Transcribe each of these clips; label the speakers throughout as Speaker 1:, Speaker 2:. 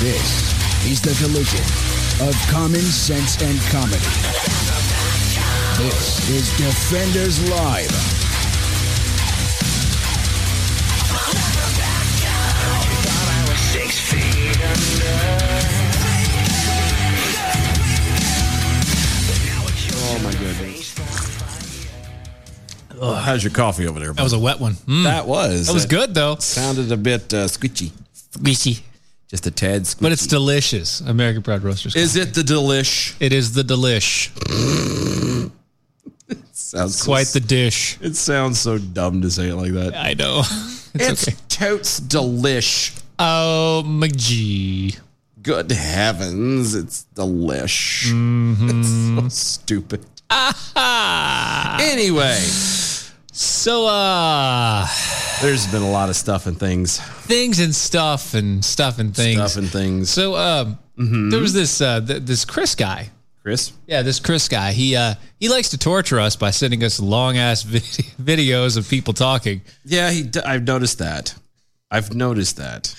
Speaker 1: This is the collision of common sense and comedy. This is Defenders Live.
Speaker 2: Oh, How's your coffee over there?
Speaker 3: That was a wet one. Mm,
Speaker 2: that was
Speaker 3: that was good though.
Speaker 2: Sounded a bit uh, squishy,
Speaker 3: Squishy.
Speaker 2: just a tad squishy.
Speaker 3: But it's delicious. American Proud Roasters.
Speaker 2: is it the delish?
Speaker 3: It is the delish.
Speaker 2: Sounds
Speaker 3: Quite the dish.
Speaker 2: It sounds so dumb to say it like that.
Speaker 3: I know.
Speaker 2: It's, totes delish.
Speaker 3: Oh, McGee.
Speaker 2: Good heavens, it's delish.
Speaker 3: Mm-hmm.
Speaker 2: It's so stupid.
Speaker 3: Ah.
Speaker 2: Anyway,
Speaker 3: So, uh,
Speaker 2: there's been a lot of stuff and things,
Speaker 3: things and stuff and stuff and things.
Speaker 2: stuff and things. Mm-hmm.
Speaker 3: So, um, there was this uh, th- this Chris guy.
Speaker 2: Chris,
Speaker 3: Yeah, this Chris guy. He uh, he likes to torture us by sending us long ass vid- videos of people talking.
Speaker 2: yeah, he. D- I've noticed that. I've noticed that.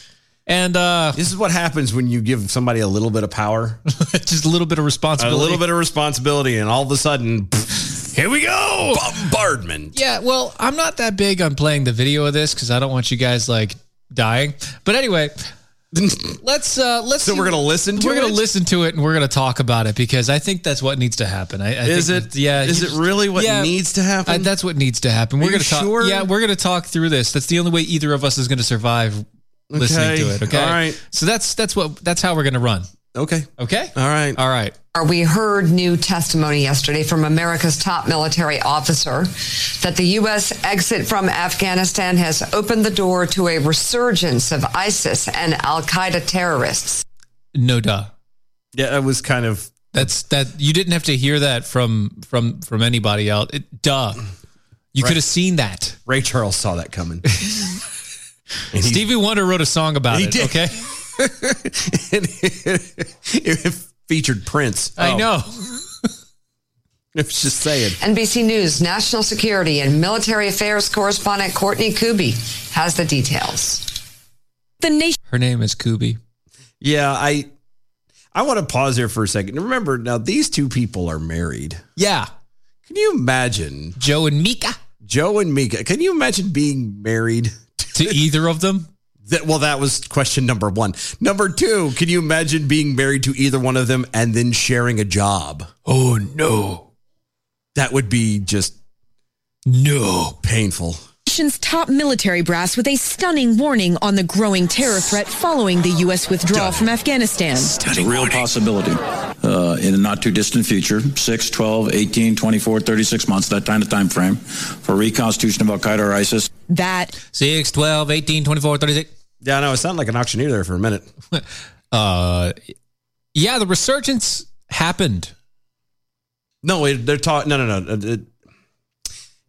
Speaker 3: And uh,
Speaker 2: This is what happens when you give somebody a little bit of power,
Speaker 3: just a little bit of
Speaker 2: a
Speaker 3: responsibility.
Speaker 2: little bit of responsibility, and all of a sudden, here we go, bombardment.
Speaker 3: Yeah, well, I'm not that big on playing the video of this because I don't want you guys like dying. But anyway, let's uh let's.
Speaker 2: So
Speaker 3: see-
Speaker 2: we're gonna listen to
Speaker 3: we're
Speaker 2: it?
Speaker 3: gonna listen to it and we're gonna talk about it because I think that's what needs to happen. I, I
Speaker 2: Is
Speaker 3: think
Speaker 2: it?
Speaker 3: that- Yeah.
Speaker 2: Is
Speaker 3: you-
Speaker 2: it really what
Speaker 3: yeah,
Speaker 2: needs to happen?
Speaker 3: I, that's what needs to happen. we're
Speaker 2: you
Speaker 3: gonna talk.
Speaker 2: sure?
Speaker 3: Yeah, we're gonna talk through this. That's the only way either of us is gonna survive listening
Speaker 2: Okay,
Speaker 3: to it. Okay.
Speaker 2: all right.
Speaker 3: So that's that's what that's how we're gonna run.
Speaker 2: okay.
Speaker 3: Okay.
Speaker 2: All right.
Speaker 3: All right.
Speaker 4: We heard new testimony yesterday from America's top military officer that the U.S. exit from Afghanistan has opened the door to a resurgence of ISIS and Al Qaeda terrorists.
Speaker 3: No duh.
Speaker 2: Yeah, that was kind of
Speaker 3: That's that you didn't have to hear that from from from anybody else. It, duh. You could have seen that.
Speaker 2: Ray Charles saw that coming, And he-
Speaker 3: Stevie Wonder wrote a song about
Speaker 2: He
Speaker 3: it.
Speaker 2: did.
Speaker 3: Okay,
Speaker 2: and it featured Prince.
Speaker 3: I
Speaker 2: Oh,
Speaker 3: know.
Speaker 2: I was just saying.
Speaker 4: NBC News national security and military affairs correspondent Courtney Kuby has the details.
Speaker 3: Her name is Kubi.
Speaker 2: Yeah, I I want to pause here for a second. Remember, now these two people are married.
Speaker 3: Yeah,
Speaker 2: Can you imagine
Speaker 3: Joe and Mika.
Speaker 2: Joe and Mika? Can you imagine being married?
Speaker 3: To either of them,
Speaker 2: That, well, that was question number one. Number two, can you imagine being married to either one of them and then sharing a job?
Speaker 3: oh no,
Speaker 2: That would be just
Speaker 3: no.
Speaker 2: painful.
Speaker 5: nation's top military brass with a stunning warning on the growing terror threat following the U.S. withdrawal from Afghanistan.
Speaker 6: real possibility uh, in the not too distant future 6 12 18 24 36 months that kind of time frame for reconstitution of al-qaeda or isis
Speaker 5: That
Speaker 3: 6, 12, 18, 24, 36.
Speaker 2: Yeah, I know. It sounded like an auctioneer there for a minute.
Speaker 3: Uh, yeah, the resurgence happened.
Speaker 2: No, it, they're talking. No, no, no. uh, it-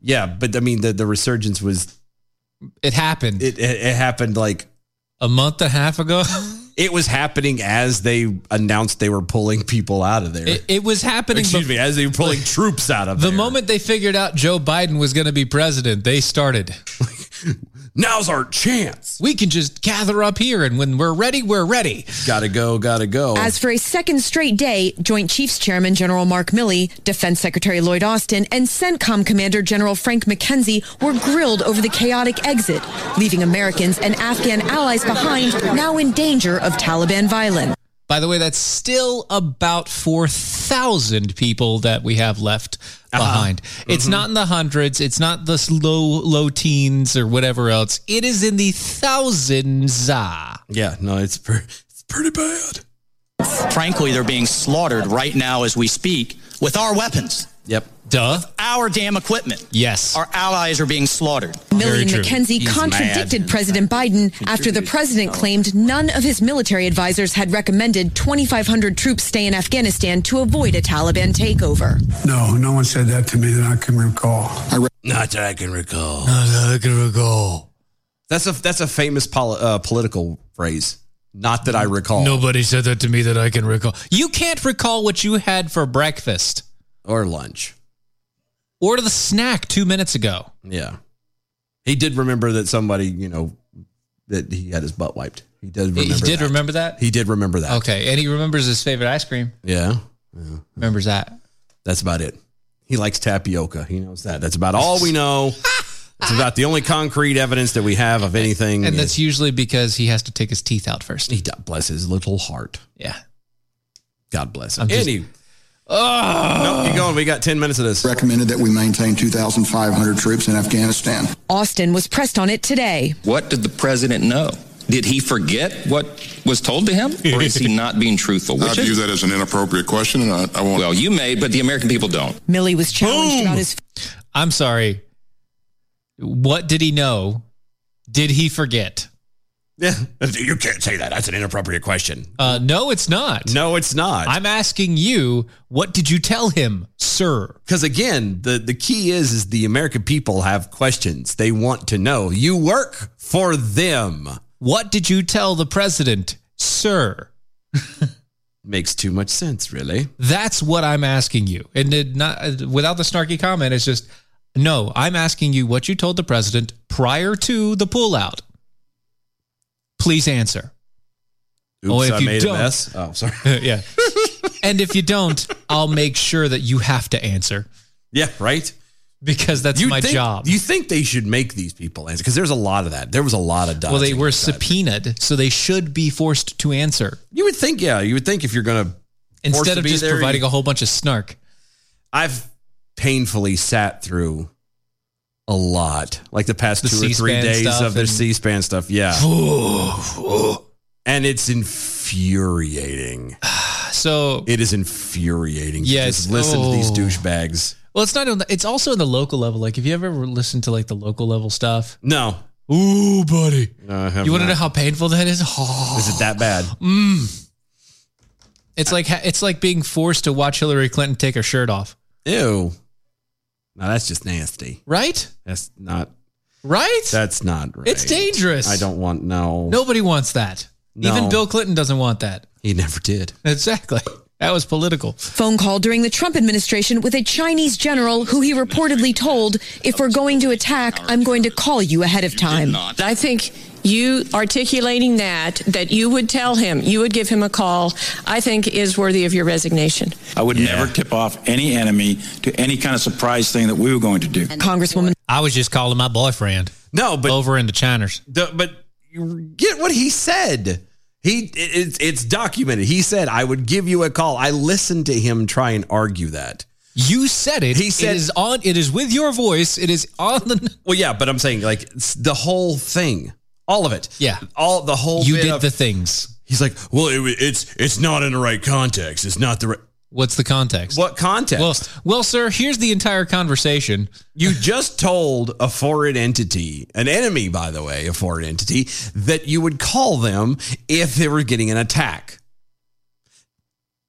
Speaker 2: yeah, but I mean, the, the resurgence was,
Speaker 3: It happened
Speaker 2: it, it, it happened like,
Speaker 3: a month and a half ago.
Speaker 2: it was happening as they announced they were pulling people out of there.
Speaker 3: It, it was happening.
Speaker 2: Excuse
Speaker 3: bef-
Speaker 2: me, as they were pulling troops out of
Speaker 3: The
Speaker 2: there.
Speaker 3: moment they figured out Joe Biden was going to be president, they started.
Speaker 2: Now's our chance.
Speaker 3: We can just gather up here, and when we're ready, we're ready.
Speaker 2: Gotta go, gotta
Speaker 3: Oh.
Speaker 2: go.
Speaker 5: As for a second straight day, Joint Chiefs Chairman General Mark Milley, Defense Secretary Lloyd Austin, and CENTCOM Commander General Frank McKenzie were grilled over the chaotic exit, leaving Americans and Afghan allies behind now in danger of Taliban violence.
Speaker 3: By the way, that's still about 4,000 people that we have left
Speaker 2: Uh-huh.
Speaker 3: behind. It's
Speaker 2: Mm-hmm.
Speaker 3: not in the hundreds. It's not the low, low teens or whatever else. It is in the thousands. Ah.
Speaker 2: Yeah, no, it's per- it's pretty bad.
Speaker 1: Frankly, they're being slaughtered right now as we speak with our weapons.
Speaker 2: Yep.
Speaker 3: Duh.
Speaker 1: Our damn equipment.
Speaker 3: Yes.
Speaker 1: Our allies are being slaughtered.
Speaker 5: Milley and McKenzie contradicted President Biden after the president claimed none of his military advisors had recommended 2,500 troops stay in Afghanistan to avoid a Taliban takeover.
Speaker 7: No, no one said that to me that I can recall.
Speaker 2: Not that I can recall. Not that I can recall. That's a that's a famous poli- uh, political phrase. Not that I recall.
Speaker 3: Nobody said that to me that I can recall. You can't recall what you had for breakfast
Speaker 2: or lunch
Speaker 3: or the snack two minutes ago.
Speaker 2: Yeah. He did remember that somebody, you know, that he had his butt wiped. He did remember
Speaker 3: He did
Speaker 2: that.
Speaker 3: remember that?
Speaker 2: He did remember that.
Speaker 3: Okay. And he remembers his favorite ice cream.
Speaker 2: Yeah.
Speaker 3: Remembers that.
Speaker 2: That's about it. He likes tapioca. He knows that. That's about all we know. it's about the only concrete evidence that we have of anything.
Speaker 3: And that's usually because he has to take his teeth out first.
Speaker 2: Mm, He does. Bless his little heart.
Speaker 3: Yeah.
Speaker 2: God bless him.
Speaker 3: I'm just- Ah.
Speaker 2: Any- Nope, keep going. We got 10 minutes of this.
Speaker 8: Recommended that we maintain 2,500 troops in Afghanistan.
Speaker 5: Austin was pressed on it today.
Speaker 9: What did the president know? Did he forget what was told to him, or is he not being truthful?
Speaker 10: I view that as an inappropriate question, and I, I won't.
Speaker 9: well, you made, but the American people don't.
Speaker 5: Milley was challenged about his
Speaker 3: I'm sorry. What did he know? Did he forget?
Speaker 2: Yeah. You can't say that. That's an inappropriate question.
Speaker 3: Uh, no, it's not.
Speaker 2: No, it's not.
Speaker 3: I'm asking you, what did you tell him, sir?
Speaker 2: Because again, the, the key is is the American people have questions. They want to know. You work for them.
Speaker 3: What did you tell the president, sir?
Speaker 2: Makes too much sense, really.
Speaker 3: That's what I'm asking you. And it not uh, without the snarky comment, it's just no, I'm asking you what you told the president prior to the pullout. Please answer.
Speaker 2: Oops,
Speaker 3: Oh, if
Speaker 2: I
Speaker 3: you
Speaker 2: made
Speaker 3: don't-
Speaker 2: a mess. Oh, sorry.
Speaker 3: yeah. and if you don't, I'll make sure that you have to answer
Speaker 2: Yeah, right.
Speaker 3: because that's
Speaker 2: You
Speaker 3: my
Speaker 2: think-
Speaker 3: job.
Speaker 2: You think they should make these people answer? Because there's a lot of that. There was a lot of dodging.
Speaker 3: well, they were subpoenaed, so they should be forced to answer
Speaker 2: You would think, yeah, you would think if you're going to
Speaker 3: instead of just providing
Speaker 2: i
Speaker 3: a whole bunch of snark.
Speaker 2: I've painfully sat through a lot, like the past
Speaker 3: The
Speaker 2: two or three
Speaker 3: C-SPAN
Speaker 2: days
Speaker 3: stuff
Speaker 2: of their
Speaker 3: and-
Speaker 2: C-SPAN stuff. Yeah, and it's infuriating.
Speaker 3: So
Speaker 2: It is infuriating. to
Speaker 3: Yes.
Speaker 2: just listen to these
Speaker 3: Oh.
Speaker 2: douchebags.
Speaker 3: Well, it's not. on the- It's also in the local level. Like, have you ever listened to like the local level stuff?
Speaker 2: No,
Speaker 3: Ooh, buddy.
Speaker 2: No, I Uh, have
Speaker 3: you want to
Speaker 2: not.
Speaker 3: know how painful that is? Oh.
Speaker 2: Is it that bad?
Speaker 11: Hmm.
Speaker 3: Mm. It's like ha- it's like being forced to watch Hillary Clinton take her shirt off.
Speaker 2: Ew. No, that's just nasty.
Speaker 3: Right?
Speaker 2: That's not.
Speaker 3: Right?
Speaker 2: That's not right.
Speaker 3: It's dangerous.
Speaker 2: I don't want no.
Speaker 3: Nobody wants that.
Speaker 2: No.
Speaker 3: Even Bill Clinton doesn't want that.
Speaker 2: He never did.
Speaker 3: Exactly. That was political.
Speaker 5: phone call during the Trump administration with a Chinese general who he reportedly told, If we're going to attack, I'm going to call you ahead of time.
Speaker 12: I think you articulating that, that you would tell him, you would give him a call, I think is worthy of your resignation.
Speaker 6: I would never tip off any enemy to any kind of surprise thing that we were going to do.
Speaker 5: Congresswoman.
Speaker 3: I was just calling my boyfriend.
Speaker 2: No, but
Speaker 3: over into Chiners.
Speaker 2: The- but you get what he said. He it- it's it's documented. He said I would give you a call. I listened to him try and argue that.
Speaker 3: You said it.
Speaker 2: He said
Speaker 3: it is on. It is with your voice. It is on the.
Speaker 2: Well, yeah, but I'm saying like it's the whole thing, all of it.
Speaker 3: Yeah.
Speaker 2: all the whole.
Speaker 3: You
Speaker 2: bit
Speaker 3: did
Speaker 2: of-
Speaker 3: the things.
Speaker 2: He's like, well, it, wa- it's it's not in the right context. It's not the right.
Speaker 3: What's the context?
Speaker 2: What context?
Speaker 3: Well, well, sir. Here's the entire conversation.
Speaker 2: you just told a foreign entity, an enemy, by the way, a foreign entity, that you would call them if they were getting an attack.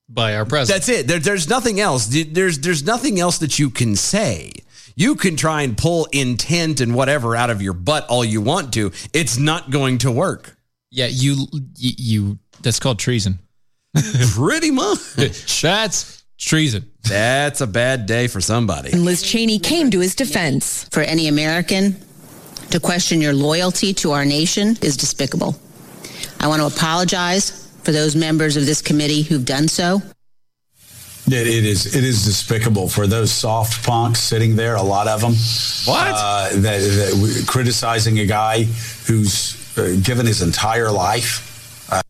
Speaker 3: by our president.
Speaker 2: That's it. There, there's nothing else. There's there's nothing else that you can say. You can try and pull intent and whatever out of your butt all you want to. It's not going to work.
Speaker 3: Yeah, you, you, you that's called treason.
Speaker 2: Pretty much.
Speaker 3: That's treason.
Speaker 2: That's a bad day for somebody.
Speaker 5: And Liz Cheney came to his defense.
Speaker 13: For any American To question your loyalty to our nation is despicable. I want to apologize for those members of this committee who've done so.
Speaker 14: It, it is it is despicable for those soft punks sitting there. A lot of them. What? Uh, that, that we- criticizing a guy who's uh, given his entire life. Uh,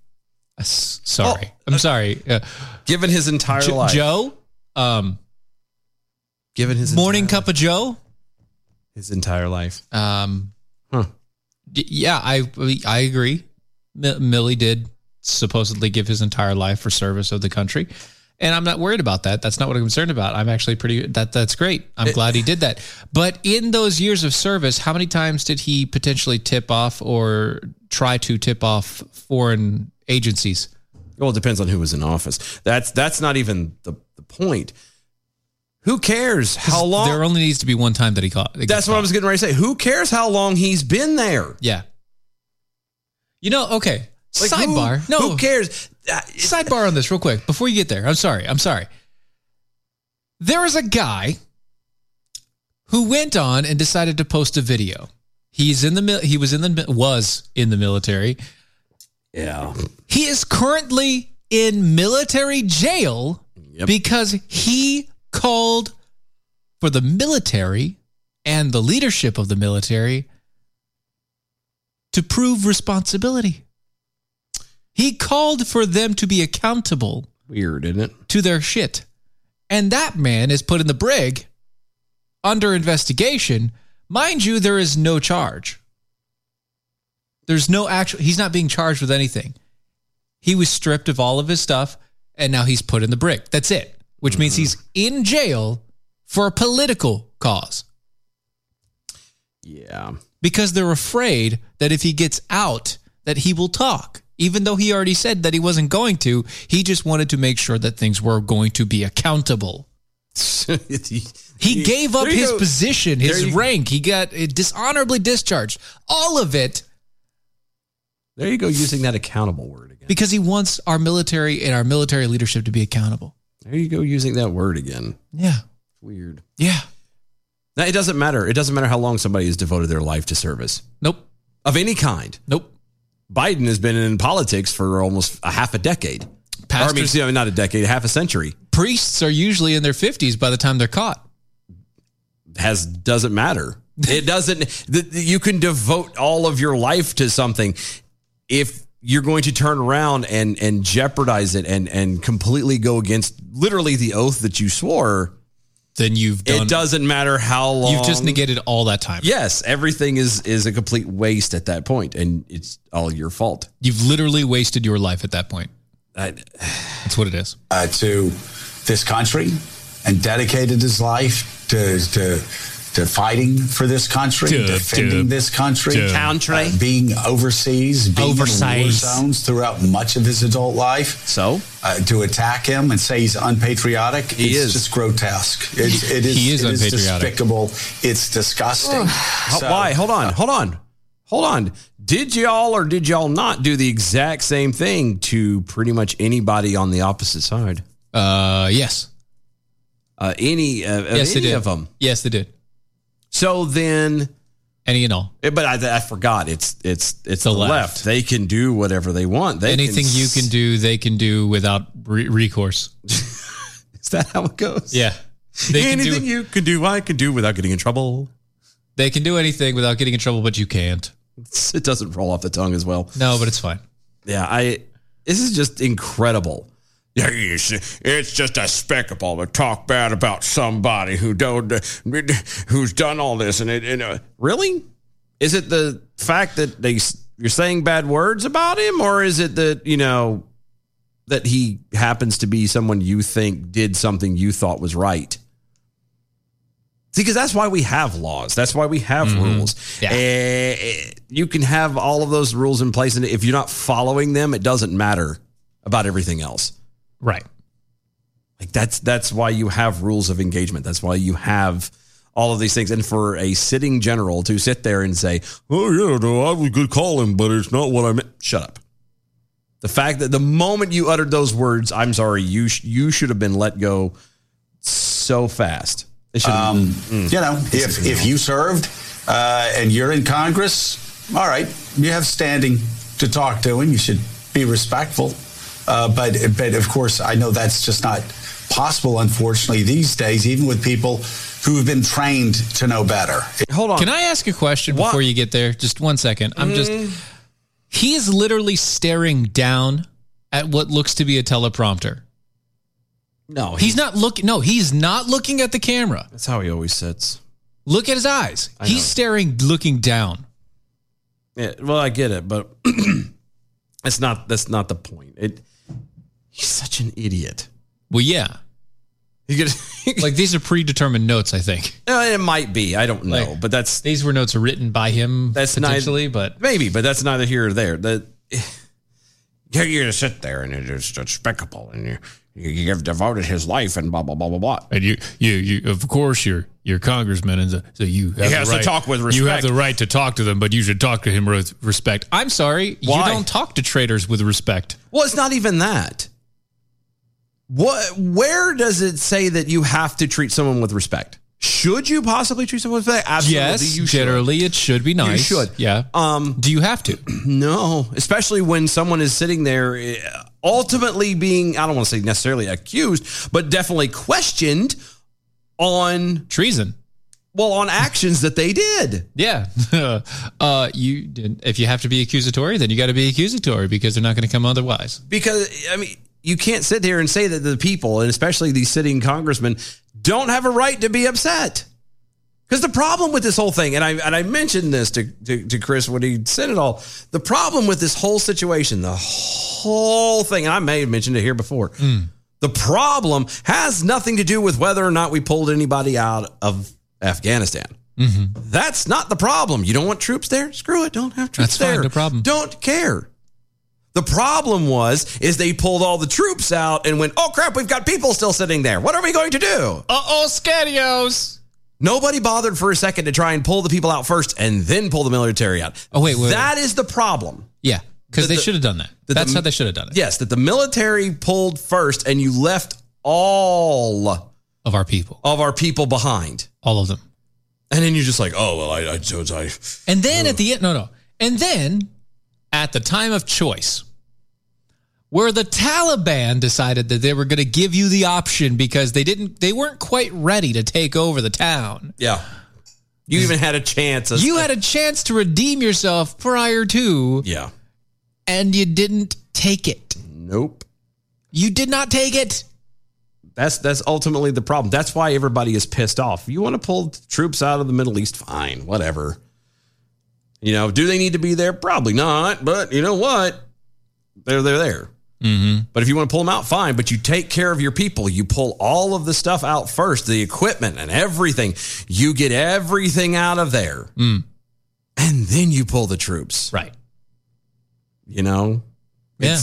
Speaker 3: Sorry. I'm sorry. Uh,
Speaker 2: given his entire life.
Speaker 3: Joe? Um,
Speaker 2: given his
Speaker 3: morning cup of Joe?
Speaker 2: His entire life.
Speaker 3: Um, d- Yeah, I I agree. Mi- Millie did supposedly give his entire life for service of the country. And I'm not worried about that. That's not what I'm concerned about. I'm actually pretty that that's great. I'm glad he did that. But in those years of service, how many times did he potentially tip off or try to tip off foreign agencies?
Speaker 2: Well, it depends on who was in office. That's that's not even the, the point. Who cares how long? There
Speaker 3: only needs to be one time that he caught.
Speaker 2: That's what I was getting ready to say. Who cares how long he's been there?
Speaker 3: Yeah. You know, okay.
Speaker 2: Like, who-
Speaker 3: sidebar. no. Who
Speaker 2: cares? Uh,
Speaker 3: sidebar on this real quick before you get there. I'm sorry. I'm sorry. There is a guy who went on and decided to post a video. He's in the mil- he was in the mi- was in the military.
Speaker 2: Yeah.
Speaker 3: He is currently in military jail because he called for the military and the leadership of the military to prove responsibility. He called for them to be accountable.
Speaker 2: Weird, isn't it?
Speaker 3: To their shit. And that man is put in the brig under investigation. Mind you, there is no charge. There's no actual, he's not being charged with anything. He was stripped of all of his stuff and now he's put in the brig. That's it, which means he's in jail for a political cause.
Speaker 2: Yeah.
Speaker 3: Because they're afraid that if he gets out, that he will talk. Even though he already said that he wasn't going to, he just wanted to make sure that things were going to be accountable. He gave up
Speaker 2: There you
Speaker 3: his
Speaker 2: go.
Speaker 3: position,
Speaker 2: There
Speaker 3: his
Speaker 2: you-
Speaker 3: rank. He got uh, dishonorably discharged. All of it
Speaker 2: There you go, using that accountable word again.
Speaker 3: because he wants our military and our military leadership to be accountable.
Speaker 2: There you go, using that word again.
Speaker 3: Yeah.
Speaker 2: Weird.
Speaker 3: Yeah.
Speaker 2: Now, it doesn't matter. It doesn't matter how long somebody has devoted their life to service.
Speaker 3: Nope.
Speaker 2: Of any kind.
Speaker 3: Nope.
Speaker 2: Biden has been in politics for almost a half a decade. Or, I mean,
Speaker 3: Pastors-
Speaker 2: excuse me, not a decade, half a century.
Speaker 3: Priests are usually in their 50s by the time they're caught.
Speaker 2: Has doesn't matter. It doesn't. th- th- you can devote all of your life to something if you're going to turn around and and jeopardize it and and completely go against literally the oath that you swore.
Speaker 3: Then you've done-
Speaker 2: It doesn't matter how long
Speaker 3: You've just negated all that time.
Speaker 2: Yes, everything is is a complete waste at that point, and it's all your fault.
Speaker 3: You've literally wasted your life at that point. That's what it is.
Speaker 14: uh, to this country and dedicated his life to to, to fighting for this country,
Speaker 1: To-
Speaker 14: defending
Speaker 1: to-
Speaker 14: this country,
Speaker 1: to-
Speaker 14: country, being overseas, being in war
Speaker 1: Overseas.
Speaker 14: zones throughout much of his adult life.
Speaker 2: So
Speaker 14: uh, to attack him and say he's unpatriotic,
Speaker 2: He
Speaker 14: it's
Speaker 2: is.
Speaker 14: just grotesque. It,
Speaker 2: He-
Speaker 14: it is,
Speaker 2: he is
Speaker 14: it
Speaker 2: unpatriotic.
Speaker 14: despicable. It's disgusting.
Speaker 2: Ho- Why? Hold on. Hold on. Hold on. Did y'all or did y'all not do the exact same thing to pretty much anybody on the opposite side?
Speaker 3: Uh, yes.
Speaker 2: Uh, any uh, of
Speaker 3: yes, they
Speaker 2: any
Speaker 3: did.
Speaker 2: of them.
Speaker 3: Yes, they did.
Speaker 2: So then, Eh,
Speaker 3: any and all.
Speaker 2: But I, I forgot. It's it's it's the,
Speaker 3: left.
Speaker 2: left. They can do whatever they want. They
Speaker 3: Anything you can do, they can do without re- recourse.
Speaker 2: Is that how it goes?
Speaker 3: Yeah.
Speaker 2: anything you can do, I can do without getting in trouble.
Speaker 3: They can do anything without getting in trouble, but you can't.
Speaker 2: It doesn't roll off the tongue as well.
Speaker 3: No, but it's fine.
Speaker 2: Yeah, I. This is just incredible. Yeah, you see, It's just despicable to talk bad about somebody who don't, who's done all this, and it. And, uh, really, is it the fact that they s- you're saying bad words about him, or is it that you know that he happens to be someone you think did something you thought was right? See, because that's why we have laws. That's why we have rules. Eh, eh, you can have all of those rules in place, and if you're not following them, it doesn't matter about everything else.
Speaker 3: Right.
Speaker 2: Like that's that's why you have rules of engagement. That's why you have all of these things. And for a sitting general to sit there and say, "Oh yeah, no, I was good calling, but it's not what I meant." Shut up. The fact that the moment you uttered those words, I'm sorry, you sh- you should have been let go so fast. It should. mm,
Speaker 14: Um, You know, Um, mm. if if you served uh, and you're in Congress, all right, you have standing to talk to, and you should be respectful. Uh, but but of course, I know that's just not possible, unfortunately, these days, even with people who have been trained to know better.
Speaker 5: Hold
Speaker 3: Can I ask a question before you get there? Just one second. I'm
Speaker 5: Mm.
Speaker 3: just. He is literally staring down at what looks to be a teleprompter.
Speaker 5: No,
Speaker 3: he's, not looking. No, he's not looking at the camera.
Speaker 2: That's how he always sits.
Speaker 3: Look at his eyes.
Speaker 2: I
Speaker 3: He's
Speaker 2: know.
Speaker 3: staring, looking down.
Speaker 2: Yeah, well, I get it, but it's not. That's not the point. It. He's such an idiot.
Speaker 3: Well, yeah.
Speaker 2: You
Speaker 3: like these are predetermined notes, I think.
Speaker 2: Uh, it might be. I don't know, but that's
Speaker 3: these were notes written by him.
Speaker 2: That's
Speaker 3: potentially,
Speaker 2: but maybe, but that's neither here or there. That you're going to sit there and it's despicable, and you you have devoted his life and blah blah blah blah blah.
Speaker 3: And you, you, you, of course, you're your congressman, and so- so you have
Speaker 2: He
Speaker 3: the
Speaker 2: has to
Speaker 3: right-
Speaker 2: talk with
Speaker 3: You have
Speaker 2: respect.
Speaker 3: the right to talk to them, but you should talk to him with respect. I'm sorry,
Speaker 2: Why?
Speaker 3: you don't talk to traitors with respect.
Speaker 2: Well, it's not even that. What? Where does it say that you have to treat someone with respect? Should you possibly treat someone with respect? Absolutely,
Speaker 3: yes,
Speaker 2: you should.
Speaker 3: generally it should be nice.
Speaker 2: You should.
Speaker 3: yeah.
Speaker 2: Um,
Speaker 3: Do you have to?
Speaker 2: No, especially when someone is sitting there, eh, ultimately being I don't want to say necessarily accused, but definitely questioned on
Speaker 3: treason.
Speaker 2: Well, on actions that they did.
Speaker 3: Yeah. uh, you did- if you have to be accusatory, then you got to be accusatory because they're not going to come otherwise.
Speaker 2: Because I mean, you can't sit here and say that the people, and especially these sitting congressmen, don't have a right to be upset. Because the problem with this whole thing, and I and I mentioned this to, to, to Chris when he said it all, the problem with this whole situation, the whole thing, and I may have mentioned it here before. The problem has nothing to do with whether or not we pulled anybody out of Afghanistan.
Speaker 3: Mm-hmm.
Speaker 2: That's not the problem. You don't want troops there? Screw it. Don't have
Speaker 3: That's
Speaker 2: troops
Speaker 3: fine,
Speaker 2: there.
Speaker 3: no problem.
Speaker 2: Don't care. The problem was is they pulled all the troops out and went, "Oh crap, we've got people still sitting there. What are we going to do?"
Speaker 3: Uh-oh, scadios.
Speaker 2: Nobody bothered for a second to try and pull the people out first and then pull the military out. Oh
Speaker 3: wait, wait.
Speaker 2: That is the problem.
Speaker 3: Yeah, because
Speaker 2: The-
Speaker 3: they
Speaker 2: the-
Speaker 3: should have done that.
Speaker 2: the-
Speaker 3: That's
Speaker 2: the-
Speaker 3: how they should have done it.
Speaker 2: Yes, that the military pulled first and you left all
Speaker 3: of our people.
Speaker 2: Of our people behind.
Speaker 3: All of them.
Speaker 2: And then you're just like, "Oh, well, I I so I
Speaker 3: And then at the end, no, no. And then at the time of choice, where the Taliban decided that they were going to give you the option because they didn't, they weren't quite ready to take over the town.
Speaker 2: Yeah. You even had a chance. of-
Speaker 3: You had a chance to redeem yourself prior to,
Speaker 2: yeah.
Speaker 3: and you didn't take it.
Speaker 2: Nope.
Speaker 3: You did not take it.
Speaker 2: That's that's ultimately the problem. That's why everybody is pissed off. You want to pull troops out of the Middle East, fine, whatever. You know, do they need to be there? Probably not, but you know what? They're they're there.
Speaker 3: Mm-hmm.
Speaker 2: But if you want to pull them out, fine. But you take care of your people. You pull all of the stuff out first, the equipment and everything. You get everything out of there,
Speaker 3: Mm.
Speaker 2: and then you pull the troops.
Speaker 3: Right.
Speaker 2: You know.
Speaker 3: Yeah.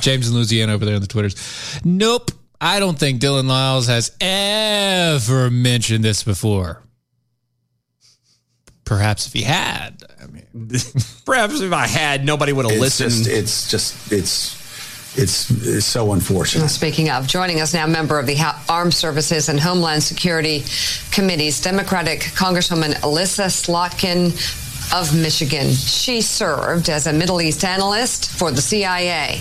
Speaker 3: James in Louisiana over there on the Twitters. Nope. I don't think Dylan Lyles has ever mentioned this before. Perhaps if he had. I mean,
Speaker 2: Perhaps if I had, nobody would have
Speaker 14: It's
Speaker 2: listened.
Speaker 14: just- it's just it's it's, it's so unfortunate.
Speaker 4: Speaking of, joining us now, member of the Ho- Armed Services and Homeland Security Committees, Democratic Congresswoman Alyssa Slotkin of Michigan. She served as a Middle East analyst for the CIA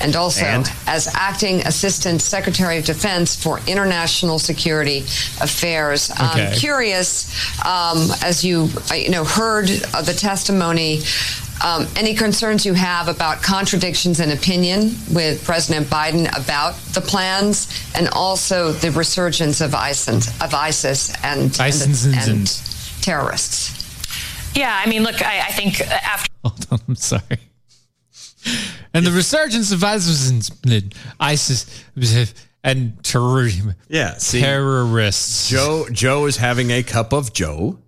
Speaker 4: and also
Speaker 8: And?
Speaker 4: as acting assistant secretary of defense for international security affairs um,
Speaker 8: Okay.
Speaker 4: curious um, as you uh, you know heard of the testimony um, any concerns you have about contradictions in opinion with President Biden about the plans and also the resurgence of ISIS, of ISIS and, and, and terrorists?
Speaker 15: Yeah, I mean, look, I, I think after
Speaker 3: I'm sorry. And the resurgence of ISIS, ISIS and terrorism.
Speaker 2: Yeah, see?
Speaker 3: terrorists.
Speaker 2: Joe Joe is having a cup of Joe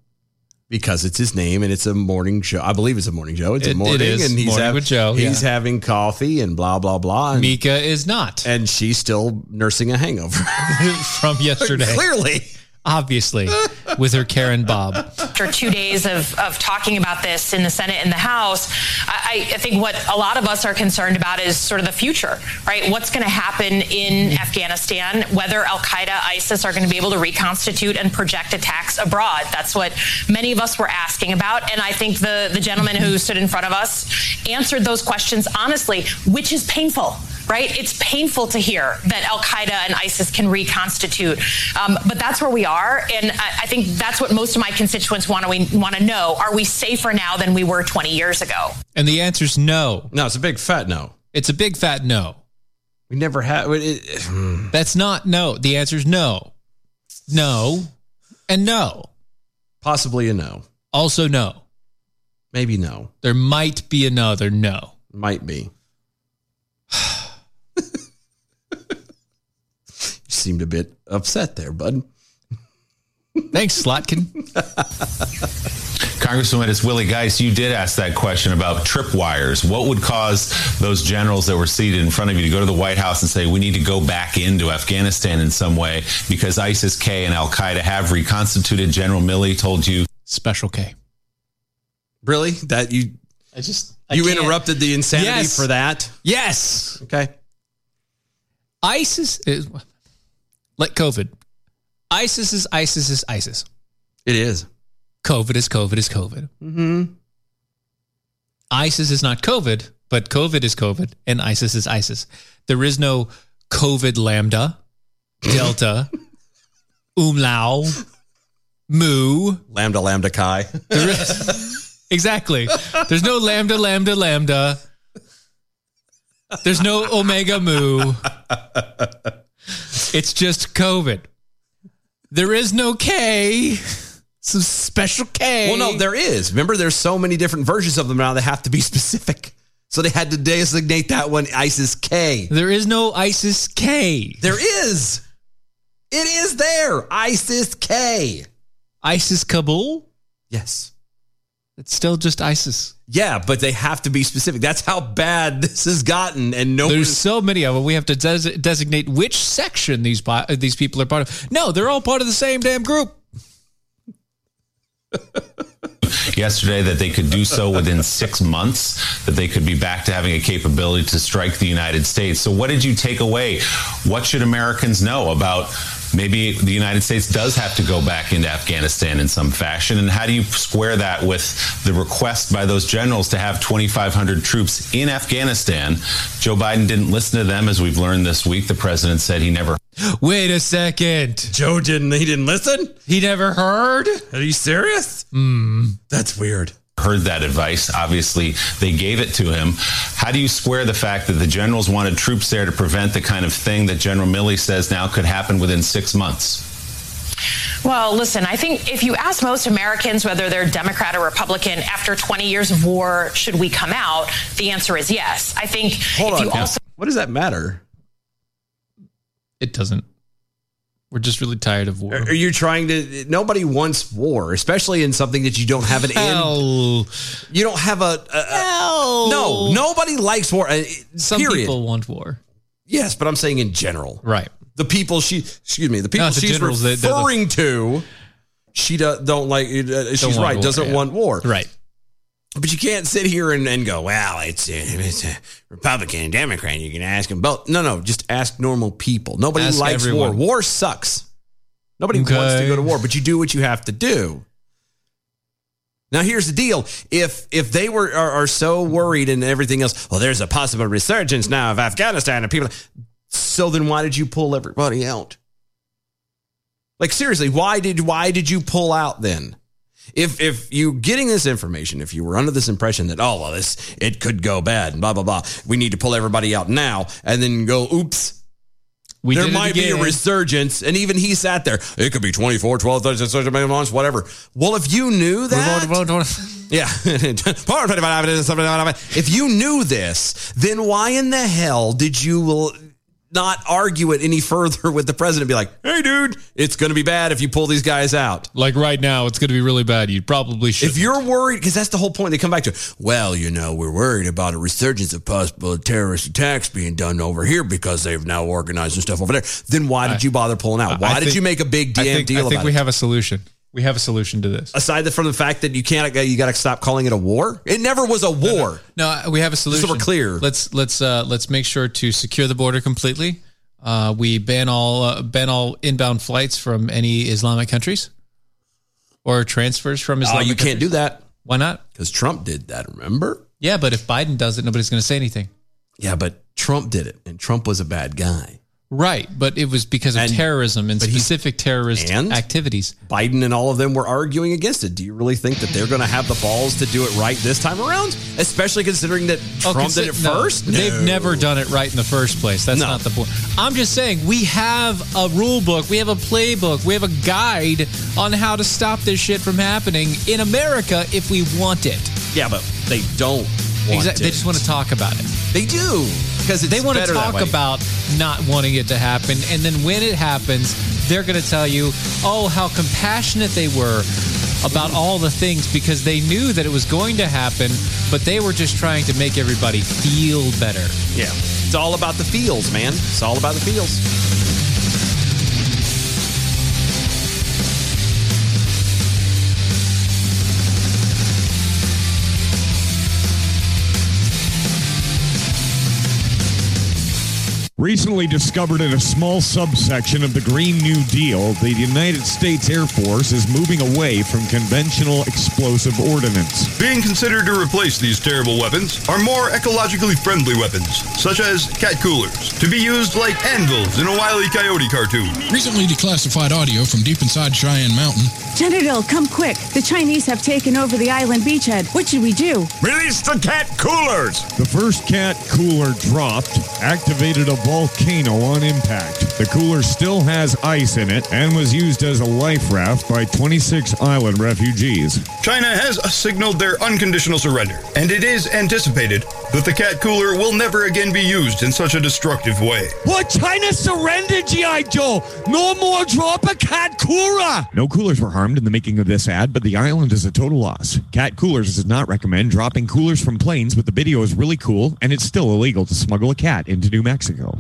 Speaker 2: because it's his name and it's a morning show. I believe it's a morning show. It's
Speaker 3: It-
Speaker 2: a
Speaker 3: it
Speaker 2: morning
Speaker 3: is.
Speaker 2: and he's
Speaker 3: Morning
Speaker 2: hav-
Speaker 3: with Joe,
Speaker 2: He's
Speaker 3: yeah.
Speaker 2: having coffee and blah blah blah. And,
Speaker 3: Mika is not.
Speaker 2: And she's still nursing a hangover.
Speaker 3: from yesterday.
Speaker 2: Clearly.
Speaker 3: Obviously. with her Karen Bob.
Speaker 15: after two days of, of talking about this in the Senate and the House, I, I think what a lot of us are concerned about is sort of the future, right? What's going to happen in Afghanistan, whether Al Qaeda, ISIS are going to be able to reconstitute and project attacks abroad. That's what many of us were asking about. And I think the, the gentleman who stood in front of us answered those questions honestly, which is painful right? It's painful to hear that Al Qaeda and ISIS can reconstitute, um, but that's where we are, and I, I think that's what most of my constituents want to want to know: Are we safer now than we were 20 years ago?
Speaker 3: And the answer's no.
Speaker 2: No, it's a big fat no.
Speaker 3: It's a big fat no.
Speaker 2: We never have.
Speaker 3: That's not no. The answer's no. No. And no.
Speaker 2: Possibly a no.
Speaker 3: Also no.
Speaker 2: Maybe no.
Speaker 3: There might be another no.
Speaker 2: Might be. You seemed a bit upset there, bud.
Speaker 3: Thanks, Slotkin.
Speaker 16: Congresswoman, it's Willie Geist. You did ask that question about tripwires. What would cause those generals that were seated in front of you to go to the White House and say, we need to go back into Afghanistan in some way because ISIS K and Al Qaeda have reconstituted? General Milley told you.
Speaker 3: Special K.
Speaker 2: Really? That you
Speaker 8: I just I
Speaker 2: you
Speaker 8: can't.
Speaker 2: interrupted the insanity
Speaker 3: Yes.
Speaker 2: for that?
Speaker 3: Yes.
Speaker 2: Okay.
Speaker 3: ISIS is like COVID. ISIS is ISIS is ISIS.
Speaker 2: It is.
Speaker 3: COVID is COVID is COVID. Mm-hmm. ISIS is not COVID, but COVID is COVID and ISIS is ISIS. There is no COVID lambda, delta, umlau, mu.
Speaker 2: Lambda lambda chi.
Speaker 3: There is- exactly. There's no lambda lambda lambda. There's no omega mu. It's just COVID. There is no K. Some special K.
Speaker 2: Well, no, there is. Remember, there's so many different versions of them now. They have to be specific. So they had to designate that one ISIS K.
Speaker 3: There is no ISIS K.
Speaker 2: There is. It is there. ISIS K.
Speaker 3: ISIS Kabul?
Speaker 2: Yes.
Speaker 3: It's still just ISIS.
Speaker 2: Yeah, but they have to be specific. That's how bad this has gotten, and no.
Speaker 3: There's so many of them. We have to des- designate which section these bi- uh, these people are part of. No, they're all part of the same damn group.
Speaker 16: yesterday that they could do so within six months, that they could be back to having a capability to strike the United States. So, what did you take away? What should Americans know about maybe the United States does have to go back into Afghanistan in some fashion? And how do you square that with the request by those generals to have 2,500 troops in Afghanistan? Joe Biden didn't listen to them, as we've learned this week. The president said he never.
Speaker 3: Wait a second.
Speaker 2: Joe didn't. He didn't listen.
Speaker 3: He never heard. Hmm.
Speaker 2: Are you serious? That's weird.
Speaker 16: heard that advice. Obviously, they gave it to him. How do you square the fact that the generals wanted troops there to prevent the kind of thing that General Milley says now could happen within six months?
Speaker 15: Well, listen, I think if you ask most Americans whether they're Democrat or Republican after 20 years of war, should we come out? The answer is yes. I think
Speaker 2: Hold
Speaker 15: if
Speaker 2: on.
Speaker 15: you also
Speaker 2: what does that matter?
Speaker 3: It doesn't. We're just really tired of war.
Speaker 2: Are you trying to? Nobody wants war, especially in something that you don't have an
Speaker 3: Hell.
Speaker 2: end. You don't have a, a- a- no. Nobody likes war. uh,
Speaker 3: Some
Speaker 2: period.
Speaker 3: people want war.
Speaker 2: yes, but I'm saying in general,
Speaker 3: Right.
Speaker 2: the people she, excuse me, the people
Speaker 3: No, it's the
Speaker 2: she's
Speaker 3: generals, they- they're the-
Speaker 2: referring to, she do, don't like. Uh, she's
Speaker 3: want
Speaker 2: right.
Speaker 3: war,
Speaker 2: doesn't
Speaker 3: yeah.
Speaker 2: want war.
Speaker 3: Right.
Speaker 2: But you can't sit here and, and go, well, it's, uh, it's a Republican and Democrat. You can ask them both. No, no, just ask normal people. Nobody
Speaker 3: Ask
Speaker 2: likes war.
Speaker 3: everyone.
Speaker 2: War sucks. Nobody wants to
Speaker 3: Okay.
Speaker 2: go to war, but you do what you have to do. Now here's the deal: if if they were are, are so worried and everything else, well, there's a possible resurgence now of Afghanistan and people. So then, why did you pull everybody out? Like seriously, why did why did you pull out then? If if you getting this information, if you were under this impression that oh well this it could go bad and blah blah blah, we need to pull everybody out now and then go oops.
Speaker 3: We
Speaker 2: there
Speaker 3: did it
Speaker 2: might be a
Speaker 3: again.
Speaker 2: resurgence, and even he sat there. It could be 24, 12, 13, 16, months, whatever. Well, if you knew that, yeah. if you knew this, then why in the hell did you will not argue it any further with the president? Be like, hey, dude, it's going to be bad if you pull these guys out.
Speaker 3: Like right now, it's going to be really bad. You probably should.
Speaker 2: If you're worried, because that's the whole point they come back to, well, you know, we're worried about a resurgence of possible terrorist attacks being done over here because they've now organized and stuff over there. Then why did you bother pulling out? Why did you make a big damn
Speaker 3: I think,
Speaker 2: deal
Speaker 3: I think
Speaker 2: about
Speaker 3: we
Speaker 2: it?
Speaker 3: have a solution. We have a solution to this.
Speaker 2: Aside from the fact that you can't, you got to stop calling it a war. It never was a war.
Speaker 3: No, we have a solution.
Speaker 2: So we're clear.
Speaker 3: Let's let's uh, let's make sure to secure the border completely. Uh, we ban all uh, ban all inbound flights from any Islamic countries or transfers from
Speaker 2: Oh,
Speaker 3: Islamic.
Speaker 2: you can't do that.
Speaker 3: Why not?
Speaker 2: Because Trump did that. Remember?
Speaker 3: Yeah, but if Biden does it, nobody's going to say anything.
Speaker 2: Yeah, but Trump did it, and Trump was a bad guy.
Speaker 3: Right, but it was because of
Speaker 2: And-
Speaker 3: terrorism and
Speaker 2: but he-
Speaker 3: specific terrorist
Speaker 2: and?
Speaker 3: activities.
Speaker 2: Biden and all of them were arguing against it. Do you really think that they're going to have the balls to do it right this time around? Especially considering that
Speaker 3: Oh,
Speaker 2: Trump did
Speaker 3: consi-
Speaker 2: it
Speaker 3: no,
Speaker 2: first.
Speaker 3: They've
Speaker 2: No.
Speaker 3: never done it right in the first place. That's
Speaker 2: No.
Speaker 3: not the point. I'm just saying we have a rule book, we have a playbook, we have a guide on how to stop this shit from happening in America if we want it.
Speaker 2: Yeah, but they don't. Want
Speaker 3: Exact- They just want to talk about it.
Speaker 2: They do because
Speaker 3: they want to
Speaker 2: better that
Speaker 3: talk
Speaker 2: way.
Speaker 3: about not wanting it to happen, and then when it happens, they're going to tell you, oh, how compassionate they were about all the things because they knew that it was going to happen, but they were just trying to make everybody feel better.
Speaker 2: Yeah, it's all about the feels, man. It's all about the feels.
Speaker 17: Recently discovered in a small subsection of the Green New Deal, the United States Air Force is moving away from conventional explosive ordnance.
Speaker 8: Being considered to replace these terrible weapons are more ecologically friendly weapons, such as cat coolers, to be used like anvils in a Wile E. Coyote cartoon.
Speaker 11: Recently declassified audio from deep inside Cheyenne Mountain.
Speaker 18: General, come quick. The Chinese have taken over the island beachhead. What should we do?
Speaker 17: Release the cat coolers! The first cat cooler dropped activated a volcano on impact. The cooler still has ice in it and was used as a life raft by 26 island refugees.
Speaker 8: China has signaled their unconditional surrender, and it is anticipated that the cat cooler will never again be used in such a destructive way.
Speaker 17: What? China surrendered, G.I. Joe! No more drop a cat cooler! No coolers were harmed in the making of this ad, but the island is a total loss. Cat Coolers does not recommend dropping coolers from planes, but the video is really cool, and it's still illegal to smuggle a cat into New Mexico.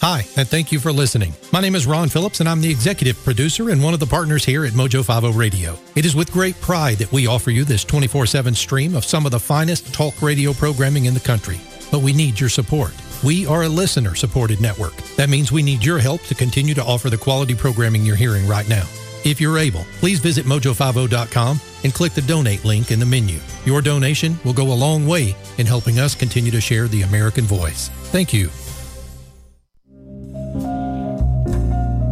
Speaker 19: Hi, and thank you for listening. My name is Ron Phillips, and I'm the executive producer and one of the partners here at Mojo 50 Radio. It is with great pride that we offer you this 24 7 stream of some of the finest talk radio programming in the country. But we need your support. We are a listener supported network. That means we need your help to continue to offer the quality programming you're hearing right now. If you're able, please visit mojo50.com and click the donate link in the menu. Your donation will go a long way in helping us continue to share the American voice. Thank you.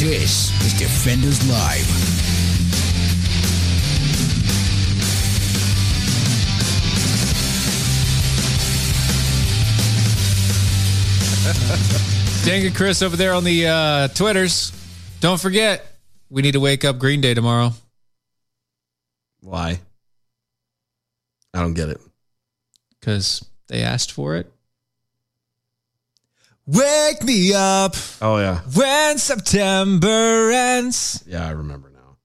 Speaker 1: This is Defenders Live.
Speaker 3: Dang it, Chris, over there on the uh, Twitters. Don't forget, we need to wake up Green Day tomorrow.
Speaker 2: Why? I don't get it.
Speaker 3: Because they asked for it. Wake me up
Speaker 2: Oh yeah,
Speaker 3: when September ends.
Speaker 2: yeah, I remember now.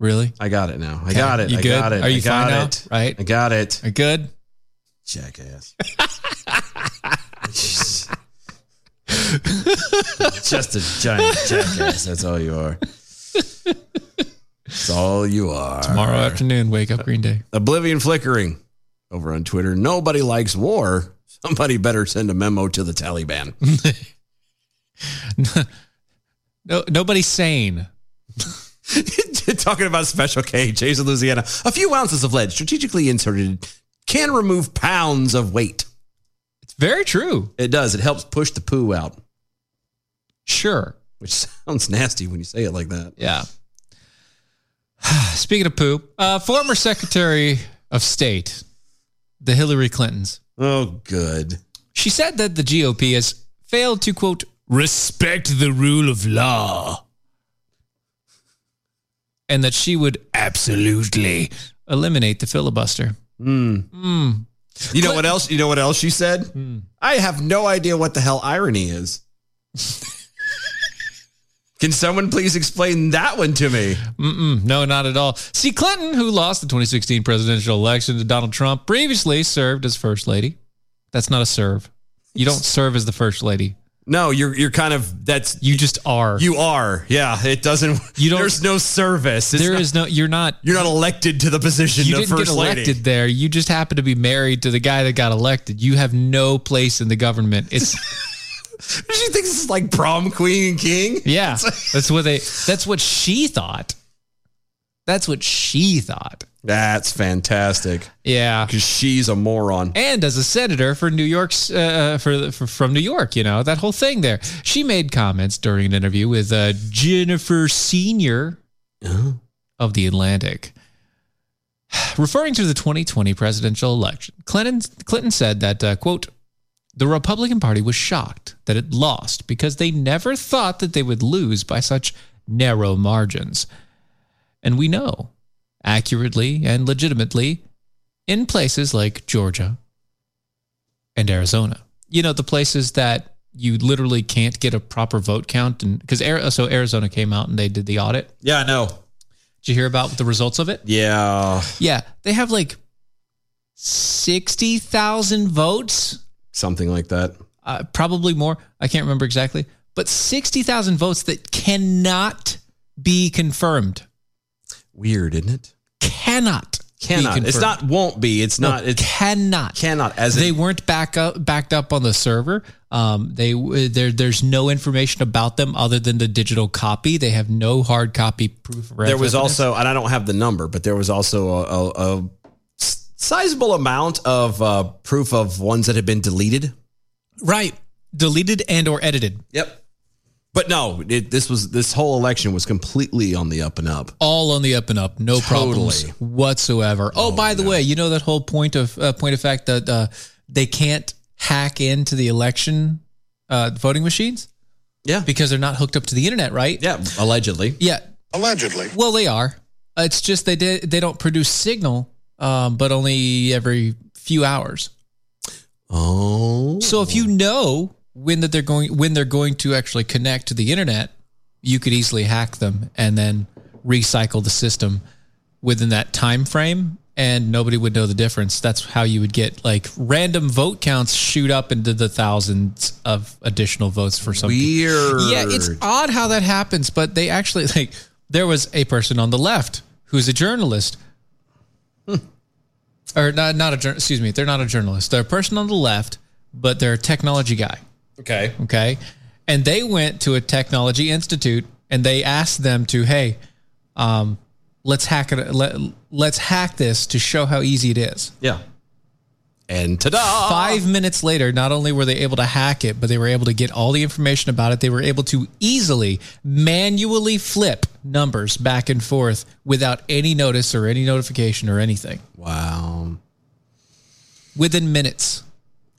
Speaker 3: Really?
Speaker 2: I got it now. I
Speaker 3: Okay.
Speaker 2: got it.
Speaker 3: You
Speaker 2: I
Speaker 3: good?
Speaker 2: got it.
Speaker 3: Are you
Speaker 2: I got
Speaker 3: fine now?
Speaker 2: it.
Speaker 3: Right?
Speaker 2: I got it.
Speaker 3: Are you good?
Speaker 2: Jackass. Just a giant jackass. That's all you are. That's all you are.
Speaker 3: Tomorrow afternoon, wake up Green Day.
Speaker 2: Oblivion flickering over on Twitter. Nobody likes war. Somebody better send a memo to the Taliban.
Speaker 3: No, nobody's sane.
Speaker 2: Talking about Special K, Jason, Louisiana. A few ounces of lead strategically inserted can remove pounds of weight.
Speaker 3: It's very true.
Speaker 2: It does. It helps push the poo out.
Speaker 3: Sure.
Speaker 2: Which sounds nasty when you say it like that.
Speaker 3: Yeah. Speaking of poo, uh, former Secretary of state, the Hillary Clintons.
Speaker 2: Oh, good.
Speaker 3: She said that the GOP has failed to, quote, respect the rule of law. And that she would absolutely eliminate the filibuster. Mm.
Speaker 2: Hmm. You know what else? You know what else she said?
Speaker 3: Hmm.
Speaker 2: I have no idea what the hell irony is. Can someone please explain that one to me?
Speaker 3: Mm-mm, no, not at all. See, Clinton, who lost the 2016 presidential election to Donald Trump, previously served as first lady. That's not a serve. You don't serve as the first lady.
Speaker 2: No, you're you're kind of that's
Speaker 3: you just are.
Speaker 2: You are. Yeah, it doesn't. You don't. There's no service. There
Speaker 3: There is no. You're not.
Speaker 2: You're not elected to the position
Speaker 3: You
Speaker 2: of
Speaker 3: didn't
Speaker 2: first
Speaker 3: get elected
Speaker 2: lady.
Speaker 3: there. You just happen to be married to the guy that got elected. You have no place in the government. It's
Speaker 2: She thinks it's like prom queen and king.
Speaker 3: yeah. That's what they. That's what she thought. That's what she thought.
Speaker 2: That's fantastic.
Speaker 3: Yeah,
Speaker 2: because she's a moron.
Speaker 3: and as a senator for New York's uh, for, for from New York, you know that whole thing there. She made comments during an interview with uh, Jennifer Senior
Speaker 2: Uh-huh.
Speaker 3: of the Atlantic, referring to the 2020 presidential election. Clinton Clinton said that uh, quote. The Republican Party was shocked that it lost because they never thought that they would lose by such narrow margins. And we know accurately and legitimately in places like Georgia and Arizona. You know, the places that you literally can't get a proper vote count. And because so Arizona came out and they did the audit.
Speaker 2: Yeah, I know.
Speaker 3: Did you hear about the results of it?
Speaker 2: Yeah.
Speaker 3: Yeah. They have like 60,000 votes,
Speaker 2: Something like that.
Speaker 3: uh, probably more. I can't remember exactly, but 60,000 votes that cannot be confirmed.
Speaker 2: Weird, isn't it?
Speaker 3: Cannot. be
Speaker 2: Cannot. It's
Speaker 3: confirmed.
Speaker 2: not. Won't be. It's
Speaker 3: No,
Speaker 2: not. It's
Speaker 3: cannot
Speaker 2: cannot. As
Speaker 3: they
Speaker 2: in-
Speaker 3: weren't back up backed up on the server. Um, they there there's no information about them other than the digital copy. They have no hard copy proof. of
Speaker 2: there
Speaker 3: evidence.
Speaker 2: was also, and I don't have the number, but there was also a, a, a s- sizable amount of uh, proof of ones that had been deleted.
Speaker 3: right deleted and or edited
Speaker 2: Yep. But no, it, this was this whole election was completely on the up and up.
Speaker 3: all on the up and up. No problems
Speaker 2: Totally.
Speaker 3: whatsoever. Oh, by the way, you know that whole point of uh, point of fact that uh, they can't hack into the election uh, voting machines.
Speaker 2: Yeah,
Speaker 3: because they're not hooked up to the internet, right?
Speaker 2: Yeah, allegedly.
Speaker 3: Yeah,
Speaker 2: Allegedly.
Speaker 3: Well, they are. It's just they did, they don't produce signal, um, but only every few hours.
Speaker 2: Oh.
Speaker 3: So if you know when that they're going when they're going to actually connect to the internet, you could easily hack them and then recycle the system within that time frame and nobody would know the difference. That's how you would get like random vote counts shoot up into the thousands of additional votes for something.
Speaker 2: Weird.
Speaker 3: Yeah, it's odd how that happens, but they actually like there was a person on the left who's a journalist. Or not not a jour- excuse me, they're not a journalist. They're a person on the left, but they're a technology guy.
Speaker 2: Okay.
Speaker 3: Okay. And they went to a technology institute and they asked them to, hey, um, let's hack it let, let's hack this to show how easy it is.
Speaker 2: Yeah. And ta-da!
Speaker 3: Five minutes later, not only were they able to hack it, but they were able to get all the information about it. They were able to easily manually flip numbers back and forth without any notice or any notification or anything.
Speaker 2: Wow.
Speaker 3: Within minutes.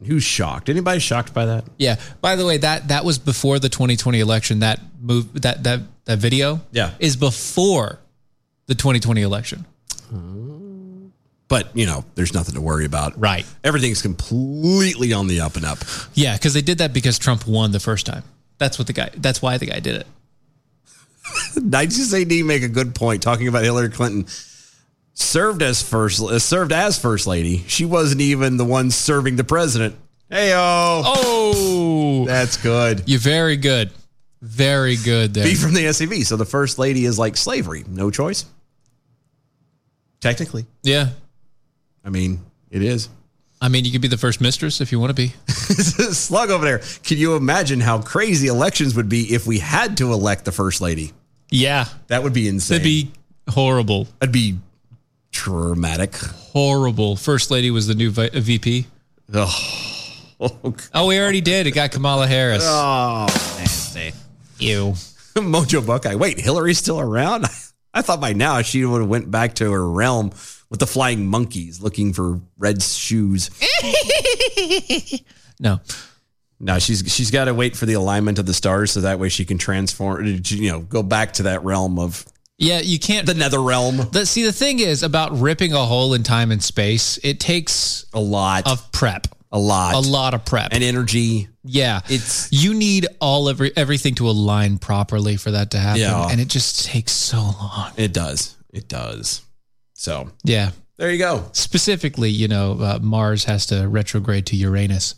Speaker 2: Who's shocked? Anybody shocked by that?
Speaker 3: Yeah. By the way, that that was before the 2020 election. That move that that that video
Speaker 2: Yeah.
Speaker 3: is before the 2020 election.
Speaker 2: But you know, there's nothing to worry about.
Speaker 3: Right.
Speaker 2: Everything's completely on the up and up.
Speaker 3: Yeah, because they did that because Trump won the first time. That's what the guy. That's why the guy did it.
Speaker 2: 96 AD make a good point talking about Hillary Clinton served as first uh, served as first lady. She wasn't even the one serving the president. Hey
Speaker 3: oh,
Speaker 2: that's good.
Speaker 3: You're very good, very good there.
Speaker 2: Be from the SCV. So the first lady is like slavery, no choice. Technically,
Speaker 3: yeah.
Speaker 2: I mean it is.
Speaker 3: I mean, you could be the first mistress if you want to be.
Speaker 2: Slug over there. Can you imagine how crazy elections would be if we had to elect the first lady?
Speaker 3: Yeah,
Speaker 2: That would be insane.
Speaker 3: that'd be horrible.
Speaker 2: That'd be traumatic.
Speaker 3: Horrible. First lady was the new vi- VP.
Speaker 2: Oh,
Speaker 3: oh, we already did. It got Kamala Harris.
Speaker 2: Oh, nasty.
Speaker 3: Ew.
Speaker 2: Mojo Buckeye. Wait, Hillary's still around? I thought by now she would have went back to her realm with the flying monkeys looking for red shoes.
Speaker 3: No.
Speaker 2: No, she's she's got to wait for the alignment of the stars so that way she can transform you know, go back to that realm of
Speaker 3: Yeah, you can't.
Speaker 2: the nether realm.
Speaker 3: The, see, the thing is about ripping a hole in time and space, it takes
Speaker 2: a lot
Speaker 3: of prep.
Speaker 2: A lot.
Speaker 3: A lot of prep.
Speaker 2: And energy.
Speaker 3: Yeah. It's you need all every everything to align properly for that to happen.
Speaker 2: Yeah.
Speaker 3: And it just takes so long.
Speaker 2: It does. It does. So
Speaker 3: Yeah.
Speaker 2: There you go.
Speaker 3: Specifically, you know, uh, Mars has to retrograde to Uranus.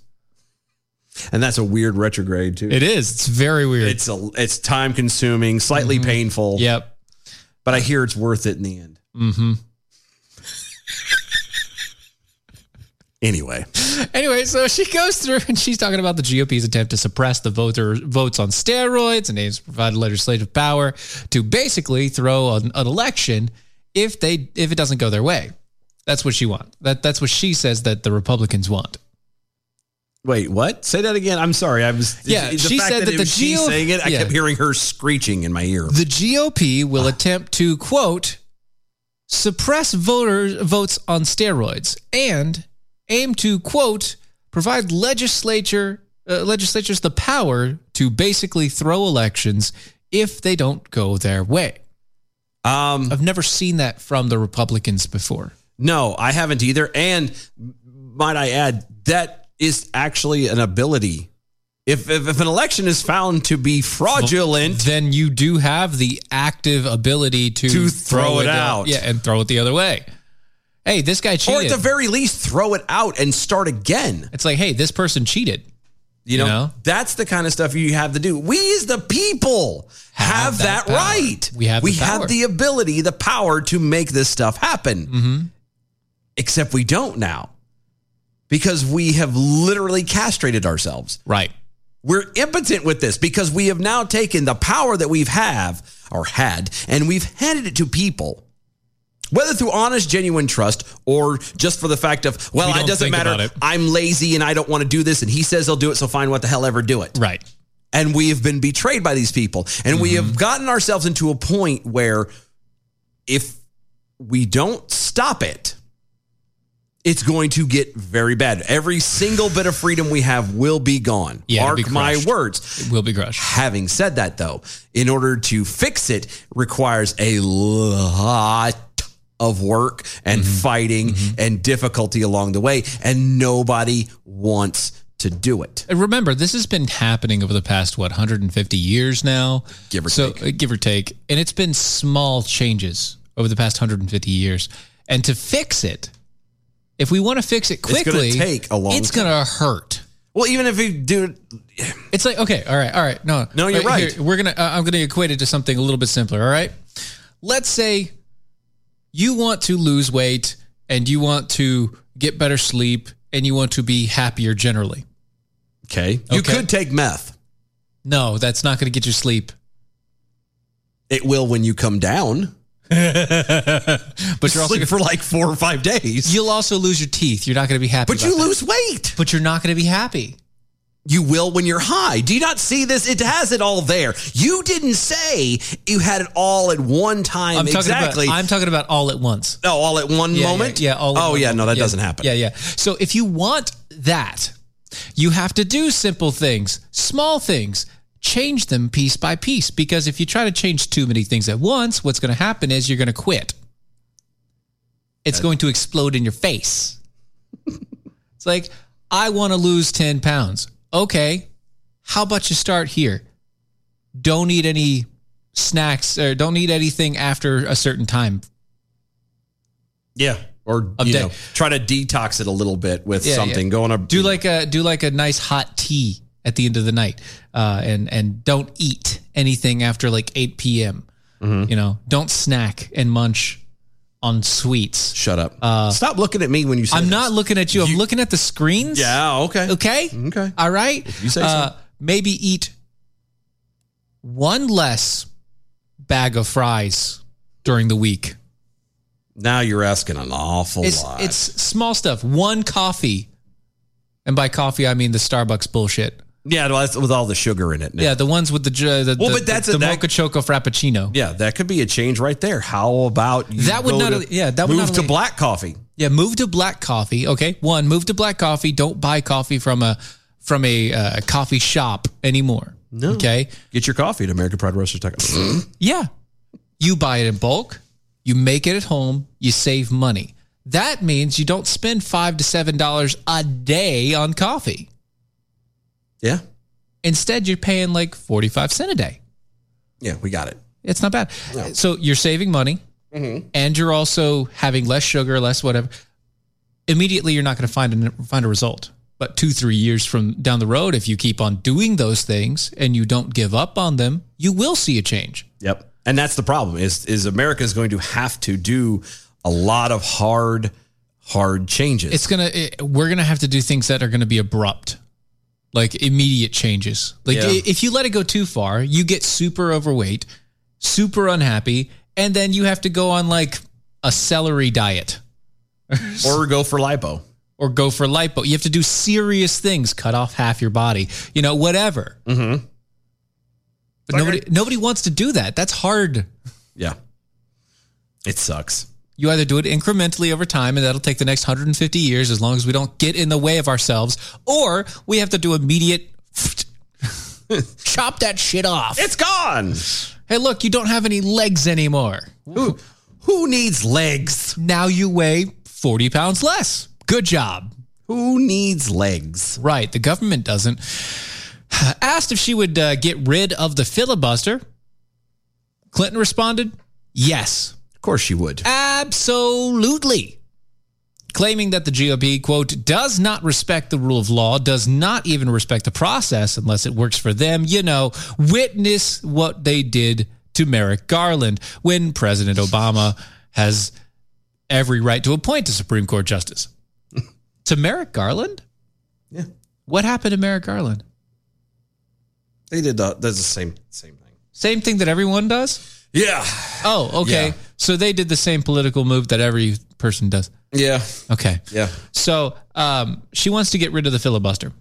Speaker 2: And that's a weird retrograde too.
Speaker 3: It is. It's very weird. Mm-hmm.
Speaker 2: It's a it's time consuming, slightly painful.
Speaker 3: Yep.
Speaker 2: But I hear it's worth it in the end.
Speaker 3: Mm-hmm.
Speaker 2: Anyway.
Speaker 3: Anyway, so she goes through and she's talking about the GOP's attempt to suppress the voter votes on steroids and aims to provide legislative power to basically throw an, an election if they if it doesn't go their way. That's what she wants. That that's what she says that the Republicans want.
Speaker 2: Wait, what? Say that again. I'm sorry. I was
Speaker 3: Yeah,
Speaker 2: the
Speaker 3: she
Speaker 2: fact
Speaker 3: said that
Speaker 2: it
Speaker 3: the
Speaker 2: was she
Speaker 3: GO
Speaker 2: saying it, I
Speaker 3: yeah.
Speaker 2: kept hearing her screeching in my ear.
Speaker 3: The GOP will attempt to quote suppress voter votes on steroids and aim to quote provide legislature uh, legislatures the power to basically throw elections if they don't go their way.
Speaker 2: Um,
Speaker 3: I've never seen that from the Republicans before.
Speaker 2: No, I haven't either. And might I add, that is actually an ability. If, if, if an election is found to be fraudulent,
Speaker 3: then you do have the active ability to,
Speaker 2: To throw it out.
Speaker 3: yeah, and throw it the other way. Hey, this guy cheated.
Speaker 2: or at the very least, throw it out and start again.
Speaker 3: it's like, hey, this person cheated.
Speaker 2: You know, that's the kind of stuff you have to do. We as the people have,
Speaker 3: that
Speaker 2: that,
Speaker 3: power.
Speaker 2: right.
Speaker 3: We have
Speaker 2: we
Speaker 3: the power.
Speaker 2: have the ability, the power to make this stuff happen.
Speaker 3: Mm-hmm.
Speaker 2: Except we don't now. Because we have literally castrated ourselves.
Speaker 3: Right.
Speaker 2: We're impotent with this because we have now taken the power that we've have or had and we've handed it to people. Whether through honest, genuine trust or just for the fact of, well,
Speaker 3: We don't
Speaker 2: it doesn't
Speaker 3: think about
Speaker 2: matter.
Speaker 3: it.
Speaker 2: I'm lazy and I don't want to do this. And he says he'll do it. So fine, what the hell ever do it.
Speaker 3: Right. Mm-hmm.
Speaker 2: And we have been betrayed by these people. And we have gotten ourselves into a point where if we don't stop it, it's going to get very bad. Every single bit of freedom we have will be gone.
Speaker 3: Yeah, it'll
Speaker 2: Mark
Speaker 3: be
Speaker 2: my
Speaker 3: crushed.
Speaker 2: words.
Speaker 3: It will be crushed.
Speaker 2: Having said that, though, in order to fix it requires a lot of work and
Speaker 3: Mm-hmm.
Speaker 2: fighting and difficulty along the way, and nobody wants to do it.
Speaker 3: And remember, this has been happening over the past what 150 years now, give or so, take. Give or take, and it's been small changes over the past 150 years. And to fix it, if we want to fix it
Speaker 2: gonna
Speaker 3: quickly,
Speaker 2: take a long
Speaker 3: It's going to hurt.
Speaker 2: Well, even if we do,
Speaker 3: it's like okay, all right, all right, no,
Speaker 2: No, you're
Speaker 3: Wait, here,
Speaker 2: right.
Speaker 3: we're gonna. Uh, I'm gonna equate it to something a little bit simpler. All right, let's say you want to lose weight and you want to get better sleep and you want to be happier generally.
Speaker 2: Okay, you
Speaker 3: Okay.
Speaker 2: could take meth.
Speaker 3: No, that's not going to get you sleep.
Speaker 2: It will when you come down.
Speaker 3: But you're also
Speaker 2: Sleep for like four or five days.
Speaker 3: You'll also lose your teeth. You're not going to be happy.
Speaker 2: But
Speaker 3: about
Speaker 2: you
Speaker 3: that.
Speaker 2: lose weight.
Speaker 3: But you're not going to be happy.
Speaker 2: You will when you're high. Do you not see this? It has it all there. You didn't say you had it all at one time.
Speaker 3: I'm talking
Speaker 2: exactly.
Speaker 3: about. I'm talking about all at once.
Speaker 2: no, all at one
Speaker 3: Yeah,
Speaker 2: moment.
Speaker 3: Yeah. yeah all at
Speaker 2: oh
Speaker 3: one
Speaker 2: yeah. No,
Speaker 3: moment.
Speaker 2: that
Speaker 3: Yeah,
Speaker 2: doesn't happen.
Speaker 3: Yeah, yeah. So if you want that, you have to do simple things, small things. Change them piece by piece because if you try to change too many things at once, what's going to happen is you're going to quit. It's going to explode in your face. it's like, I want to lose 10 pounds. Okay. How about you start here? Don't eat any snacks or don't eat anything after a certain time
Speaker 2: Yeah. Or
Speaker 3: Of
Speaker 2: you
Speaker 3: day.
Speaker 2: know, try to detox it a little bit with
Speaker 3: Yeah,
Speaker 2: something.
Speaker 3: yeah.
Speaker 2: Going up.
Speaker 3: do like a do like a nice hot tea at the end of the night uh, and and don't eat anything after like 8 p.m
Speaker 2: Mm-hmm.
Speaker 3: you know don't snack and munch on sweets
Speaker 2: shut up uh, Stop looking at me when you say.
Speaker 3: Uh-huh. i'm
Speaker 2: this.
Speaker 3: not looking at you, i'm looking at the screens
Speaker 2: Yeah. Okay.
Speaker 3: okay
Speaker 2: Okay.
Speaker 3: all right Uh,
Speaker 2: you say so.
Speaker 3: maybe eat one less bag of fries during the week
Speaker 2: Now you're asking an awful
Speaker 3: it's
Speaker 2: lot.
Speaker 3: it's small stuff one coffee and by coffee i mean the starbucks bullshit
Speaker 2: Yeah, well, that's with all the sugar in it. now.
Speaker 3: Yeah, the ones with the ju- the,
Speaker 2: Well,
Speaker 3: the,
Speaker 2: but that's
Speaker 3: the,
Speaker 2: a- that-
Speaker 3: mocha choco frappuccino.
Speaker 2: Yeah, that could be a change right there. How about you
Speaker 3: That would
Speaker 2: go
Speaker 3: not
Speaker 2: to-
Speaker 3: only- yeah, that would
Speaker 2: move
Speaker 3: not
Speaker 2: to
Speaker 3: only-
Speaker 2: black coffee.
Speaker 3: Yeah, move to black coffee. Okay, one move to black coffee. Don't buy coffee from a from a uh, coffee shop anymore. No. Okay. Mm-hmm.
Speaker 2: Get your coffee at American Pride Roasters.
Speaker 3: Yeah, you buy it in bulk. You make it at home. You save money. That means you don't spend five to seven dollars a day on coffee.
Speaker 2: Yeah.
Speaker 3: Instead, you're paying like forty five cent a day.
Speaker 2: Yeah, we got it.
Speaker 3: It's not bad. So you're saving money.
Speaker 2: Mm-hmm.
Speaker 3: and you're also having less sugar, less whatever, immediately you're not going to find a find a result. But two, three years from down the road, if you keep on doing those things and you don't give up on them, you will see a change.
Speaker 2: Yep. And that's the problem is is America is going to have to do a lot of hard, hard changes.
Speaker 3: It's gonna it, we're gonna have to do things that are gonna be abrupt, like immediate changes. Like
Speaker 2: Yeah.
Speaker 3: i- if you let it go too far, you get super overweight, super unhappy, and then you have to go on like a celery diet.
Speaker 2: or go for lipo.
Speaker 3: Or go for lipo. You have to do serious things, cut off half your body, you know, whatever.
Speaker 2: Mm-hmm.
Speaker 3: But nobody nobody wants to do that. That's hard.
Speaker 2: Yeah. It sucks.
Speaker 3: You either do it incrementally over time, and that'll take the next 150 years as long as we don't get in the way of ourselves, or we have to do immediate chop that shit off.
Speaker 2: It's gone.
Speaker 3: Hey, look, you don't have any legs anymore.
Speaker 2: Who, who needs legs?
Speaker 3: Now you weigh 40 pounds less. Good job.
Speaker 2: Who needs legs?
Speaker 3: Right. The government doesn't. Asked if she would uh, get rid of the filibuster, Clinton responded, yes.
Speaker 2: Of course she would.
Speaker 3: Absolutely. Claiming that the GOP, quote, does not respect the rule of law, does not even respect the process unless it works for them. You know, witness what they did to Merrick Garland when President Obama has every right to appoint a Supreme Court justice. to Merrick Garland?
Speaker 2: Yeah.
Speaker 3: What happened to Merrick Garland?
Speaker 2: They did the, that's the same same thing.
Speaker 3: Same thing that everyone does?
Speaker 2: Yeah.
Speaker 3: Oh, okay.
Speaker 2: Yeah.
Speaker 3: So they did the same political move that every person does.
Speaker 2: Yeah.
Speaker 3: Okay.
Speaker 2: Yeah.
Speaker 3: So um, she wants to get rid of the filibuster.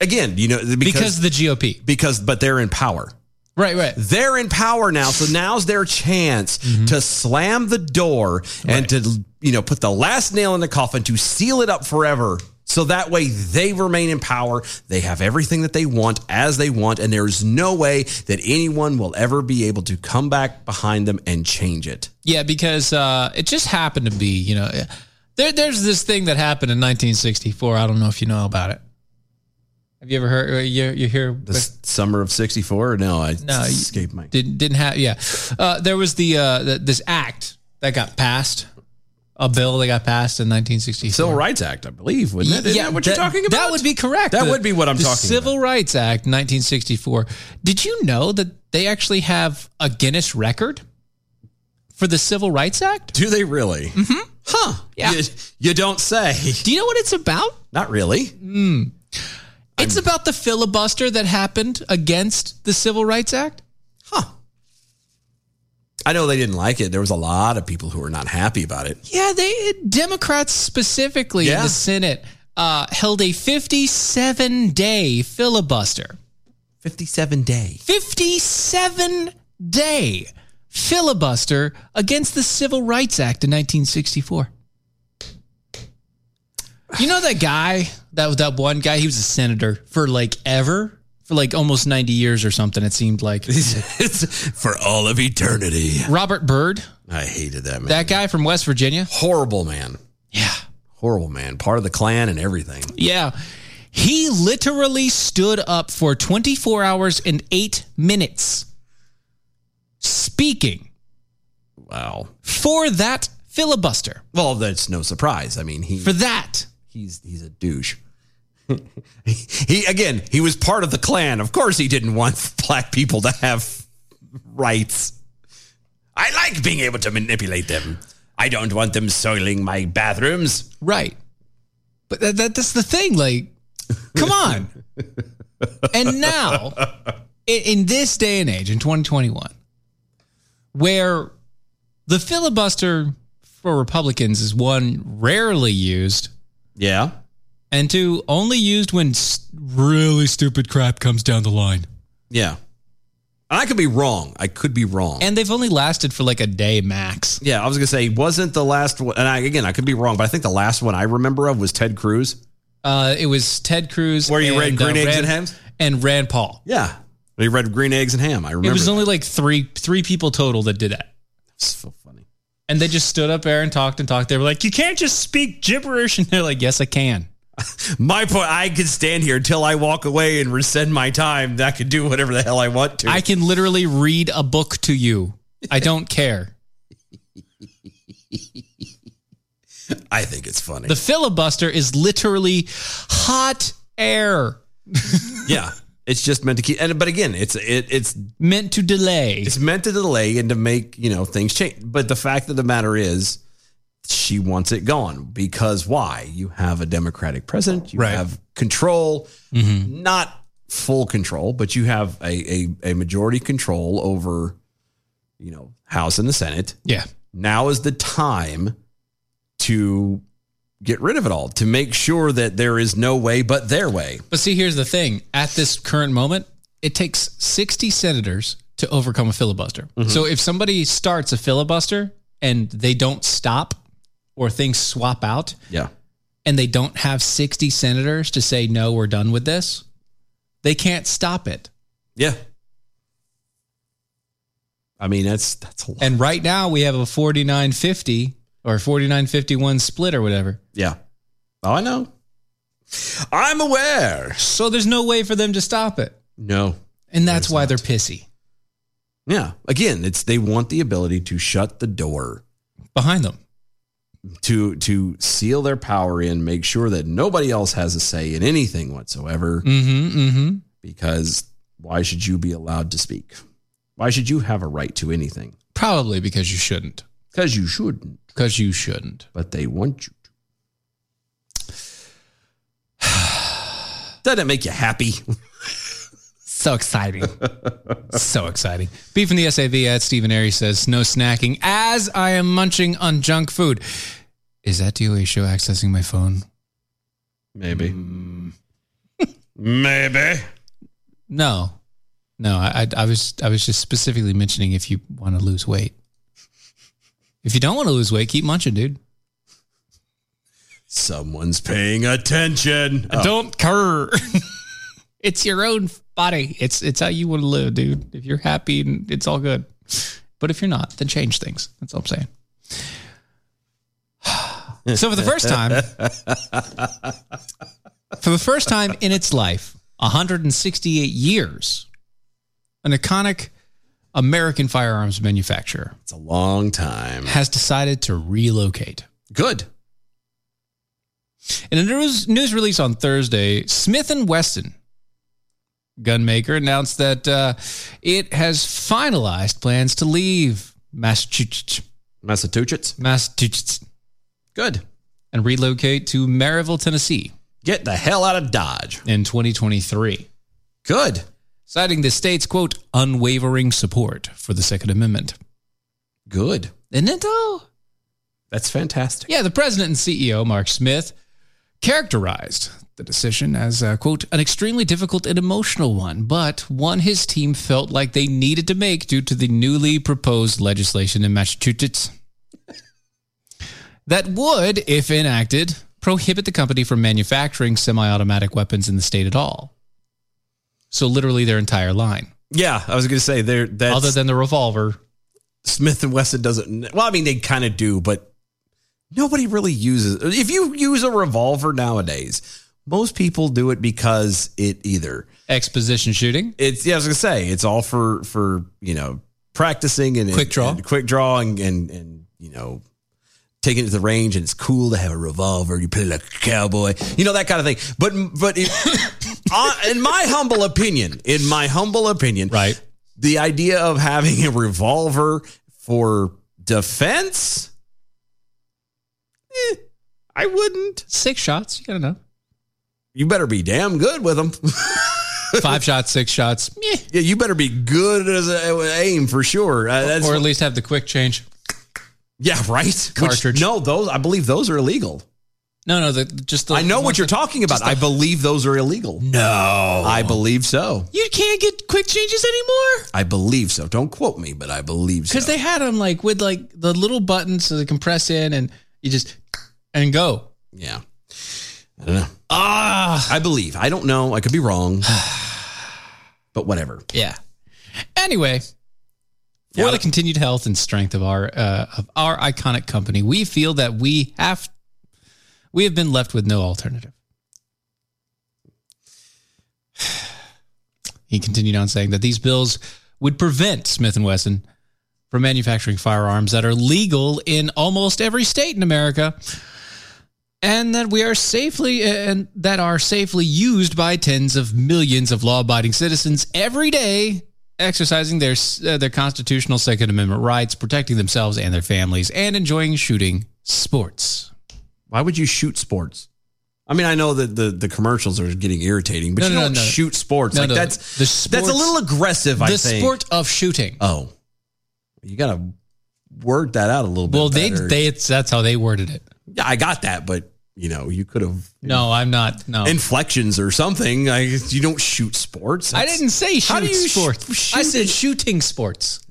Speaker 2: Again, you know, because,
Speaker 3: Because the GOP.
Speaker 2: Because but they're in power.
Speaker 3: Right, right. Mm-hmm.
Speaker 2: They're in power now, so now's their chance to slam the door and to you know put the last nail in the coffin to seal it up forever. So that way they remain in power. They have everything that they want as they want, and there's no way that anyone will ever be able to come back behind them and change it.
Speaker 3: Yeah, because uh, it just happened to be, you know, there, there's this thing that happened in 1964. I don't know if you know about it. Have you ever heard? or You, you hear?
Speaker 2: The s- summer of '64? No, I
Speaker 3: No, you-
Speaker 2: escaped my.
Speaker 3: Didn't didn't have? Yeah, uh, there was the, uh, the this act that got passed, a bill that got passed in 1964.
Speaker 2: Civil Rights Act, I believe, wasn't it? Isn't that what you're talking about?
Speaker 3: That would be correct.
Speaker 2: That
Speaker 3: The-
Speaker 2: would be what I'm
Speaker 3: the
Speaker 2: talking
Speaker 3: Civil Rights Act 1964. Did you know that they actually have a Guinness record for the Civil Rights Act?
Speaker 2: Do they really? Mm-hmm. Huh.
Speaker 3: Yeah.
Speaker 2: You, you don't say.
Speaker 3: Do you know what it's about?
Speaker 2: Not really. Mm.
Speaker 3: It's about the filibuster that happened against the Civil Rights Act.
Speaker 2: I know they didn't like it. There was a lot of people who were not happy about it.
Speaker 3: Yeah, they Democrats specifically in
Speaker 2: Yeah.
Speaker 3: the Senate uh, held a 57 day filibuster.
Speaker 2: 57 day.
Speaker 3: 57 day filibuster against the Civil Rights Act in 1964. You know that guy, that that one guy, he was a senator for like ever, for like almost 90 years or something it seemed like.
Speaker 2: it's for all of eternity.
Speaker 3: Robert Byrd,
Speaker 2: I hated that man.
Speaker 3: that guy from West Virginia.
Speaker 2: Horrible man.
Speaker 3: Yeah.
Speaker 2: Horrible man. Part of the Klan and everything.
Speaker 3: Yeah. He literally stood up for 24 hours and 8 minutes speaking
Speaker 2: Wow.
Speaker 3: for that filibuster.
Speaker 2: Well, that's no surprise. I mean, he
Speaker 3: For that.
Speaker 2: he's he's a douche. he again, he was part of the Klan. Of course, he didn't want black people to have rights. I like being able to manipulate them. I don't want them soiling my bathrooms.
Speaker 3: Right. But that, that that's the thing. Like, come on. and now, in, in this day and age, in 2021, where the filibuster for Republicans is one rarely used
Speaker 2: Yeah.
Speaker 3: and two, only used when s- really stupid crap comes down the line.
Speaker 2: Yeah. And I could be wrong. I could be wrong.
Speaker 3: And they've only lasted for like a day max.
Speaker 2: Yeah, I was gonna say wasn't the last one, and I, again I could be wrong, but I think the last one I remember of was Ted Cruz.
Speaker 3: Uh, it was Ted Cruz.
Speaker 2: Where you read
Speaker 3: uh,
Speaker 2: Green Eggs
Speaker 3: Rand-
Speaker 2: and Hams?
Speaker 3: And Rand Paul.
Speaker 2: Yeah, he read Green Eggs and Ham. I remember.
Speaker 3: It was only like three three people total that did that.
Speaker 2: so funny.
Speaker 3: And they just stood up there and talked and talked. They were like, "You can't just speak gibberish," and they're like, "Yes, I can."
Speaker 2: My point: I could stand here until I walk away and rescind my time. I could do whatever the hell I want to.
Speaker 3: I can literally read a book to you. I don't care.
Speaker 2: I think it's funny.
Speaker 3: The filibuster is literally hot air.
Speaker 2: yeah, it's just meant to keep. And but again, it's it, it's
Speaker 3: meant to delay. It's
Speaker 2: meant to delay and to make you know things change. But the fact of the matter is, she wants it gone because why? You have a Democratic president. You have control,
Speaker 3: Mm-hmm.
Speaker 2: not full control, but you have a, a a majority control over you know House and the Senate.
Speaker 3: Yeah.
Speaker 2: Now is the time to get rid of it all to make sure that there is no way but their way.
Speaker 3: But see, here's the thing. At this current moment, it takes 60 senators to overcome a filibuster.
Speaker 2: Mhm.
Speaker 3: So if somebody starts a filibuster and they don't stop or things swap out
Speaker 2: Yeah.
Speaker 3: and they don't have 60 senators to say, no, we're done with this, they can't stop it.
Speaker 2: Yeah. I mean, that's that's a lot.
Speaker 3: And right now we have a 4950 or 4951 split or whatever.
Speaker 2: Yeah. Oh, I know. I'm aware.
Speaker 3: So there's no way for them to stop it.
Speaker 2: No.
Speaker 3: And that's why they're pissy.
Speaker 2: Yeah. Again, it's they want the ability to shut the door
Speaker 3: behind them.
Speaker 2: To to seal their power in, make sure that nobody else has a say in anything whatsoever.
Speaker 3: Mm-hmm. Mm-hmm.
Speaker 2: Because why should you be allowed to speak? Why should you have a right to anything?
Speaker 3: Probably because you shouldn't.
Speaker 2: Because you shouldn't.
Speaker 3: Because you shouldn't.
Speaker 2: But they want you to. Doesn't it make you happy?
Speaker 3: So exciting. so exciting. Beef in the SAV at Stephen Airy says, no snacking as I am munching on junk food. Is that DOA show accessing my phone?
Speaker 2: Maybe. Mm. Maybe.
Speaker 3: No. No, I, I, I was I was just specifically mentioning if you want to lose weight. If you don't want to lose weight, keep munching, dude.
Speaker 2: Someone's paying attention.
Speaker 3: Don't cur. Oh. it's your own body. It's it's how you want to live, dude. If you're happy, it's all good. But if you're not, then change things. That's all I'm saying. So for the first time, for the first time in its life, 168 years, an iconic American firearms manufacturer. It's
Speaker 2: a long time.
Speaker 3: Has decided to relocate.
Speaker 2: Good.
Speaker 3: In a news, news release on Thursday, Smith and Wesson gunmaker announced that uh, it has finalized plans to leave Massachusetts.
Speaker 2: Massachusetts.
Speaker 3: Massachusetts.
Speaker 2: Good.
Speaker 3: And relocate to Maryville, Tennessee.
Speaker 2: Get the hell out of Dodge.
Speaker 3: In 2023.
Speaker 2: Good.
Speaker 3: Citing the state's, quote, unwavering support for the Second Amendment.
Speaker 2: Good.
Speaker 3: Isn't it though?
Speaker 2: That's fantastic.
Speaker 3: Yeah, the president and CEO, Mark Smith, characterized the decision as, uh, quote, an extremely difficult and emotional one, but one his team felt like they needed to make due to the newly proposed legislation in Massachusetts that would, if enacted, prohibit the company from manufacturing semi automatic weapons in the state at all. So, literally, their entire line.
Speaker 2: Yeah, I was going to say there. That's,
Speaker 3: Other than the revolver,
Speaker 2: Smith and Wesson doesn't. Well, I mean, they kind of do, but nobody really uses. If you use a revolver nowadays, most people do it because it either
Speaker 3: exposition shooting.
Speaker 2: It's yeah, I was going to say it's all for for you know practicing and quick draw, quick draw, and and, and you know. Taking it to the range and it's cool to have a revolver. You play like a cowboy, you know that kind of thing. But but it, uh, in my humble opinion, in my humble opinion,
Speaker 3: right,
Speaker 2: the idea of having a revolver for defense, eh, I wouldn't.
Speaker 3: Six shots, you gotta know.
Speaker 2: You better be damn good with them.
Speaker 3: Five shots, six shots. Yeah,
Speaker 2: you better be good as a aim for sure. Uh, that's
Speaker 3: or at least have the quick change.
Speaker 2: Yeah, right. Which-
Speaker 3: Cartridge.
Speaker 2: no, those I believe those are illegal.
Speaker 3: No, no, the, just the.
Speaker 2: I know what you're talking about. I believe those are illegal. No. I believe so.
Speaker 3: You can't get quick changes anymore
Speaker 2: I believe so. Don't quote me, but I believe so.
Speaker 3: because they had them like with like the little buttons so they compress in and you just and go.
Speaker 2: Yeah. I don't know. Ah. I believe. I don't know. I could be wrong. but whatever.
Speaker 3: Yeah. Anyway, for the continued health and strength of our uh, of our iconic company, we feel that we have we have been left with no alternative. He continued on saying that these bills would prevent Smith and Wesson from manufacturing firearms that are legal in almost every state in America and that we are safely and that are safely used by tens of millions of law-abiding citizens every day exercising their uh, their constitutional second amendment rights protecting themselves and their families and enjoying shooting sports
Speaker 2: why would you shoot sports I mean, I know that the, the commercials are getting irritating, but
Speaker 3: No,
Speaker 2: you
Speaker 3: no,
Speaker 2: don't
Speaker 3: no.
Speaker 2: shoot sports.
Speaker 3: No,
Speaker 2: like
Speaker 3: no.
Speaker 2: that's
Speaker 3: The
Speaker 2: that's a
Speaker 3: sports-
Speaker 2: little aggressive. I
Speaker 3: the
Speaker 2: think.
Speaker 3: sport of shooting
Speaker 2: Oh, you gotta word that out a little bit.
Speaker 3: Well, they- they-
Speaker 2: it's
Speaker 3: that's how they worded it.
Speaker 2: Yeah, I got that, but you know, you could have
Speaker 3: no i'm not no
Speaker 2: inflections or something. I you don't shoot sports.
Speaker 3: i
Speaker 2: That's-
Speaker 3: didn't say shoot
Speaker 2: How do you sh-
Speaker 3: sports i said shooting sports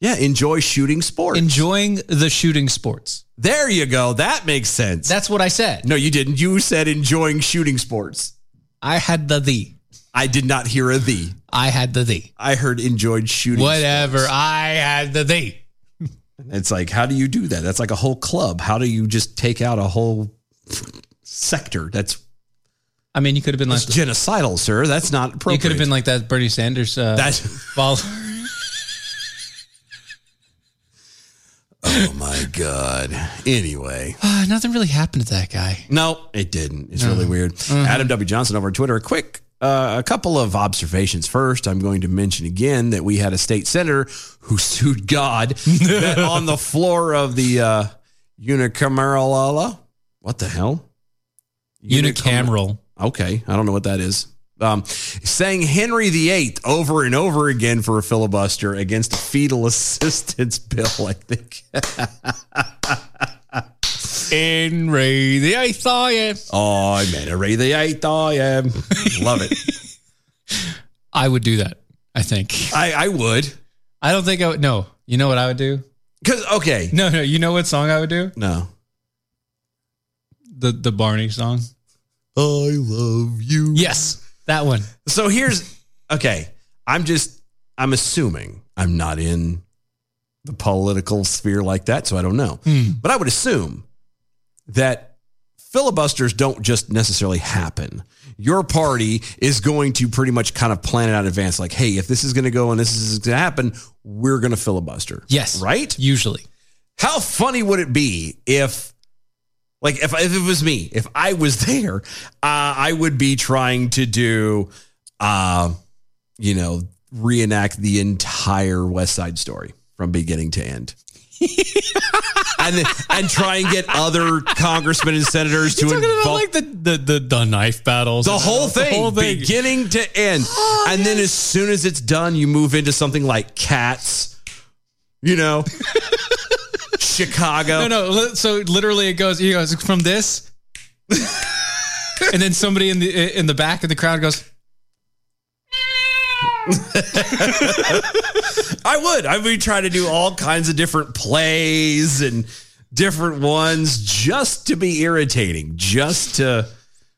Speaker 2: yeah, enjoy shooting sports.
Speaker 3: Enjoying the shooting sports.
Speaker 2: There you go. That makes sense.
Speaker 3: That's what I said.
Speaker 2: No, you didn't. You said enjoying shooting sports.
Speaker 3: I had the the.
Speaker 2: I did not hear a the.
Speaker 3: I had the the.
Speaker 2: I heard enjoyed shooting.
Speaker 3: Whatever.
Speaker 2: sports.
Speaker 3: I had the the.
Speaker 2: It's like, how do you do that? That's like a whole club. How do you just take out a whole sector? That's,
Speaker 3: I mean, you could have been
Speaker 2: that's genocidal, sir. That's not appropriate.
Speaker 3: You could have been like that Bernie Sanders. Uh,
Speaker 2: That's-
Speaker 3: follower.
Speaker 2: oh my god. Anyway,
Speaker 3: Ah, nothing really happened to that guy.
Speaker 2: no, it didn't. It's
Speaker 3: No.
Speaker 2: really weird.
Speaker 3: Mhm.
Speaker 2: Adam W. Johnson over on Twitter. Quick, uh, a couple of observations. First, I'm going to mention again that we had a state senator who sued God that on the floor of the uh, unicameral. What the hell?
Speaker 3: Unicameral.
Speaker 2: Okay, I don't know what that is. Um, saying Henry VIII over and over again for a filibuster against a fetal assistance bill, I think.
Speaker 3: In Ray the Eighth, I am.
Speaker 2: Oh, I'm Henry VIIght, I am. Love it.
Speaker 3: I would do that. I think.
Speaker 2: I, I would.
Speaker 3: I don't think I would. No. You know what I would do?
Speaker 2: Because okay.
Speaker 3: No, no. You know what song I would do?
Speaker 2: No.
Speaker 3: The the Barney song.
Speaker 2: I love you.
Speaker 3: Yes, that one.
Speaker 2: So here's okay. I'm just I'm assuming I'm not in the political sphere like that, so I don't know.
Speaker 20: Hmm.
Speaker 2: But I would assume that filibusters don't just necessarily happen. Your party is going to pretty much kind of plan it out in advance, like, hey, if this is going to go and this is going to happen, we're going to filibuster.
Speaker 3: Yes.
Speaker 2: Right?
Speaker 3: Usually.
Speaker 2: How funny would it be if like if, if it was me, if I was there, uh, I would be trying to do, uh, you know, reenact the entire West Side Story from beginning to end. and and try and get other congressmen and senators to
Speaker 3: You're talking about
Speaker 2: involve-
Speaker 3: like the, the, the, the knife battles.
Speaker 2: the
Speaker 3: and
Speaker 2: whole
Speaker 3: the
Speaker 2: thing,
Speaker 3: whole thing. Oh,
Speaker 2: beginning to end. and then as soon as it's done, you move into something like Cats, you know,
Speaker 3: No,
Speaker 2: Chicago.
Speaker 3: no. li- So literally, it goes. He goes from this, and then somebody in the in the back of the crowd goes.
Speaker 2: I would. I would try to do all kinds of different plays and different ones just to be irritating, just to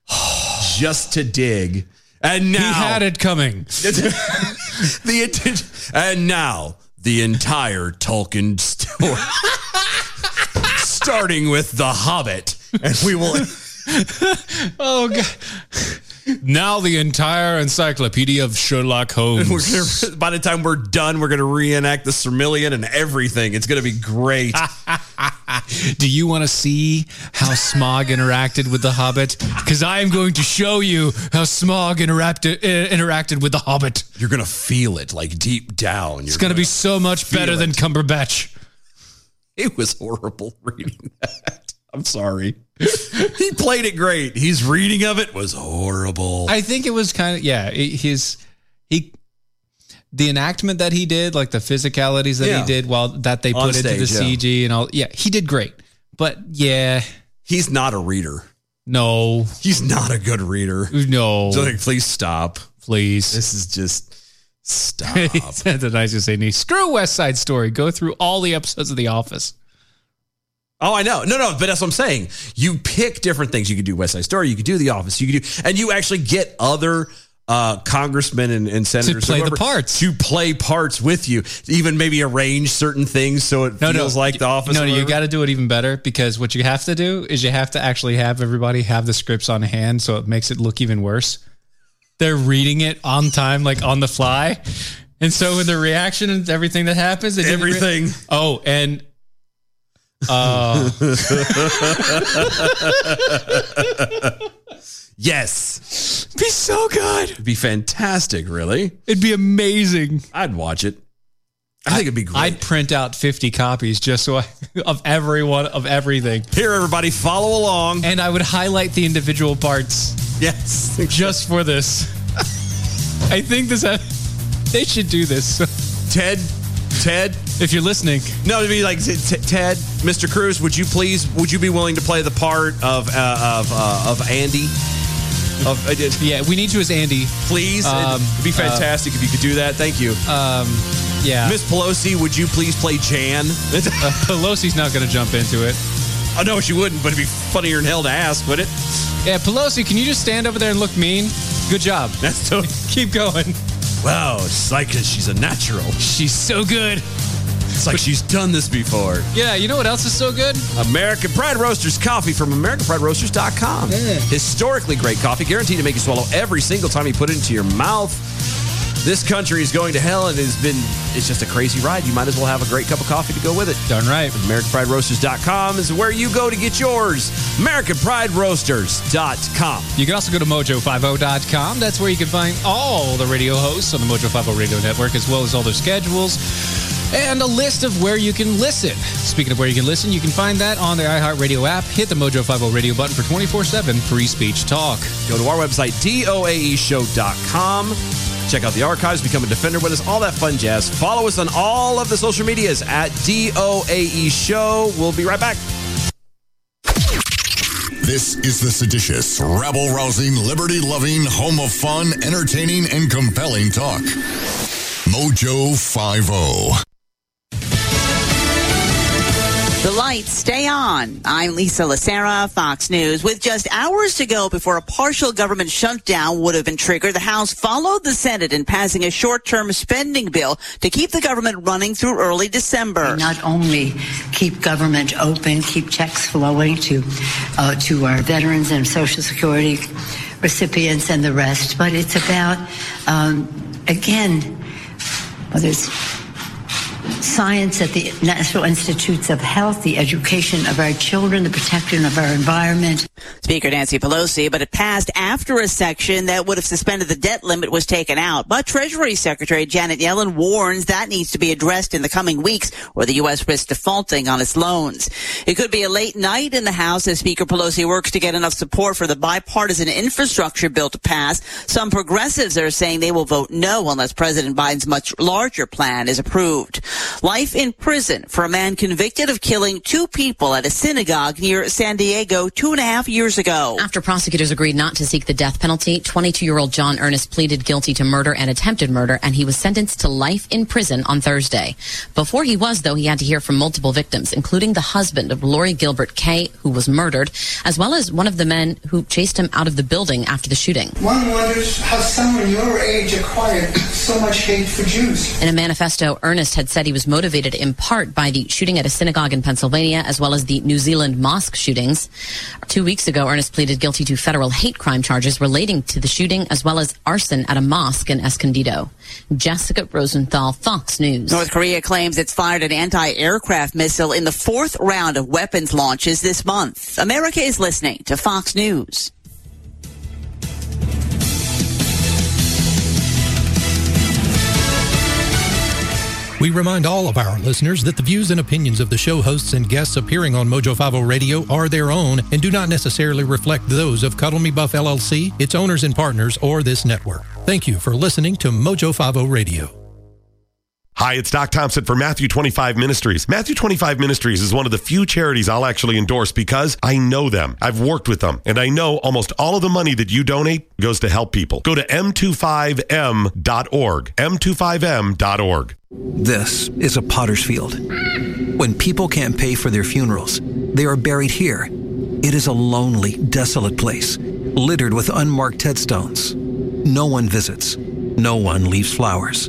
Speaker 2: just to dig. And now
Speaker 3: had it coming.
Speaker 2: the attention, and now the entire Tolkien story, starting with the Hobbit, and we will.
Speaker 3: Oh god! Now the entire encyclopedia of Sherlock Holmes.
Speaker 2: We're gonna, by the time we're done, we're going to reenact the Sermillion and everything. It's going to be great.
Speaker 3: Ah. Do you want to see how Smog interacted with the Hobbit? Because I am going to show you how Smog interacted uh, interacted with the Hobbit.
Speaker 2: You're going to feel it like deep down.
Speaker 3: It's going to be so much
Speaker 2: feel
Speaker 3: better than
Speaker 2: it.
Speaker 3: Cumberbatch.
Speaker 2: It was horrible reading that. I'm sorry. he played it great. His reading of it was horrible.
Speaker 3: I think it was kind of yeah. it- His he the enactment that he did, like the physicalities that
Speaker 2: Yeah.
Speaker 3: he did, while that they
Speaker 2: On
Speaker 3: put into the
Speaker 2: stage, yeah.
Speaker 3: CG and all. Yeah, he did great, but yeah,
Speaker 2: He's not a reader.
Speaker 3: No.
Speaker 2: He's not a good reader.
Speaker 3: No.
Speaker 2: So like, please stop.
Speaker 3: Please.
Speaker 2: This is just stop.
Speaker 3: That's I just say, "Nee, screw West Side Story. Go through all the episodes of The Office.
Speaker 2: Oh, I know. No, no, but that's what I'm saying. You pick different things. You could do West Side Story. You could do The Office. You could do, and you actually get other uh, congressmen and, and senators
Speaker 3: play the
Speaker 2: parts to play parts with you. Even maybe arrange certain things so it
Speaker 3: No, no.
Speaker 2: feels like The Office.
Speaker 3: no,
Speaker 2: or
Speaker 3: no, you
Speaker 2: whatever.
Speaker 3: got to do it even better because what you have to do is you have to actually have everybody have the scripts on hand, so it makes it look even worse. They're reading it on time, like on the fly, and so with the reaction and everything that happens, they didn't re-
Speaker 2: Everything.
Speaker 3: oh, and uh, uh,
Speaker 2: yes,
Speaker 3: be so good.
Speaker 2: It'd be fantastic. Really,
Speaker 3: it'd be amazing.
Speaker 2: I'd watch it. I think it'd be great.
Speaker 3: I'd print out fifty copies just so I, of everyone of everything.
Speaker 2: Here, everybody, follow along,
Speaker 3: and I would highlight the individual parts.
Speaker 2: Yes,
Speaker 3: just for this. I think this. ha- They should do this.
Speaker 2: Ted, Ted,
Speaker 3: if you're listening,
Speaker 2: No, it'd be like T- T- Ted, Mr. Cruz. Would you please? Would you be willing to play the part of uh, of uh, of Andy? Of I did-
Speaker 3: yeah, we need you as Andy,
Speaker 2: please.
Speaker 3: Um,
Speaker 2: It'd be fantastic if you could do that. Thank you.
Speaker 3: Um, yeah. Uh,
Speaker 2: Miss Pelosi, would you please play Jan?
Speaker 3: Pelosi's not going to jump into it.
Speaker 2: I know she wouldn't, but it'd be funnier than hell to ask, would it?
Speaker 3: Yeah, Pelosi, can you just stand over there and look mean? Good job.
Speaker 2: That's so.
Speaker 3: Keep going.
Speaker 2: Wow, it's like she's a natural.
Speaker 3: She's so good.
Speaker 2: It's like she's done this before.
Speaker 3: Yeah, you know what else is so good?
Speaker 2: American Pride Roasters coffee from AmericanPrideRoasters.com. Historically great coffee, guaranteed to make you swallow every single time you put it into your mouth. This country is going to hell and it's been, it's just a crazy ride. You might as well have a great cup of coffee to go with it.
Speaker 3: Darn right.
Speaker 2: AmericanPrideRoasters.com is where you go to get yours. AmericanPrideRoasters.com.
Speaker 3: You can also go to mojo50.com. That's where you can find all the radio hosts on the Mojo 50 Radio Network, as well as all their schedules and a list of where you can listen. Speaking of where you can listen, you can find that on the iHeartRadio app. Hit the Mojo 50 Radio button for 24 7 free speech talk.
Speaker 2: Go to our website, E doaeshow.com. Check out the archives, become a defender with us, all that fun jazz. Follow us on all of the social medias at DOAE E Show. We'll be right back.
Speaker 20: This is the seditious, rabble rousing, liberty loving, home of fun, entertaining, and compelling talk. Mojo oh. 50.
Speaker 21: The lights stay on. I'm Lisa Lacera, Fox News. With just hours to go before a partial government shutdown would have been triggered, the House followed the Senate in passing a short-term spending bill to keep the government running through early December.
Speaker 22: not only keep government open, keep checks flowing to uh, to our veterans and Social Security recipients and the rest, but it's about um, again whether it's science at the National Institutes of Health, the education of our children, the protection of our environment.
Speaker 21: Speaker Nancy Pelosi, but it passed after a section that would have suspended the debt limit was taken out. But Treasury Secretary Janet Yellen warns that needs to be addressed in the coming weeks or the U.S. risks defaulting on its loans. It could be a late night in the House as Speaker Pelosi works to get enough support for the bipartisan infrastructure bill to pass. Some progressives are saying they will vote no unless President Biden's much larger plan is approved. Life in prison for a man convicted of killing two people at a synagogue near San Diego two and a half years ago.
Speaker 23: After prosecutors agreed not to seek the death penalty, 22 year old John Ernest pleaded guilty to murder and attempted murder, and he was sentenced to life in prison on Thursday. Before he was, though, he had to hear from multiple victims, including the husband of Lori Gilbert Kay, who was murdered, as well as one of the men who chased him out of the building after the shooting.
Speaker 9: One wonders how someone your age acquired so much hate for Jews.
Speaker 23: In a manifesto, Ernest had said he was motivated in part by the shooting at a synagogue in Pennsylvania, as well as the New Zealand mosque shootings. Two weeks ago, Ernest pleaded guilty to federal hate crime charges relating to the shooting, as well as arson at a mosque in Escondido. Jessica Rosenthal, Fox News.
Speaker 21: North Korea claims it's fired an anti-aircraft missile in the fourth round of weapons launches this month. America is listening to Fox News.
Speaker 19: We remind all of our listeners that the views and opinions of the show hosts and guests appearing on Mojo 50 Radio are their own and do not necessarily reflect those of Cuddle Me Buff LLC, its owners and partners, or this network. Thank you for listening to Mojo 50 Radio.
Speaker 24: Hi, it's Doc Thompson for Matthew 25 Ministries. Matthew 25 Ministries is one of the few charities I'll actually endorse because I know them. I've worked with them, and I know almost all of the money that you donate goes to help people. Go to m25m.org. m25m.org.
Speaker 25: This is a potter's field. When people can't pay for their funerals, they are buried here. It is a lonely, desolate place, littered with unmarked headstones. No one visits, no one leaves flowers.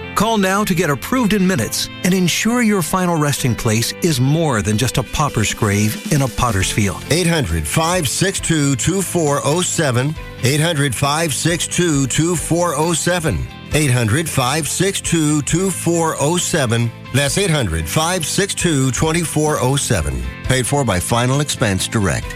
Speaker 25: Call now to get approved in minutes and ensure your final resting place is more than just a pauper's grave in a potter's field.
Speaker 26: 800 562 2407. 800 562 2407. 800 562 2407. That's 800 562 2407. Paid for by Final Expense Direct.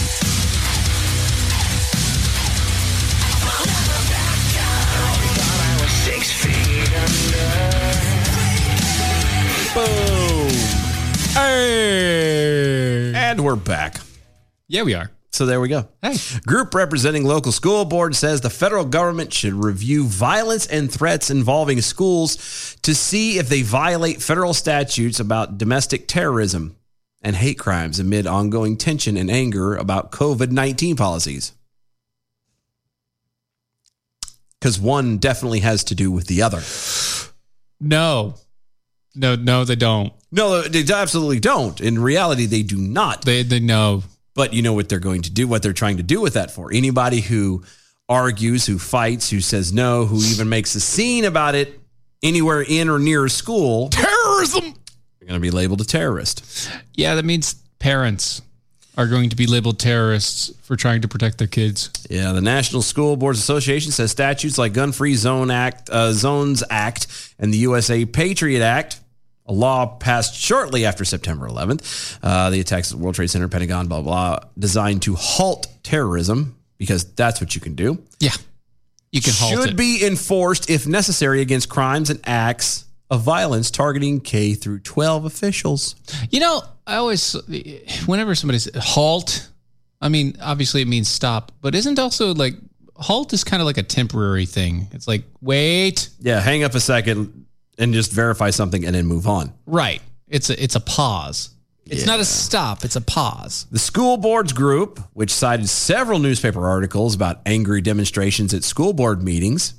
Speaker 2: Boom. Hey. And we're back.
Speaker 3: Yeah, we are.
Speaker 2: So there we go. Hey. Group representing local school board says the federal government should review violence and threats involving schools to see if they violate federal statutes about domestic terrorism and hate crimes amid ongoing tension and anger about COVID 19 policies. Because one definitely has to do with the other.
Speaker 3: No. No, no, they don't.
Speaker 2: No, they absolutely don't. In reality, they do not.
Speaker 3: They they know.
Speaker 2: But you know what they're going to do, what they're trying to do with that for. Anybody who argues, who fights, who says no, who even makes a scene about it anywhere in or near a school,
Speaker 3: Terrorism.
Speaker 2: they're going to be labeled a terrorist.
Speaker 3: Yeah, that means parents are going to be labeled terrorists for trying to protect their kids.
Speaker 2: Yeah, the National School Boards Association says statutes like Gun Free Zone Act, uh, Zones Act, and the USA Patriot Act, a law passed shortly after September 11th, uh, the attacks at the World Trade Center, Pentagon, blah blah, designed to halt terrorism because that's what you can do.
Speaker 3: Yeah, you can halt
Speaker 2: should
Speaker 3: it.
Speaker 2: be enforced if necessary against crimes and acts of violence targeting K through 12 officials.
Speaker 3: You know, I always, whenever somebody says halt, I mean, obviously it means stop, but isn't also like halt is kind of like a temporary thing. It's like, wait.
Speaker 2: Yeah, hang up a second and just verify something and then move on.
Speaker 3: Right. It's a, it's a pause. It's not a stop. It's a pause.
Speaker 2: The school boards group, which cited several newspaper articles about angry demonstrations at school board meetings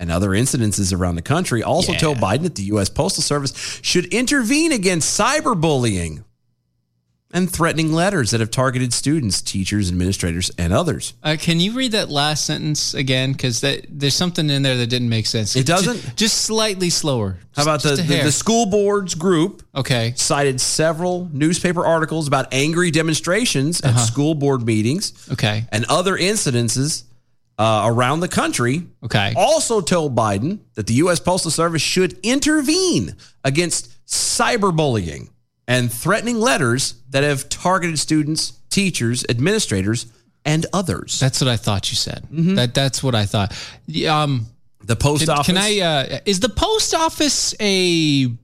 Speaker 2: and other incidences around the country, also told Biden that the U.S. Postal Service should intervene against cyberbullying and threatening letters that have targeted students, teachers, administrators, and others.
Speaker 3: Uh, can you read that last sentence again? Because that there's something in there that didn't make sense.
Speaker 2: It doesn't?
Speaker 3: Just, just slightly slower.
Speaker 2: How about the,
Speaker 3: Just a
Speaker 2: the,
Speaker 3: hair.
Speaker 2: the school boards group?
Speaker 3: Okay.
Speaker 2: Cited several newspaper articles about angry demonstrations at school board meetings.
Speaker 3: Uh-huh. Okay.
Speaker 2: And other incidences uh, around the country.
Speaker 3: Okay.
Speaker 2: Also told Biden that the U.S. Postal Service should intervene against cyberbullying and threatening letters that have targeted students, teachers, administrators, and others. Mm-hmm.
Speaker 3: That's what I thought you said. That that's what I thought. The, Um,
Speaker 2: the
Speaker 3: can,
Speaker 2: post
Speaker 3: Can
Speaker 2: office?
Speaker 3: I? Uh, is the post office a
Speaker 2: An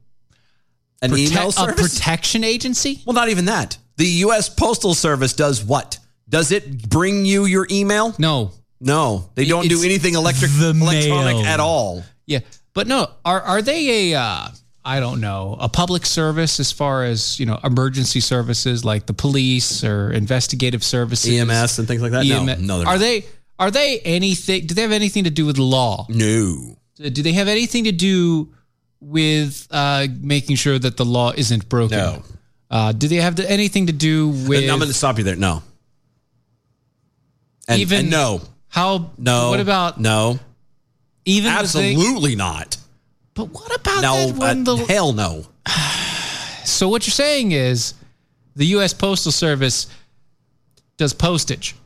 Speaker 3: prote-
Speaker 2: email
Speaker 3: a
Speaker 2: service?
Speaker 3: protection agency?
Speaker 2: Well, not even that. The U.S. Postal Service does what? Does it bring you your email?
Speaker 3: No.
Speaker 2: No, they don't
Speaker 3: It's
Speaker 2: do anything electric, electronic
Speaker 3: mail.
Speaker 2: at all.
Speaker 3: Yeah, but no, are are they a uh, I don't know a public service as far as you know emergency services like the police or investigative services, E
Speaker 2: EMS E and things like that? No, no, they're
Speaker 3: are
Speaker 2: not.
Speaker 3: they are they anything? Do they have anything to do with law?
Speaker 2: No.
Speaker 3: Do they have anything to do with uh, making sure that the law isn't broken?
Speaker 2: No.
Speaker 3: Uh, do they have anything to do with?
Speaker 2: I'm going to stop you there. No. And,
Speaker 3: Even-
Speaker 2: and no.
Speaker 3: How?
Speaker 2: No.
Speaker 3: What about
Speaker 2: no?
Speaker 3: Even the thing-
Speaker 2: absolutely not.
Speaker 3: But what about
Speaker 2: no,
Speaker 3: that when
Speaker 2: uh,
Speaker 3: the-
Speaker 2: hell no?
Speaker 3: So what you're saying is the U.S. Postal Service does postage.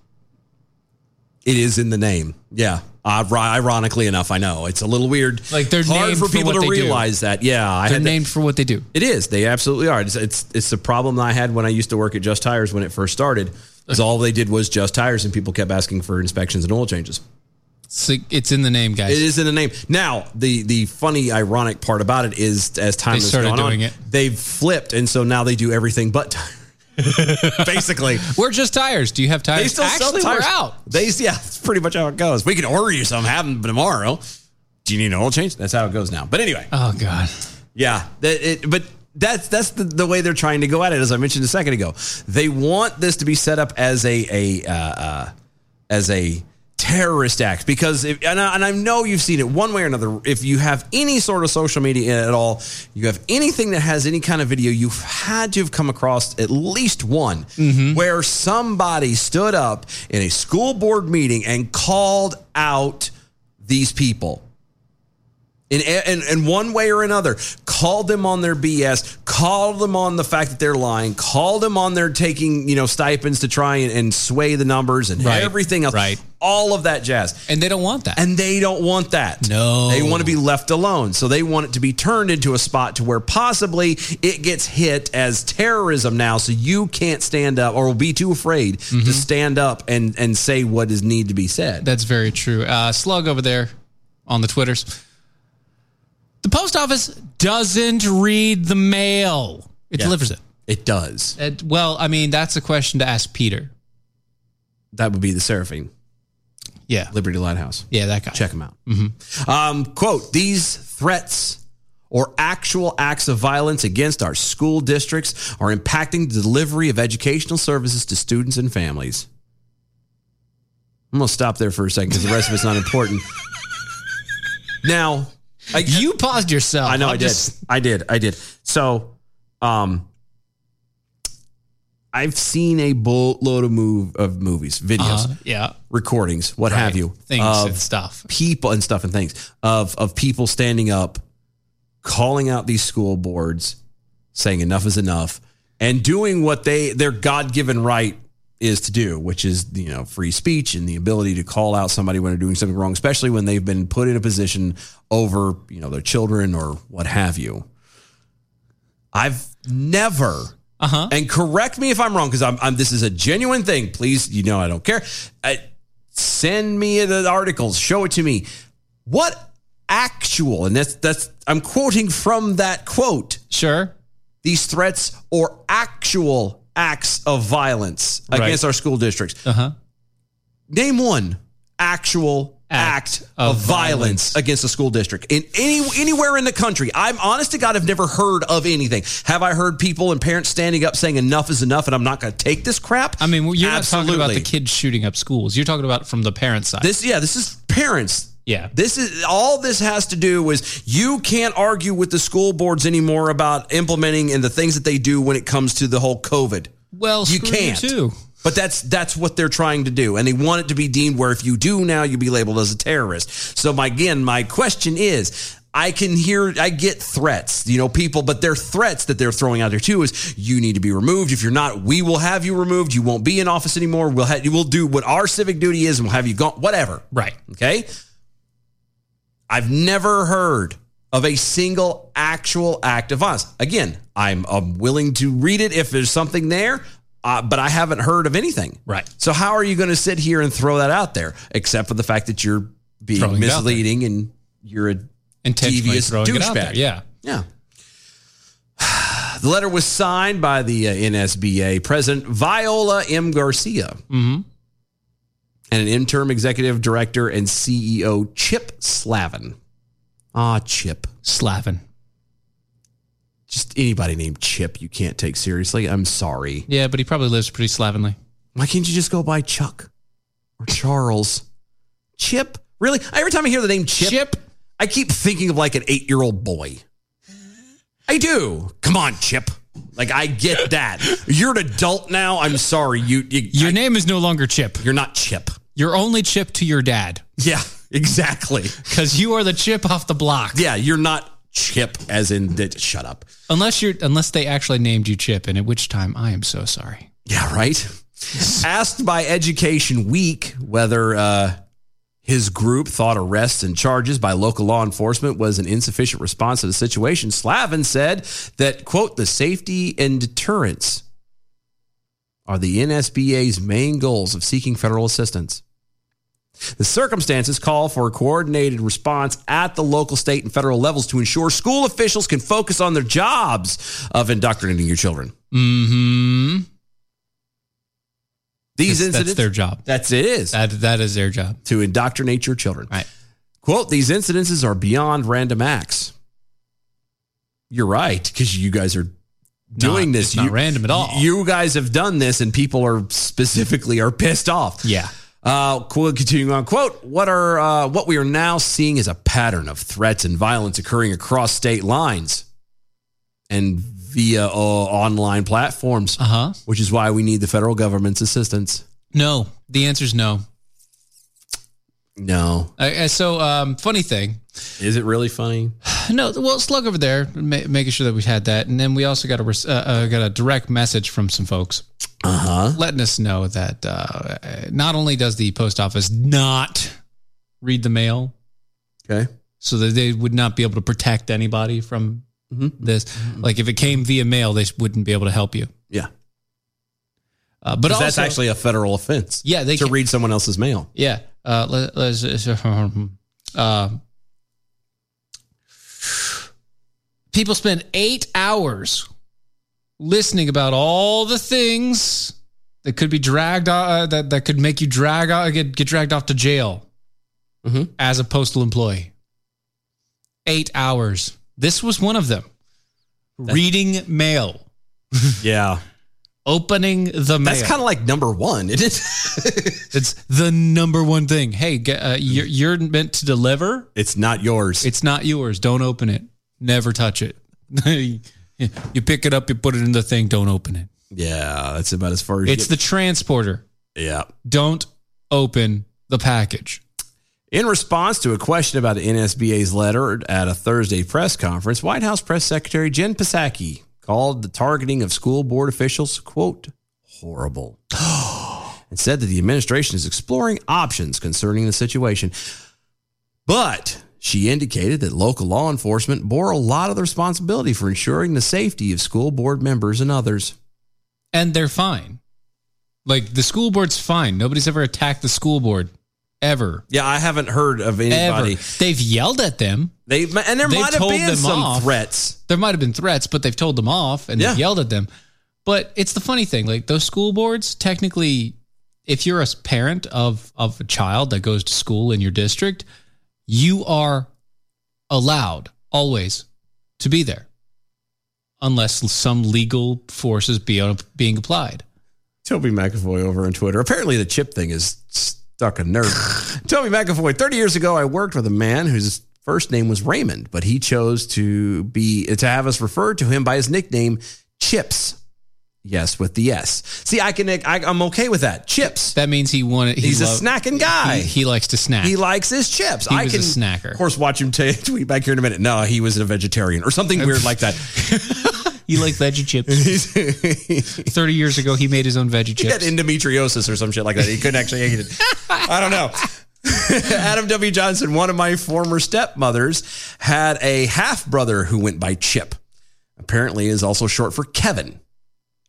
Speaker 2: It is in the name. Yeah. Uh, ri- ironically enough, I know it's a little weird. Like
Speaker 3: they're
Speaker 2: hard
Speaker 3: named
Speaker 2: for
Speaker 3: for
Speaker 2: people
Speaker 3: what
Speaker 2: to
Speaker 3: they do.
Speaker 2: realize that. Yeah, I
Speaker 3: They're
Speaker 2: had that-
Speaker 3: named for what they do.
Speaker 2: It is. They absolutely are. It's, it's it's the problem that I had when I used to work at Just Tires when it first started. Is all they did was Just Tires, and people kept asking for inspections and oil changes.
Speaker 3: So it's in the name, guys.
Speaker 2: It is in the name. Now, the the funny, ironic part about it is, as time
Speaker 3: They
Speaker 2: has
Speaker 3: started
Speaker 2: gone on,
Speaker 3: doing it.
Speaker 2: they've flipped, and so now they do everything but tires. Basically,
Speaker 3: we're just tires. Do you have tires?
Speaker 2: They still
Speaker 3: Actually,
Speaker 2: sell tires.
Speaker 3: we're out.
Speaker 2: They yeah, that's pretty much how it goes. We can order you some, have them tomorrow. Do you need an oil change? That's how it goes now. But anyway,
Speaker 3: Oh God.
Speaker 2: yeah, that- it- but that's that's the, the way they're trying to go at it. As I mentioned a second ago, they want this to be set up as a a uh, uh, as a terrorist act because if, and, I, and I know you've seen it one way or another. If you have any sort of social media at all, you have anything that has any kind of video, you've had to have come across at least one where somebody stood up in a school board meeting and called out these people in, in, in one way or another, called them on their BS, called them on the fact that they're lying, called them on their taking, you know, stipends to try and, and sway the numbers and
Speaker 3: Right,
Speaker 2: everything else. Right. All of that jazz.
Speaker 3: And they don't want that.
Speaker 2: And they don't want that. No. They want to be left alone. So they want it to be turned into a spot to where possibly it gets hit as terrorism now. So you can't stand up or will be too afraid to stand up and, and say what is need to be said.
Speaker 3: Mm-hmm. That's very true. Uh, Slug over there on the Twitters. The post office doesn't read the mail. It
Speaker 2: Yeah.
Speaker 3: delivers it.
Speaker 2: It does.
Speaker 3: It- well, I mean, that's a question to ask Peter.
Speaker 2: That would be the Seraphim.
Speaker 3: Yeah.
Speaker 2: Liberty Lighthouse.
Speaker 3: Yeah, that guy.
Speaker 2: Check him out.
Speaker 3: Mm-hmm.
Speaker 2: Um, quote, these threats or actual acts of violence against our school districts are impacting the delivery of educational services to students and families. I'm going to stop there for a second because the rest of it's not important. Now, I,
Speaker 3: you paused yourself.
Speaker 2: I know
Speaker 3: I'm
Speaker 2: i did.
Speaker 3: just-
Speaker 2: I did. I did. So, um, I've seen a boatload of move of movies, videos,
Speaker 3: Uh-huh, yeah.
Speaker 2: recordings, what have you,
Speaker 3: Things
Speaker 2: of
Speaker 3: and stuff,
Speaker 2: people and stuff and things of of people standing up, calling out these school boards, saying enough is enough, and doing what they their God given right is to do, which is you know free speech and the ability to call out somebody when they're doing something wrong, especially when they've been put in a position over you know their children or what have you. I've never. Uh-huh. And correct me if I'm wrong, because I'm, I'm. This is a genuine thing. Please, you know I don't care. I, send me the articles. Show it to me. What actual? And that's that's. I'm quoting from that quote.
Speaker 3: Sure.
Speaker 2: These threats or actual acts of violence
Speaker 3: Right. Uh-huh.
Speaker 2: against our school districts. Uh huh. Name one actual act, of, violence against a school district in any anywhere in the country. I'm honest to God, I've never heard of anything. Have I heard people and parents standing up saying enough is enough and I'm not going to take this crap?
Speaker 3: I mean, you're not talking about
Speaker 2: Absolutely.
Speaker 3: the kids shooting up schools. You're talking about from the parent side.
Speaker 2: This yeah, this is parents.
Speaker 3: Yeah.
Speaker 2: This is all this has to do is you can't argue with the school boards anymore about implementing and the things that they do when it comes to the whole COVID.
Speaker 3: Well,
Speaker 2: you
Speaker 3: screw you
Speaker 2: can't.
Speaker 3: too.
Speaker 2: But that's that's what they're trying to do, and they want it to be deemed where if you do now, you'll be labeled as a terrorist. So my again, my question is. I can hear, I get threats, you know, people, but their threats that they're throwing out there too is you need to be removed. If you're not, we will have you removed. You won't be in office anymore. We'll have, we'll do what our civic duty is and we'll have you gone, whatever.
Speaker 3: Right.
Speaker 2: Okay. I've never heard of a single actual act of violence. Again, I'm, I'm willing to read it if there's something there, uh, but I haven't heard of anything.
Speaker 3: Right.
Speaker 2: So how are you going to sit here and throw that out there, except for the fact that you're being
Speaker 3: Throwing it out there.
Speaker 2: misleading and you're a devious
Speaker 3: throwing it out there,
Speaker 2: douchebag?
Speaker 3: yeah.
Speaker 2: Yeah. The letter was signed by the uh, NSBA president Viola M. Garcia
Speaker 3: Mm-hmm.
Speaker 2: and an interim executive director and CEO Chip E Slavin. Ah, Chip.
Speaker 3: Slavin.
Speaker 2: Just anybody named Chip you can't take seriously. I'm sorry.
Speaker 3: Yeah, but he probably lives pretty slavinly.
Speaker 2: Why can't you just go by Chuck or Charles? Chip? Really? Every time I hear the name Chip, Chip? I keep thinking of like an eight year old boy. I do. Come on, Chip. Like I get that. You're an adult now. I'm sorry. You, you
Speaker 3: Your name is no longer Chip.
Speaker 2: You're not Chip.
Speaker 3: You're only Chip to your dad.
Speaker 2: Yeah, exactly.
Speaker 3: Because you are the Chip off the block.
Speaker 2: Yeah, you're not Chip as in that shut up.
Speaker 3: Unless you're unless they actually named you Chip, and at which time I am so sorry.
Speaker 2: Yeah, right. Asked by Education Week whether uh, his group thought arrests and charges by local law enforcement was an insufficient response to the situation, Slavin said that, quote, the safety and deterrence are the NSBA's main goals of seeking federal assistance. The circumstances call for a coordinated response at the local, state, and federal levels to ensure school officials can focus on their jobs of indoctrinating your children.
Speaker 3: Mm-hmm.
Speaker 2: These
Speaker 3: That's- that's
Speaker 2: incidents
Speaker 3: their job.
Speaker 2: That's it is.
Speaker 3: That that is their job.
Speaker 2: To indoctrinate your children. Right. Quote, these incidences are beyond random acts. You're right, because you guys are doing this.
Speaker 3: it's not random at all.
Speaker 2: You guys have done this and people are specifically are pissed off.
Speaker 3: Yeah.
Speaker 2: Uh, qu- continuing on, quote, what are uh, what we are now seeing is a pattern of threats and violence occurring across state lines and via uh, online platforms,
Speaker 3: uh-huh.
Speaker 2: which is why we need the federal government's assistance.
Speaker 3: No, the answer is no.
Speaker 2: No.
Speaker 3: I, I- so, um, funny thing.
Speaker 2: Is it really funny?
Speaker 3: No, well, slug over there, ma- making sure that we had that, and then we also got a res- uh, uh, got a direct message from some folks,
Speaker 2: uh-huh.
Speaker 3: letting us know that uh, not only does the post office not read the mail,
Speaker 2: okay,
Speaker 3: so that they would not be able to protect anybody from
Speaker 2: Mm-hmm.
Speaker 3: this. Like if it came via mail, they wouldn't be able to help you.
Speaker 2: Yeah.
Speaker 3: Uh, but
Speaker 2: 'Cause that's
Speaker 3: also-
Speaker 2: actually a federal offense.
Speaker 3: Yeah, they
Speaker 2: to
Speaker 3: can-
Speaker 2: read someone else's mail.
Speaker 3: Yeah. Uh, let, let's, uh, um, people spend eight hours listening about all the things that could be dragged uh, that that could make you drag out get get dragged off to jail
Speaker 2: Mm-hmm.
Speaker 3: as a postal employee. Eight hours. This was one of them. Reading mail,
Speaker 2: Yeah.
Speaker 3: opening the mail.
Speaker 2: That's kind of like number one. It is.
Speaker 3: it's the number one thing. Hey, get, uh, you're, you're meant to deliver.
Speaker 2: It's not yours.
Speaker 3: It's not yours. Don't open it. Never touch it. you pick it up, you put it in the thing, don't open it.
Speaker 2: Yeah, that's about as far as
Speaker 3: It's the transporter.
Speaker 2: Yeah.
Speaker 3: Don't open the package.
Speaker 2: In response to a question about the NSBA's letter at a Thursday press conference, White House Press Secretary Jen Psaki called the targeting of school board officials, quote, horrible, and said that the administration is exploring options concerning the situation. But she indicated that local law enforcement bore a lot of the responsibility for ensuring the safety of school board members and others.
Speaker 3: And they're fine. Like the school board's fine. Nobody's ever attacked the school board ever.
Speaker 2: Yeah, I haven't heard of anybody.
Speaker 3: Ever. They've yelled at them.
Speaker 2: They and there
Speaker 3: They've
Speaker 2: might have
Speaker 3: told
Speaker 2: been
Speaker 3: them
Speaker 2: some
Speaker 3: off.
Speaker 2: threats.
Speaker 3: There might have been threats, but they've told them off and they've yelled at them. But it's the funny thing, like those school boards, technically, if you're a parent of of a child that goes to school in your district, you are allowed always to be there, unless some legal force is be being applied.
Speaker 2: Toby McAvoy over on Twitter. Apparently, the chip thing is stuck a nerve. Toby McAvoy. Thirty years ago, I worked with a man whose first name was Raymond, but he chose to be to have us refer to him by his nickname, Chips. Yes, with the S. See, I can. I, I'm okay with that. Chips.
Speaker 3: That means he wanted. he
Speaker 2: He's
Speaker 3: loved-
Speaker 2: a snacking guy.
Speaker 3: He, he likes to snack.
Speaker 2: He likes his chips.
Speaker 3: He
Speaker 2: I
Speaker 3: was a
Speaker 2: can,
Speaker 3: snacker.
Speaker 2: Of course, watch him t- tweet back here in a minute. No, he was a vegetarian or something weird like that.
Speaker 3: you like veggie chips. Thirty years ago, he made his own veggie
Speaker 2: He
Speaker 3: chips.
Speaker 2: had endometriosis or some shit like that. He couldn't actually eat it. I don't know. Adam W. Johnson, one of my former stepmothers, had a half brother who went by Chip. Apparently, is also short for Kevin,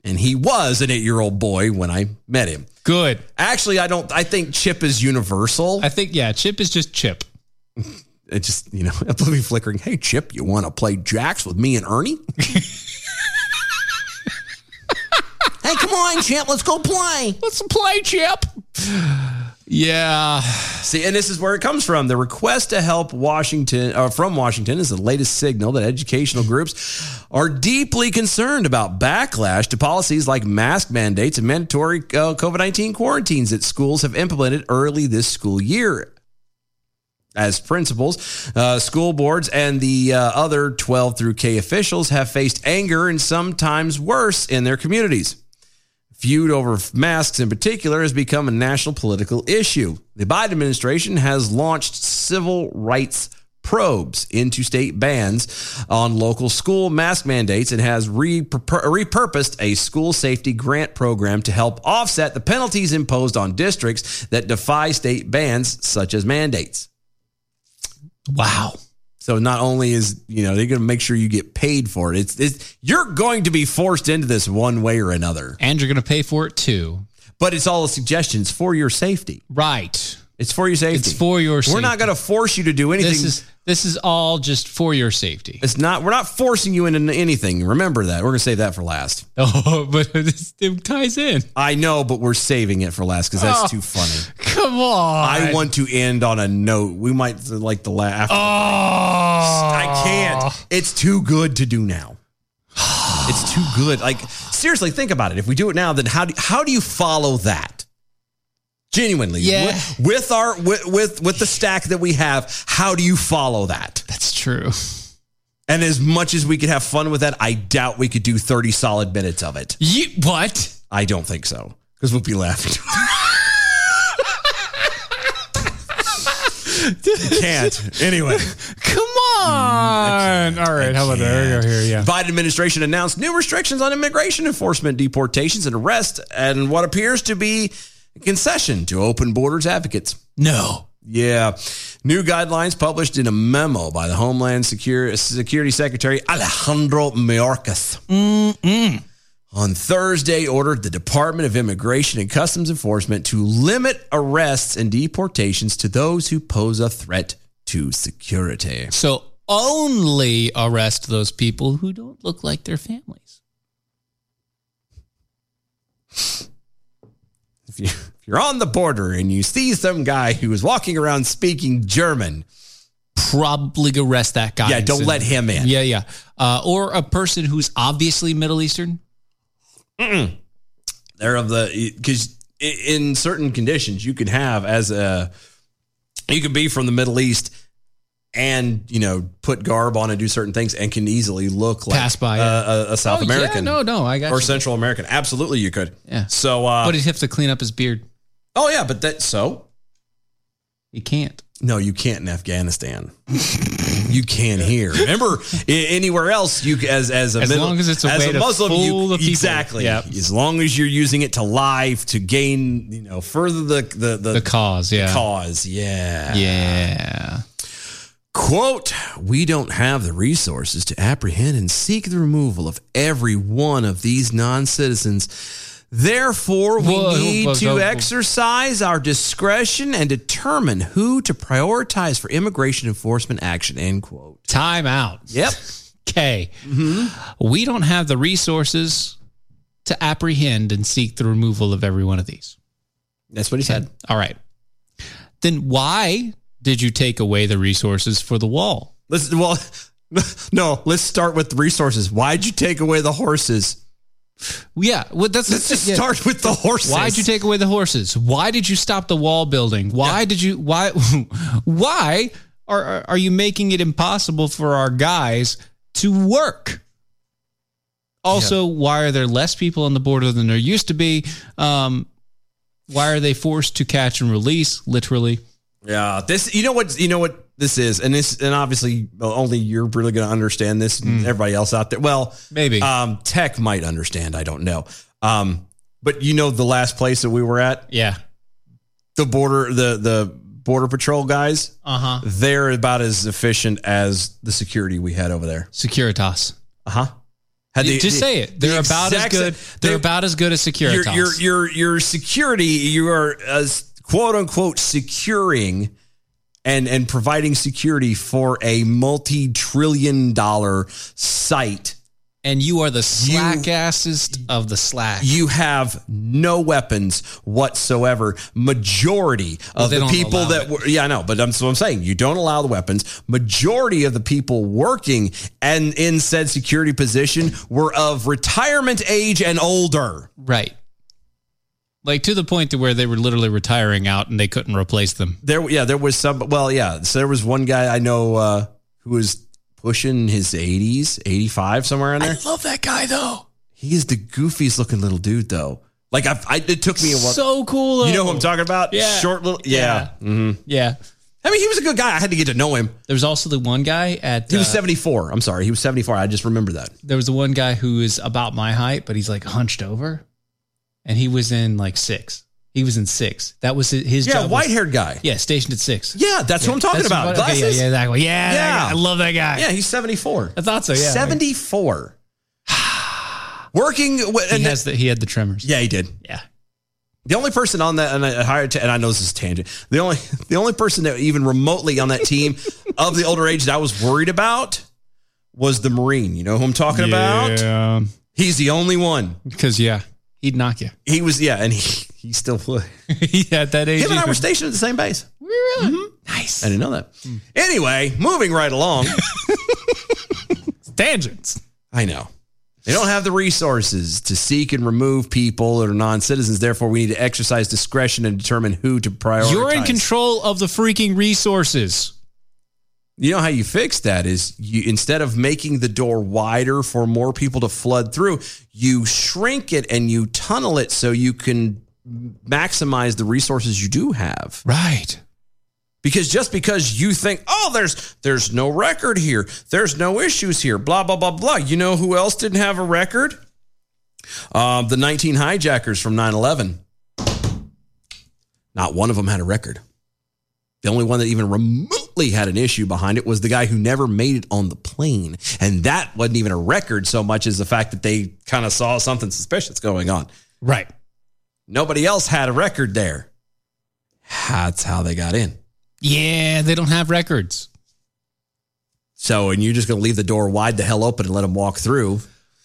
Speaker 2: and he was an eight-year-old boy when I met him.
Speaker 3: Good.
Speaker 2: Actually, I don't. I think Chip is universal.
Speaker 3: I think yeah, Chip is just Chip.
Speaker 2: It just you know, I'll be flickering. Hey, Chip, you want to play jacks with me and Ernie? hey, come on, Chip, let's go play.
Speaker 3: Let's play, Chip.
Speaker 2: Yeah. See, and this is where it comes from. The request to help Washington uh, from Washington is the latest signal that educational groups are deeply concerned about backlash to policies like mask mandates and mandatory uh, COVID 19 quarantines that schools have implemented early this school year as principals, uh, school boards, and the uh, other 12 through K officials have faced anger and sometimes worse in their communities. Feud over masks in particular has become a national political issue. The Biden administration has launched civil rights probes into state bans on local school mask mandates and has re- repurposed a school safety grant program to help offset the penalties imposed on districts that defy state bans such as mandates. Wow. So not only is you know they're going to make sure you get paid for it, it's, it's you're going to be forced into this one way or another,
Speaker 3: and you're going to pay for it too.
Speaker 2: But it's all suggestions for your safety,
Speaker 3: right?
Speaker 2: It's for your safety.
Speaker 3: It's for your.
Speaker 2: We're not going to force you to do anything.
Speaker 3: This is this is all just for your safety.
Speaker 2: It's not. We're not forcing you into anything. Remember that. We're going to save that for last.
Speaker 3: Oh, but it ties in.
Speaker 2: I know, but we're saving it for last because that's
Speaker 3: Oh.
Speaker 2: too funny.
Speaker 3: Come on.
Speaker 2: I want to end on a note. We might like the laugh. I can't. It's too good to do now. It's too good. Like seriously, think about it. If we do it now, then how do how do you follow that? Genuinely,
Speaker 3: Yeah.
Speaker 2: With, with our with, with with the stack that we have, how do you follow that?
Speaker 3: That's true.
Speaker 2: And as much as we could have fun with that, I doubt we could do thirty solid minutes of it.
Speaker 3: You what?
Speaker 2: I don't think so because we'll be laughing. You can't. Anyway. Mm,
Speaker 3: Come on. All right. How about that? There we go here. Yeah.
Speaker 2: Biden administration announced new restrictions on immigration enforcement, deportations, and arrest, and what appears to be a concession to open borders advocates.
Speaker 3: No.
Speaker 2: Yeah. New guidelines published in a memo by the Homeland Secure- Security Secretary Alejandro Mayorkas on Thursday ordered the Department of Immigration and Customs Enforcement to limit arrests and deportations to those who pose a threat to security.
Speaker 3: So only arrest those people who don't look like their families.
Speaker 2: if you if you're on the border and you see some guy who is walking around speaking German,
Speaker 3: probably arrest that guy.
Speaker 2: Yeah, don't let him in.
Speaker 3: Yeah, yeah. Uh, or a person who's obviously Middle Eastern.
Speaker 2: Mm-mm. They're of the because in certain conditions you could have as a you could be from the Middle East and you know put garb on and do certain things and can easily look like
Speaker 3: Pass by,
Speaker 2: uh, a, a South
Speaker 3: Oh, yeah,
Speaker 2: American.
Speaker 3: no, no, I got
Speaker 2: or
Speaker 3: you.
Speaker 2: Central American. Absolutely, you could.
Speaker 3: Yeah.
Speaker 2: So, uh,
Speaker 3: but he'd have to clean up his beard.
Speaker 2: Oh yeah, but that so
Speaker 3: you can't.
Speaker 2: No, you can't in Afghanistan. you can here. Remember, i- anywhere else, you as as a
Speaker 3: As
Speaker 2: middle-
Speaker 3: long as it's a way to fool the people.
Speaker 2: exactly.
Speaker 3: Yep.
Speaker 2: As long as you're using it to live to gain, you know, further the the the,
Speaker 3: The cause, yeah.
Speaker 2: cause, yeah,
Speaker 3: yeah.
Speaker 2: Quote, we don't have the resources to apprehend and seek the removal of every one of these non citizens. Therefore, we
Speaker 3: Whoa,
Speaker 2: need
Speaker 3: whoa,
Speaker 2: to
Speaker 3: whoa, whoa.
Speaker 2: exercise our discretion and determine who to prioritize for immigration enforcement action. End quote.
Speaker 3: Time out.
Speaker 2: Yep.
Speaker 3: Okay. We don't have the resources to apprehend and seek the removal of every one of these.
Speaker 2: That's what he said.
Speaker 3: All right. Then why did you take away the resources for the wall?
Speaker 2: Let's well, no. Let's start with the resources. Why'd you take away the horses?
Speaker 3: Yeah, well, that's
Speaker 2: let's just start with the horses.
Speaker 3: Why'd you take away the horses? Why did you stop the wall building? Why did you why why are- are are you making it impossible for our guys to work? Also, why are there less people on the border than there used to be? Um, why are they forced to catch and release? Literally,
Speaker 2: Yeah, this you know what you know what this is, and this and obviously only you're really going to understand this. and Everybody else out there, well,
Speaker 3: Maybe.
Speaker 2: um, tech might understand. I don't know, um, but you know the last place that we were at,
Speaker 3: yeah,
Speaker 2: the border, the the border patrol guys,
Speaker 3: Uh-huh.
Speaker 2: They're about as efficient as the security we had over there,
Speaker 3: Securitas.
Speaker 2: Uh huh. Had the-
Speaker 3: just
Speaker 2: the-
Speaker 3: say it. They're
Speaker 2: the
Speaker 3: about as
Speaker 2: exact sa-
Speaker 3: good. They're
Speaker 2: they-
Speaker 3: about as good as
Speaker 2: your
Speaker 3: Securitas.
Speaker 2: your your your security you are as quote unquote securing and and providing security for a multi-trillion dollar site
Speaker 3: and you are the slackassest of the slack.
Speaker 2: You have no weapons whatsoever. Majority
Speaker 3: Well,
Speaker 2: of
Speaker 3: they
Speaker 2: the
Speaker 3: don't
Speaker 2: people
Speaker 3: allow
Speaker 2: that
Speaker 3: it.
Speaker 2: were, yeah, I know, but I'm, so I'm saying you don't allow the weapons. Majority of the people working and in said security position were of retirement age and older.
Speaker 3: Right. Like to the point to where they were literally retiring out and they couldn't replace them.
Speaker 2: There, yeah, there was some. Well, yeah, so there was one guy I know uh, who was pushing his 80s, 85 somewhere in there.
Speaker 3: love that guy though.
Speaker 2: He is the goofiest looking little dude, though. Like I, I it took me a while.
Speaker 3: So cool.
Speaker 2: You know who I'm talking about?
Speaker 3: Yeah.
Speaker 2: Short little. Yeah. Mhm.
Speaker 3: Yeah.
Speaker 2: I mean, he was a good guy. I had to get to know him.
Speaker 3: There was also the one guy at.
Speaker 2: He was
Speaker 3: uh,
Speaker 2: 74. I'm sorry. He was 74. I just remember that.
Speaker 3: There was the one guy who is about my height, but he's like hunched over, and he was in like six. He was in six. That was his- his
Speaker 2: Yeah,
Speaker 3: job. was-
Speaker 2: white-haired guy.
Speaker 3: Yeah, stationed at six.
Speaker 2: Yeah, that's what I'm talking about.
Speaker 3: okay, yeah,
Speaker 2: Glasses?
Speaker 3: yeah, that one. Yeah, that
Speaker 2: Yeah.
Speaker 3: guy. I love that guy.
Speaker 2: Yeah, he's 74.
Speaker 3: I thought so, yeah.
Speaker 2: 74. Working. With,
Speaker 3: he has the, he had the tremors.
Speaker 2: Yeah, he did.
Speaker 3: Yeah.
Speaker 2: The only person on that and I hired and I know this is tangent. The only the only person that even remotely on that team of the older age that I was worried about was the Marine. You know who I'm talking about? He's the only one.
Speaker 3: Because yeah, he'd knock you.
Speaker 2: He was yeah, and he, he still would.
Speaker 3: yeah, that age.
Speaker 2: Him and
Speaker 3: he
Speaker 2: I were
Speaker 3: could-
Speaker 2: stationed at the same base. Mm-hmm. Nice. I didn't know that. Anyway, moving right along.
Speaker 3: Tangents.
Speaker 2: I know. They don't have the resources to seek and remove people that are non citizens. Therefore, we need to exercise discretion and determine who to prioritize.
Speaker 3: You're in control of the freaking resources.
Speaker 2: You know how you fix that is you instead of making the door wider for more people to flood through, you shrink it and you tunnel it so you can maximize the resources you do have.
Speaker 3: Right.
Speaker 2: Because just because you think, "Oh, there's there's no record here. There's no issues here." blah blah blah blah. You know who else didn't have a record? Um, the 19 hijackers from 9/11. Not one of them had a record. The only one that even remotely had an issue behind it was the guy who never made it on the plane. And that wasn't even a record so much as the fact that they kind of saw something suspicious going on.
Speaker 3: Right.
Speaker 2: Nobody else had a record there. That's how they got in.
Speaker 3: Yeah, they don't have records.
Speaker 2: So, and you're just going to leave the door wide the hell open and let them walk through.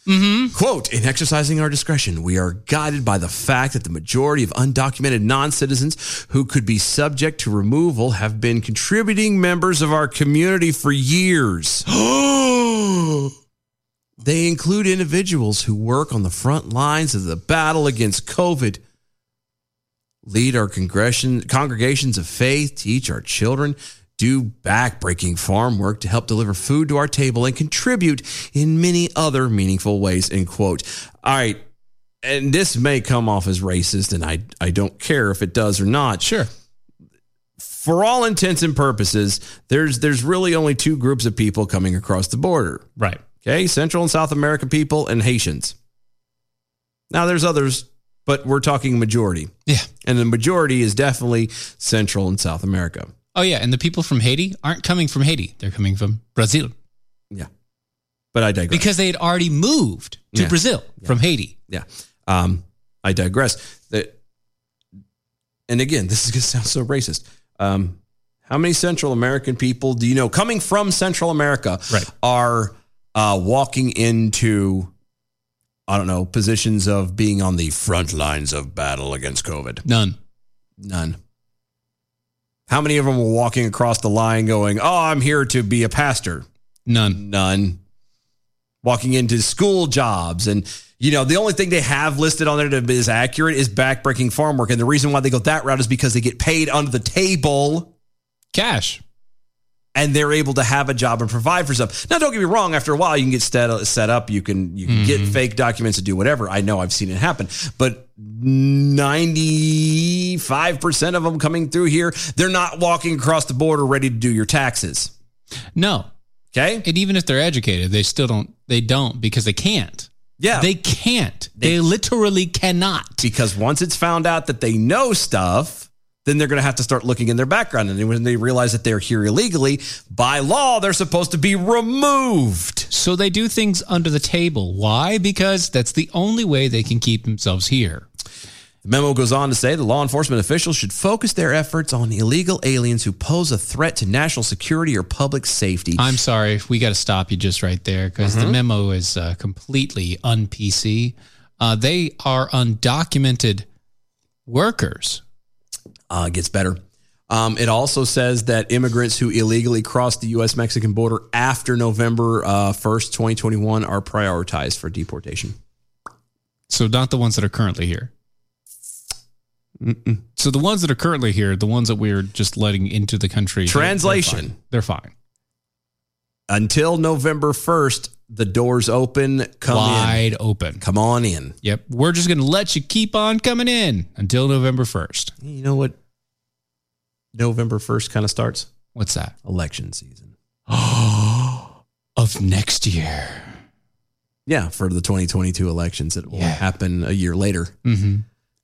Speaker 2: Mm-hmm. Quote, in exercising our discretion, we are guided by the fact that the majority of undocumented non citizens who could be subject to removal have been contributing members of our community for years. they include individuals who work on the front lines of the battle against COVID lead our congregation, congregations of faith, teach our children, do backbreaking farm work to help deliver food to our table, and contribute in many other meaningful ways. End quote. All right. And this may come off as racist, and I, I don't care if it does or not. Sure. For all intents and purposes, there's there's really only two groups of people coming across the border.
Speaker 3: Right.
Speaker 2: Okay, Central and South American people and Haitians. Now there's others, but we're talking majority.
Speaker 3: Yeah.
Speaker 2: And the majority is definitely Central and South America.
Speaker 3: Oh yeah, and the people from Haiti aren't coming from Haiti. They're coming from Brazil
Speaker 2: But I digress.
Speaker 3: because they had already moved to
Speaker 2: Yeah.
Speaker 3: Brazil from Haiti.
Speaker 2: yeah. Um, I digress. The, and again, this is going to sound so racist. Um, how many Central American people do you know coming from Central America are uh, walking into, I don't know, positions of being on the front lines of battle against COVID?
Speaker 3: None.
Speaker 2: None. How many of them were walking across the line going, Oh, I'm here to be a pastor?
Speaker 3: None.
Speaker 2: None. Walking into school jobs. And, you know, the only thing they have listed on there that is accurate is backbreaking farm work. And the reason why they go that route is because they get paid under the table
Speaker 3: cash.
Speaker 2: And they're able to have a job and provide for stuff. Now, don't get me wrong. After a while, you can get set, set up. You can you can get fake documents and do whatever. I know I've seen it happen. But ninety five percent of them coming through here, they're not walking across the border ready to do your taxes.
Speaker 3: No.
Speaker 2: Okay.
Speaker 3: And even if they're educated, they still don't. They don't because they can't.
Speaker 2: Yeah.
Speaker 3: They can't. They, literally cannot.
Speaker 2: Because once it's found out that they know stuff, then they're going to have to start looking in their background. And when they realize that they're here illegally, by law, they're supposed to be removed.
Speaker 3: So they do things under the table. Why? Because that's the only way they can keep themselves here.
Speaker 2: The memo goes on to say the law enforcement officials should focus their efforts on illegal aliens who pose a threat to national security or public safety.
Speaker 3: I'm sorry, we got to stop you just right there because the
Speaker 2: Mhm.
Speaker 3: memo is uh, completely un PC. Uh, they are undocumented workers.
Speaker 2: uh, gets better. Um, it also says that immigrants who illegally cross the U.S. Mexican border after November uh, 1st, 2021, are prioritized for deportation.
Speaker 3: So, not the ones that are currently here. So, the ones that are currently here, the ones that we're just letting into the country. they're- they're
Speaker 2: Translation.
Speaker 3: fine. They're fine.
Speaker 2: Until November 1st, the doors open. Come
Speaker 3: Wide
Speaker 2: in.
Speaker 3: open.
Speaker 2: Come on in.
Speaker 3: Yep. We're just going to let you keep on coming in until November 1st.
Speaker 2: You know what November 1st kind of starts?
Speaker 3: What's that?
Speaker 2: Election season.
Speaker 3: of next year.
Speaker 2: Yeah, for the 2022 elections. It will happen a year later.
Speaker 3: Mm-hmm.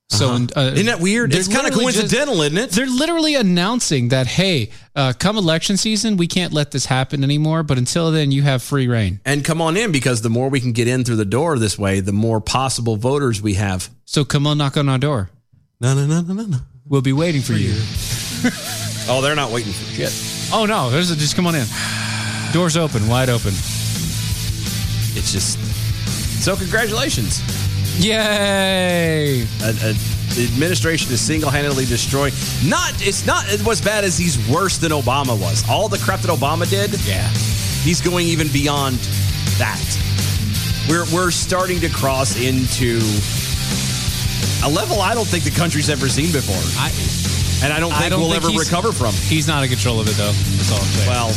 Speaker 3: So,
Speaker 2: Uh-huh.
Speaker 3: and, uh,
Speaker 2: Isn't that weird?
Speaker 3: they're
Speaker 2: It's kinda
Speaker 3: literally just-
Speaker 2: coincidental, isn't it?
Speaker 3: They're literally announcing that, hey, uh, come election season, we can't let this happen anymore. But until then, you have free reign.
Speaker 2: And come on in because the more we can get in through the door this way, the more possible voters we have.
Speaker 3: So come on, knock on our door.
Speaker 2: No, no, no, no, no, no.
Speaker 3: We'll be waiting for you.
Speaker 2: Oh, they're not waiting for shit.
Speaker 3: Oh no, there's a, just come on in. Doors open, wide open.
Speaker 2: It's just so. Congratulations.
Speaker 3: Yay!
Speaker 2: A, a, the administration is single-handedly destroying. Not it's not as bad as he's worse than Obama was. All the crap that Obama did.
Speaker 3: Yeah,
Speaker 2: he's going even beyond that. We're we're starting to cross into a level I don't think the country's ever seen before.
Speaker 3: I,
Speaker 2: and I don't think we'll ever
Speaker 3: he's-
Speaker 2: recover from.
Speaker 3: He's not in control of it though. That's all I'm saying.
Speaker 2: Well,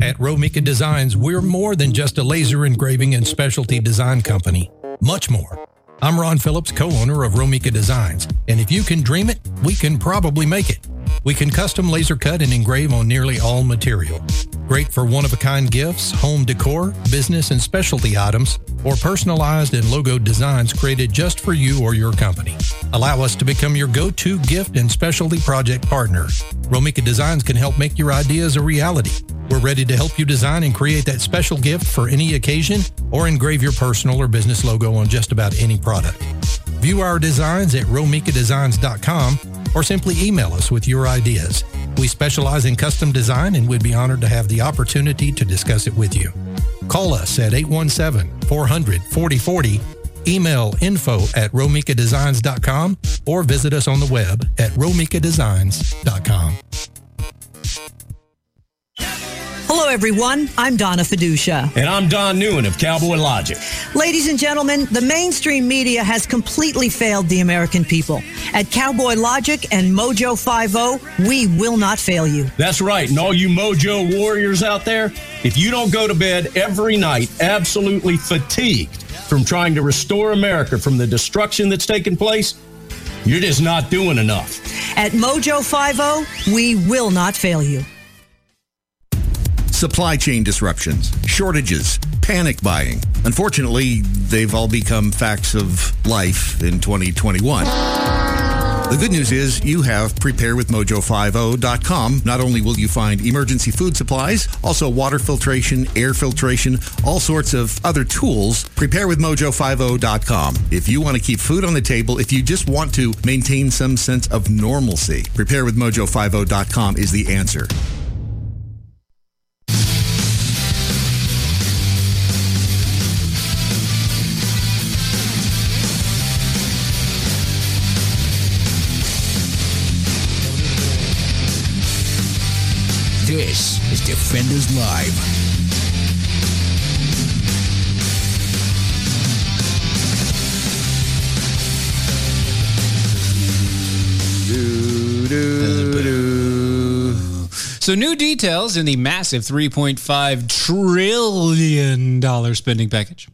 Speaker 19: At Romika Designs, we're more than just a laser engraving and specialty design company. Much more. I'm Ron Phillips, co owner of Romika Designs, and if you can dream it, we can probably make it. We can custom laser cut and engrave on nearly all material. Great for one of a kind gifts, home decor, business and specialty items, or personalized and logoed designs created just for you or your company. Allow us to become your go to gift and specialty project partner. Romika Designs can help make your ideas a reality. We're ready to help you design and create that special gift for any occasion or engrave your personal or business logo on just about any product. View our designs at romikadesigns.com or simply email us with your ideas. We specialize in custom design and we'd be honored to have the opportunity to discuss it with you. Call us at 817 400 4040, email info at romikadesigns.com, or visit us on the web at romikadesigns.com.
Speaker 16: Hello, everyone. I'm Donna Fiducia.
Speaker 4: And I'm Don Newman of Cowboy Logic.
Speaker 16: Ladies and gentlemen, the mainstream media has completely failed the American people. At Cowboy Logic and Mojo 50, we will not fail you.
Speaker 4: That's right. And all you mojo warriors out there, if you don't go to bed every night absolutely fatigued from trying to restore America from the destruction that's taken place, you're just not doing enough.
Speaker 16: At Mojo 50, we will not fail you.
Speaker 27: Supply chain disruptions, shortages, panic buying. Unfortunately, they've all become facts of life in 2021. The good news is you have preparewithmojo50.com. Not only will you find emergency food supplies, also water filtration, air filtration, all sorts of other tools. Preparewithmojo50.com. If you want to keep food on the table, if you just want to maintain some sense of normalcy, preparewithmojo50.com is the answer.
Speaker 1: This is Defenders Live.
Speaker 3: So, new details in the massive $3.5 trillion spending package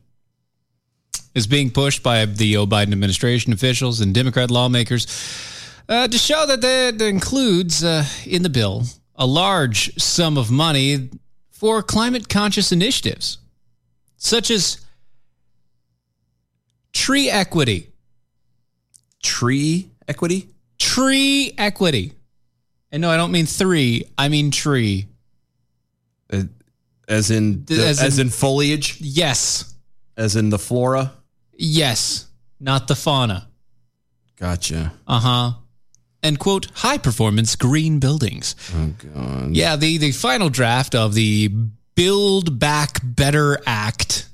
Speaker 3: is being pushed by the Joe Biden administration officials and Democrat lawmakers uh, to show that that includes uh, in the bill a large sum of money for climate conscious initiatives, such as Tree equity.
Speaker 2: Tree equity?
Speaker 3: Tree equity. And no, I don't mean three. I mean tree.
Speaker 2: Uh, As in,
Speaker 3: Th- as
Speaker 2: as,
Speaker 3: in-
Speaker 2: in foliage?
Speaker 3: Yes.
Speaker 2: As in the flora?
Speaker 3: Yes. Not the fauna.
Speaker 2: Gotcha.
Speaker 3: Uh huh. And quote, high performance green buildings.
Speaker 2: Oh, God.
Speaker 3: Yeah, the, the final draft of the Build Back Better Act.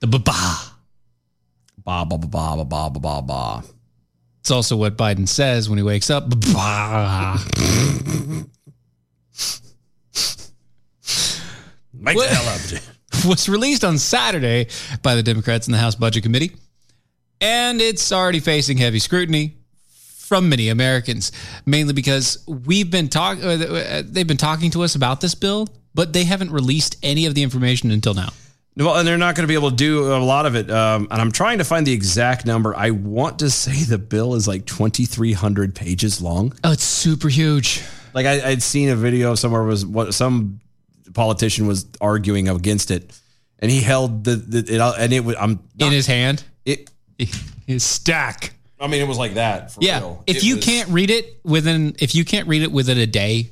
Speaker 3: The ba ba.
Speaker 2: Ba ba ba ba ba ba ba ba.
Speaker 3: It's also what Biden says when he wakes up. Ba ba.
Speaker 2: Make the hell out of it.
Speaker 3: was released on Saturday by the Democrats in the House Budget Committee, and it's already facing heavy scrutiny from many Americans, mainly because we've been talk uh, uh, they've been talking to us about this bill, but they haven't released any of the information until now.
Speaker 2: Well, and they're not going to be able to do a lot of it. Um, and I'm trying to find the exact number. I want to say the bill is like 2,300 pages long.
Speaker 3: Oh, it's super huge.
Speaker 2: Like I, I'd seen a video somewhere was what some politician was arguing against it, and he held the, the it and it was I'm in
Speaker 3: his hand.
Speaker 2: It
Speaker 3: his stack.
Speaker 2: I mean, it was like that. For
Speaker 3: yeah,
Speaker 2: real.
Speaker 3: if
Speaker 2: It
Speaker 3: you
Speaker 2: was-
Speaker 3: can't read it within if you can't read it within a day,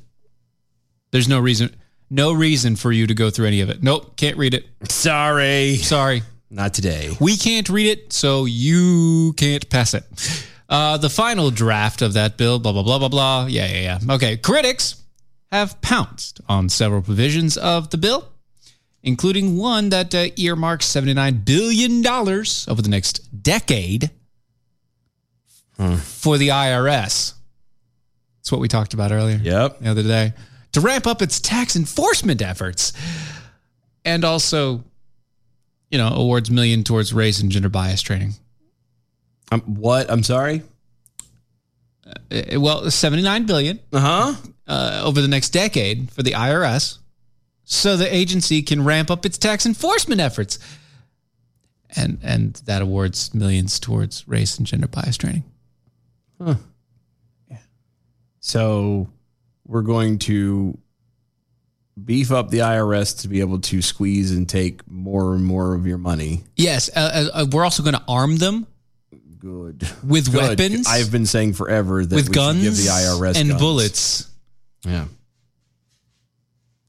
Speaker 3: there's no reason no reason for you to go through any of it. Nope, can't read it.
Speaker 2: Sorry,
Speaker 3: sorry,
Speaker 2: not today.
Speaker 3: We can't read it, so you can't pass it. Uh, the final draft of that bill, blah blah blah blah blah. Yeah yeah yeah. Okay, critics have pounced on several provisions of the bill, including one that uh, earmarks seventy nine billion dollars over the next decade for the IRS. It's what we talked about earlier.
Speaker 2: Yep.
Speaker 3: The other day to ramp up its tax enforcement efforts and also, you know, awards million towards race and gender bias training.
Speaker 2: Um, what? I'm sorry.
Speaker 3: Uh, well, 79 billion.
Speaker 2: Uh-huh.
Speaker 3: Uh over the next decade for the IRS so the agency can ramp up its tax enforcement efforts. And and that awards millions towards race and gender bias training.
Speaker 2: Huh. So we're going to beef up the IRS to be able to squeeze and take more and more of your money.
Speaker 3: Yes, uh, uh, uh, we're also going to arm them
Speaker 2: Good.
Speaker 3: with
Speaker 2: Good.
Speaker 3: weapons.
Speaker 2: I've been saying forever that
Speaker 3: With
Speaker 2: we should give
Speaker 3: guns
Speaker 2: the IRS
Speaker 3: and
Speaker 2: guns.
Speaker 3: bullets.
Speaker 2: Yeah.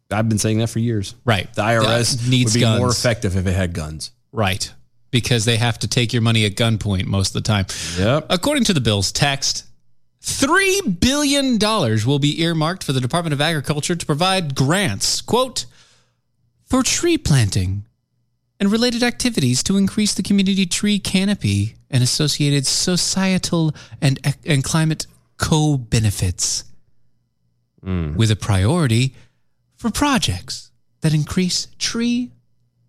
Speaker 2: I've been saying that for years.
Speaker 3: Right.
Speaker 2: The IRS
Speaker 3: Yeah, needs
Speaker 2: would be more
Speaker 3: guns.
Speaker 2: effective if it had guns.
Speaker 3: Right. Because they have to take your money at gunpoint most of the time.
Speaker 2: Yep.
Speaker 3: According to the bill's text, $3 billion will be earmarked for the Department of Agriculture to provide grants, quote, for tree planting and related activities to increase the community tree canopy and associated societal and, ec- and climate co benefits, with a priority for projects that increase tree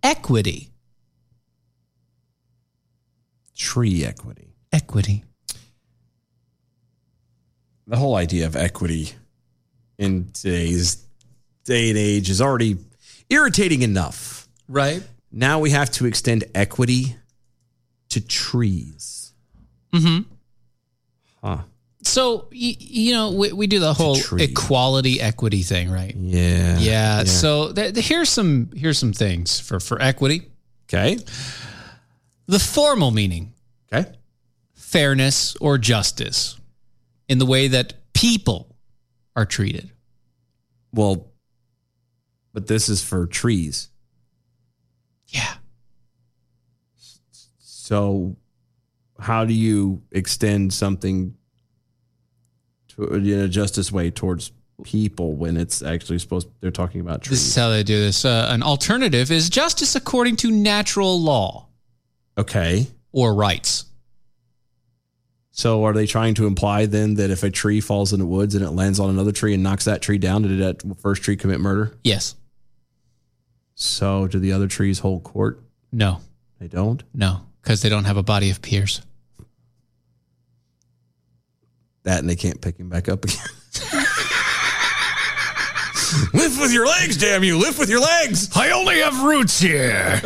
Speaker 3: equity.
Speaker 2: Tree equity.
Speaker 3: Equity.
Speaker 2: The whole idea of equity in today's day and age is already irritating enough.
Speaker 3: Right.
Speaker 2: Now we have to extend equity to trees.
Speaker 3: hmm
Speaker 2: Huh.
Speaker 3: So you, you know we, we do the whole equality equity thing, right?
Speaker 2: Yeah.
Speaker 3: Yeah. So th- th- here's some here's some things for for equity.
Speaker 2: Okay.
Speaker 3: The formal meaning.
Speaker 2: Okay.
Speaker 3: Fairness or justice in the way that people are treated.
Speaker 2: Well, but this is for trees.
Speaker 3: Yeah.
Speaker 2: So, how do you extend something to in a justice way towards people when it's actually supposed they're talking about trees?
Speaker 3: This is how they do this. Uh, an alternative is justice according to natural law
Speaker 2: Okay.
Speaker 3: or rights.
Speaker 2: So, are they trying to imply then that if a tree falls in the woods and it lands on another tree and knocks that tree down, did that first tree commit murder?
Speaker 3: Yes.
Speaker 2: So, do the other trees hold court?
Speaker 3: No.
Speaker 2: They don't.
Speaker 3: No, because they don't have a body of peers.
Speaker 2: That and they can't pick him back up again. Lift with your legs, damn you! Lift with your legs.
Speaker 19: I only have roots here.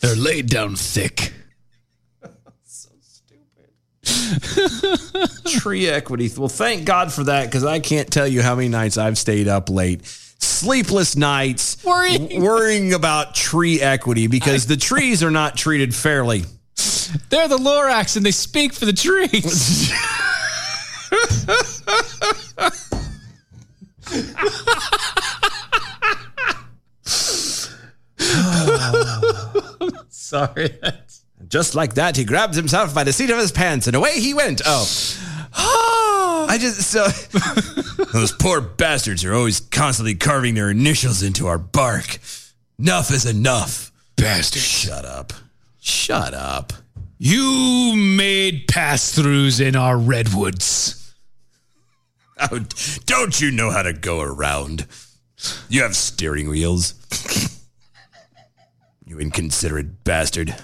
Speaker 3: They're laid down thick.
Speaker 2: Tree equity. Well, thank God for that because I can't tell you how many nights I've stayed up late sleepless nights, worrying, worrying about tree equity because the trees are not treated fairly.
Speaker 3: They're the Lorax and they speak for the trees.
Speaker 2: Oh, Sorry. Just like that, he grabbed himself by the seat of his pants and away he went. Oh. I just so those poor bastards are always constantly carving their initials into our bark. Enough is enough. Bastards. Shut up. Shut up.
Speaker 12: You made pass throughs in our redwoods.
Speaker 2: Oh, don't you know how to go around? You have steering wheels. you inconsiderate bastard.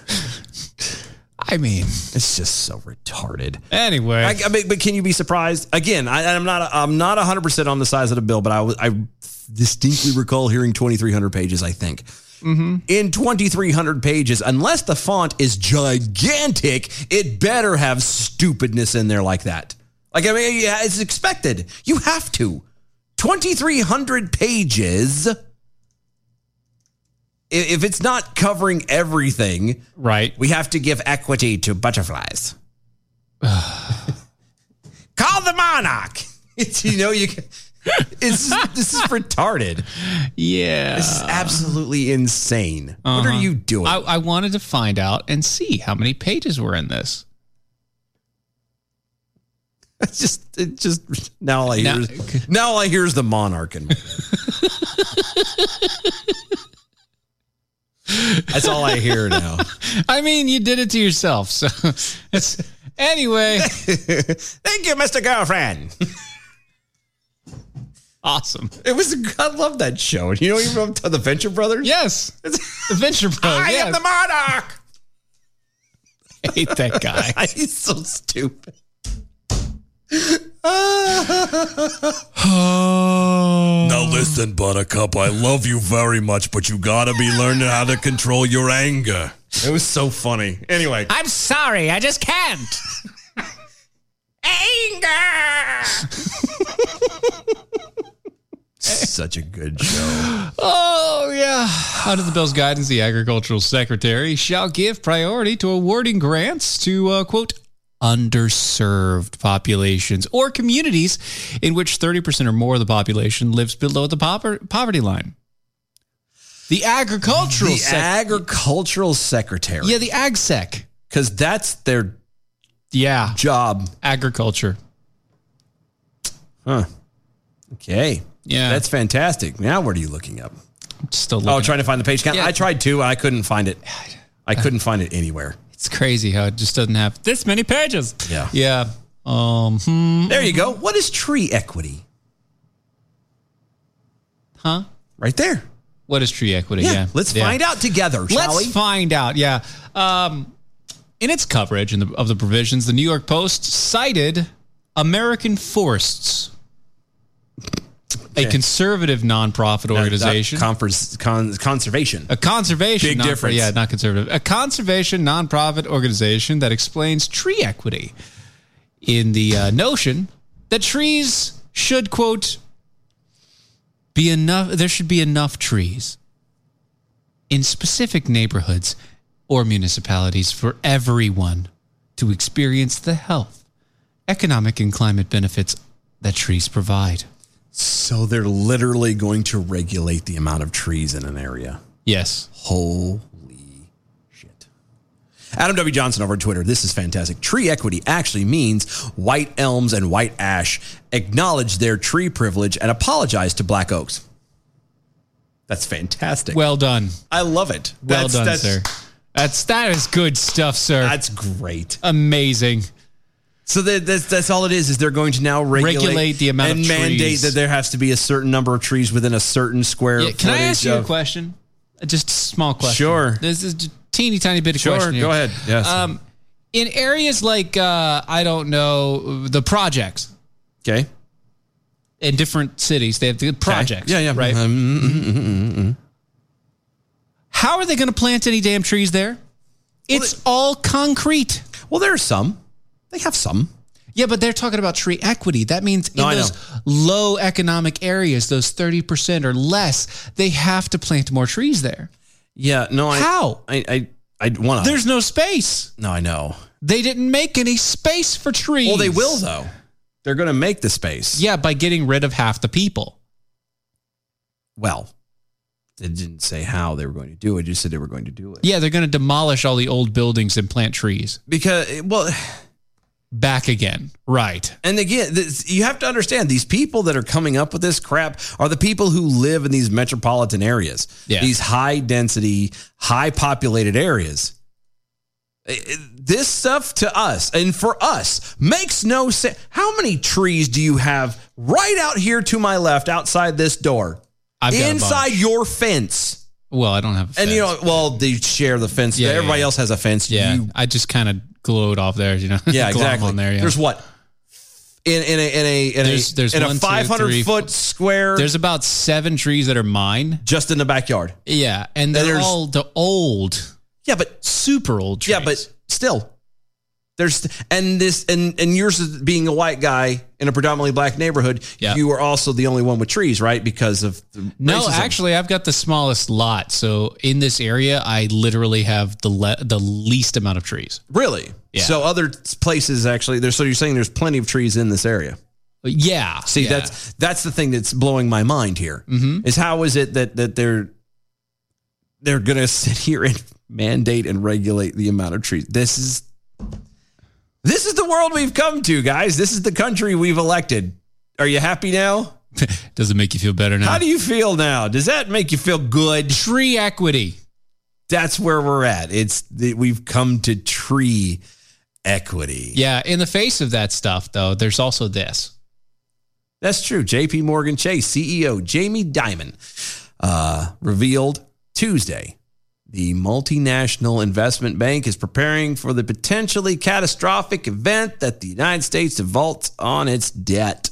Speaker 3: I mean,
Speaker 2: it's just so retarded.
Speaker 3: Anyway,
Speaker 2: I, I mean, but can you be surprised? Again, I, I'm not. I'm not 100 percent on the size of the bill, but I, was- I distinctly recall hearing 2,300 pages. I think
Speaker 12: Mm-hmm.
Speaker 2: in 2,300 pages, unless the font is gigantic, it better have stupidness in there like that. Like I mean, yeah, it's expected. You have to. 2,300 pages. i- If it's not covering everything,
Speaker 3: right?
Speaker 2: We have to give equity to butterflies. Call the monarch. It's, you know, you. can- It's this is retarded.
Speaker 3: Yeah,
Speaker 2: this is absolutely insane. What are
Speaker 3: Uh-huh.
Speaker 2: you doing?
Speaker 3: I, I wanted to find out and see how many pages were in this.
Speaker 2: It's just, it just now all I hear. Is, now all I hear is the monarch, and that's all I hear now.
Speaker 3: I mean, you did it to yourself, so it's anyway.
Speaker 2: Thank you, Mister Girlfriend.
Speaker 3: Awesome.
Speaker 2: It was. I love that show. You know, you from the Venture Brothers.
Speaker 3: Yes, the Venture Brothers.
Speaker 2: I am
Speaker 3: yes.
Speaker 2: the monarch.
Speaker 3: I hate that guy.
Speaker 2: He's so stupid.
Speaker 3: Uh,
Speaker 13: now listen, Buttercup. I love you very much, but you gotta be learning how to control your anger.
Speaker 2: It was so funny. Anyway,
Speaker 12: I'm sorry, I just can't.
Speaker 2: Such a good show.
Speaker 3: Oh, yeah. Under the bill's guidance, the agricultural secretary shall give priority to awarding grants to, uh, quote, underserved populations or communities in which 30% or more of the population lives below the pover- poverty line. The agricultural
Speaker 2: the
Speaker 3: sec-
Speaker 2: agricultural secretary.
Speaker 3: Yeah, the AgSec.
Speaker 2: Because that's their
Speaker 3: yeah
Speaker 2: job.
Speaker 3: Agriculture.
Speaker 2: Huh. Okay.
Speaker 3: Yeah.
Speaker 2: That's fantastic. Now what are you looking up?
Speaker 3: Still
Speaker 2: Oh, trying to find the page count. I tried to. I couldn't find it. I couldn't find it anywhere.
Speaker 3: It's crazy how it just doesn't have this many pages.
Speaker 2: Yeah.
Speaker 3: Yeah. Um, hmm.
Speaker 2: There you go. What is tree equity?
Speaker 3: Huh?
Speaker 2: Right there.
Speaker 3: What is tree equity?
Speaker 2: Yeah,
Speaker 3: Yeah.
Speaker 2: let's
Speaker 3: Yeah.
Speaker 2: find out together, shall
Speaker 3: Let's
Speaker 2: we?
Speaker 3: find out. Yeah. Um, in its coverage in the, of the provisions, the New York Post cited American Forests, a conservative nonprofit organization.
Speaker 2: Conference, con, conservation.
Speaker 3: A conservation.
Speaker 2: Big
Speaker 3: nonpro-
Speaker 2: difference.
Speaker 3: Yeah, not conservative. A conservation nonprofit organization that explains tree equity in the uh, notion that trees should, quote, be enough, there should be enough trees in specific neighborhoods or municipalities for everyone to experience the health, economic, and climate benefits that trees provide.
Speaker 2: So they're literally going to regulate the amount of trees in an area.
Speaker 3: Yes.
Speaker 2: Holy shit. Adam W. Johnson over on Twitter. This is fantastic. Tree equity actually means white elms and white ash acknowledge their tree privilege and apologize to black oaks. That's fantastic.
Speaker 3: Well done.
Speaker 2: I love it.
Speaker 3: Well
Speaker 2: That's-
Speaker 3: done,
Speaker 2: that's-
Speaker 3: sir. That's that is good stuff, sir.
Speaker 2: That's great.
Speaker 3: Amazing.
Speaker 2: So that, that's that's all it is. Is they're going to now regulate,
Speaker 3: Regulate the amount
Speaker 2: and
Speaker 3: of
Speaker 2: mandate
Speaker 3: trees.
Speaker 2: that there has to be a certain number of trees within a certain square.
Speaker 3: Yeah, can I
Speaker 2: footage
Speaker 3: ask you a
Speaker 2: of-
Speaker 3: question? Uh, Just a small question.
Speaker 2: Sure.
Speaker 3: This is a teeny tiny bit of
Speaker 2: Sure,
Speaker 3: question. here.
Speaker 2: go ahead. Yes.
Speaker 3: Um, in areas like uh, I don't know the projects.
Speaker 2: Okay.
Speaker 3: In different cities, they have the projects.
Speaker 2: Yeah, yeah.
Speaker 3: Right.
Speaker 2: Um, mm, mm, mm, mm, mm.
Speaker 3: How are they going to plant any damn trees there? It's all concrete.
Speaker 2: Well, there are some. They have some.
Speaker 3: Yeah, but they're talking about tree equity. That means
Speaker 2: No, I
Speaker 3: in
Speaker 2: know.
Speaker 3: those low economic areas, those 30% or less, they have to plant more trees there.
Speaker 2: Yeah, no, I
Speaker 3: How?
Speaker 2: I I, I want to.
Speaker 3: There's no space.
Speaker 2: no, I know.
Speaker 3: They didn't make any space for trees.
Speaker 2: Well, they will though. They're going to make the space.
Speaker 3: Yeah, by getting rid of half the people.
Speaker 2: Well, they didn't say how they were going to do it. Just said they were going to do it
Speaker 3: Yeah, they're going to demolish all the old buildings and plant trees
Speaker 2: because well,
Speaker 3: back again. Right.
Speaker 2: And again, this, you have to understand these people that are coming up with this crap are the people who live in these metropolitan areas,
Speaker 3: Yeah.
Speaker 2: these high density, high populated areas. Eh, eh, This stuff to us and for us makes no sense. How many trees do you have right out here to my left outside this door?
Speaker 3: I've got a
Speaker 2: inside
Speaker 3: bunch.
Speaker 2: your fence.
Speaker 3: Well, I don't have.
Speaker 2: And you know, well, they share the fence.
Speaker 3: Yeah,
Speaker 2: Everybody
Speaker 3: yeah, yeah.
Speaker 2: else has a fence.
Speaker 3: Yeah,
Speaker 2: You-
Speaker 3: I just kind of glowed off there. You know.
Speaker 2: yeah,
Speaker 3: glom
Speaker 2: exactly.
Speaker 3: On there, yeah.
Speaker 2: There's what in in a in a in
Speaker 3: There's-
Speaker 2: a
Speaker 3: there's
Speaker 2: in
Speaker 3: one,
Speaker 2: a
Speaker 3: two,
Speaker 2: 500
Speaker 3: three,
Speaker 2: foot
Speaker 3: four-
Speaker 2: square.
Speaker 3: There's about seven trees that are mine,
Speaker 2: just in the backyard.
Speaker 3: Yeah, and they're
Speaker 2: there's-
Speaker 3: all the old.
Speaker 2: Yeah, but
Speaker 3: super old trees.
Speaker 2: Yeah, but still, there's and this and and yours is being a white guy in a predominantly black neighborhood.
Speaker 3: Yeah.
Speaker 2: you are also the only one with trees, right? Because of the
Speaker 3: No,
Speaker 2: racism.
Speaker 3: actually, I've got the smallest lot. So in this area, I literally have the le- the least amount of trees.
Speaker 2: really.
Speaker 3: Yeah.
Speaker 2: So other places actually, there's so you're saying there's plenty of trees in this area.
Speaker 3: Yeah.
Speaker 2: See,
Speaker 3: yeah.
Speaker 2: that's that's the thing that's blowing my mind here.
Speaker 3: Mhm.
Speaker 2: Is how is it that that they're they're gonna sit here and mandate and regulate the amount of trees? This is this is the world we've come to, guys. This is the country we've elected. Are you happy now?
Speaker 3: Does it make you feel better now?
Speaker 2: How do you feel now? Does that make you feel good?
Speaker 3: Tree equity.
Speaker 2: That's where we're at. It's the, we've come to tree equity.
Speaker 3: yeah. In the face of that stuff, though, there's also this.
Speaker 2: That's true. JP Morgan Chase CEO Jamie Dimon uh, revealed Tuesday the multinational investment bank is preparing for the potentially catastrophic event that the United States defaults on its debt.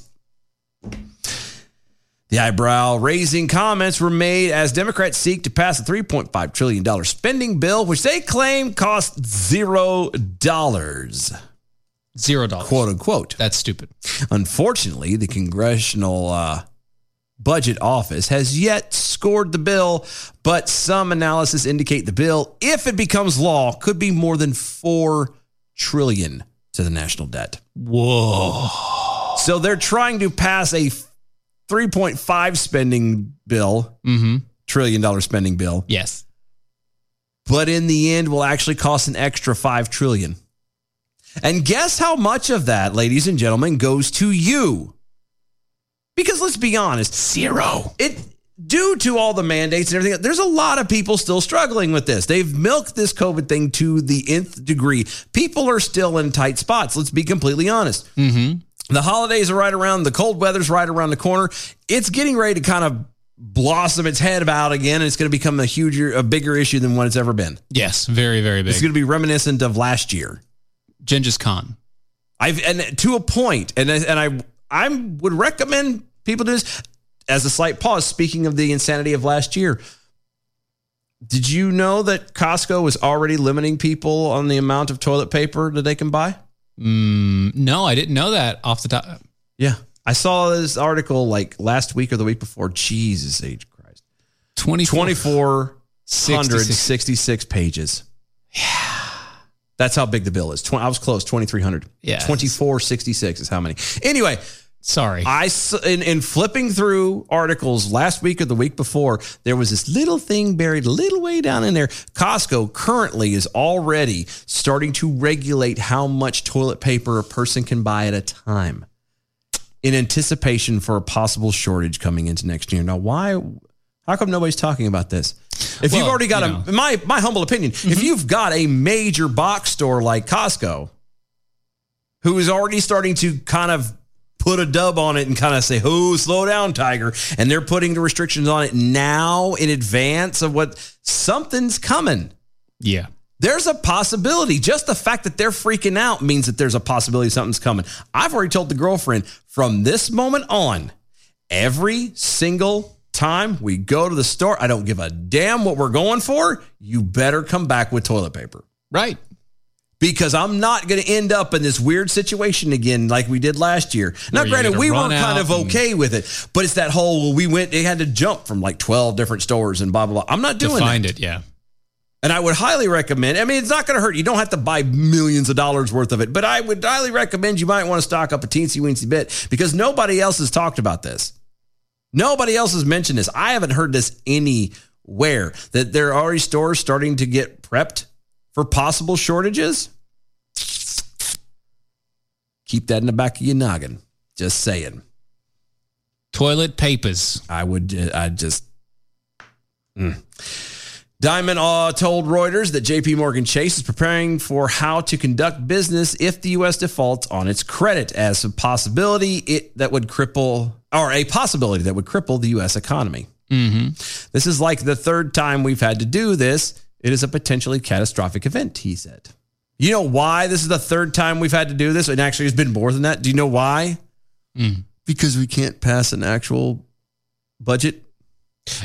Speaker 2: The eyebrow raising comments were made as Democrats seek to pass a $3.5 trillion spending bill, which they claim costs zero dollars.
Speaker 3: Zero dollars.
Speaker 2: Quote unquote.
Speaker 3: That's stupid.
Speaker 2: Unfortunately, the Congressional uh, Budget Office has yet scored the bill, but some analysis indicate the bill, if it becomes law, could be more than $4 trillion to the national debt.
Speaker 3: Whoa.
Speaker 2: So they're trying to pass a 3.5 spending bill,
Speaker 3: Mhm.
Speaker 2: trillion dollar spending bill.
Speaker 3: Yes.
Speaker 2: But in the end will actually cost an extra 5 trillion. And guess how much of that, ladies and gentlemen, goes to you? Because let's be honest,
Speaker 3: zero.
Speaker 2: It due to all the mandates and everything, there's a lot of people still struggling with this. They've milked this COVID thing to the nth degree. People are still in tight spots. Let's be completely honest.
Speaker 3: Mm-hmm.
Speaker 2: The holidays are right around, the cold weather's right around the corner. It's getting ready to kind of blossom its head out again, and it's going to become a huger, a bigger issue than what it's ever been.
Speaker 3: Yes. Very, very big.
Speaker 2: It's going to be reminiscent of last year.
Speaker 3: Genghis Khan.
Speaker 2: I've and to a point, and I- and I I would recommend people do this as a slight pause. Speaking of the insanity of last year, did you know that Costco was already limiting people on the amount of toilet paper that they can buy?
Speaker 3: Mm, no, I didn't know that off the top.
Speaker 2: Yeah, I saw this article like last week or the week before. Jesus H Christ, 24 166 pages. That's how big the bill is. Tw- I was close. Twenty three hundred.
Speaker 3: Yeah.
Speaker 2: Twenty four sixty six is how many. Anyway,
Speaker 3: sorry.
Speaker 2: I s- in, in flipping through articles last week or the week before, there was this little thing buried a little way down in there. Costco currently is already starting to regulate how much toilet paper a person can buy at a time, in anticipation for a possible shortage coming into next year. Now, why? How come nobody's talking about this? If you've
Speaker 3: Well,
Speaker 2: already got
Speaker 3: you
Speaker 2: a,
Speaker 3: know.
Speaker 2: in my my humble opinion, if you've got a major box store like Costco, who is already starting to kind of put a dub on it and kind of say, "Oh, slow down, Tiger," and they're putting the restrictions on it now in advance of what something's coming.
Speaker 3: Yeah.
Speaker 2: There's a possibility. Just the fact that they're freaking out means that there's a possibility something's coming. I've already told the girlfriend from this moment on, every single time we go to the store, I don't give a damn what we're going for. You better come back with toilet paper.
Speaker 3: Right.
Speaker 2: because I'm not going to end up in this weird situation again like we did last year. Now,
Speaker 5: Where you
Speaker 2: granted,
Speaker 5: gotta
Speaker 2: we were
Speaker 5: run
Speaker 2: kind
Speaker 5: out
Speaker 2: of
Speaker 5: and-
Speaker 3: Mm-hmm.
Speaker 2: okay with it, but it's that whole well, we went, they had to jump from like 12 different stores and blah, blah, blah. I'm not
Speaker 3: To
Speaker 2: doing
Speaker 3: find it,
Speaker 2: that.
Speaker 3: yeah.
Speaker 2: And I would highly recommend. I mean, it's not going to hurt. You don't have to buy millions of dollars worth of it, but I would highly recommend you might want to stock up a teensy weensy bit because nobody else has talked about this. Nobody else has mentioned this. I haven't heard this anywhere that there are already stores starting to get prepped for possible shortages. Keep that in the back of your noggin. Just saying.
Speaker 3: Toilet papers.
Speaker 2: I would. uh, I just. Mm. Diamond uh, told Reuters that JP Morgan Chase is preparing for how to conduct business if the U.S. defaults on its credit as a possibility it, that would cripple, or a possibility that would cripple the U.S. economy.
Speaker 3: Mm-hmm.
Speaker 2: This is like the third time we've had to do this. It is a potentially catastrophic event, he said. You know why this is the third time we've had to do this? And actually, it's been more than that. Do you know why?
Speaker 3: Mm.
Speaker 2: Because we can't pass an actual budget.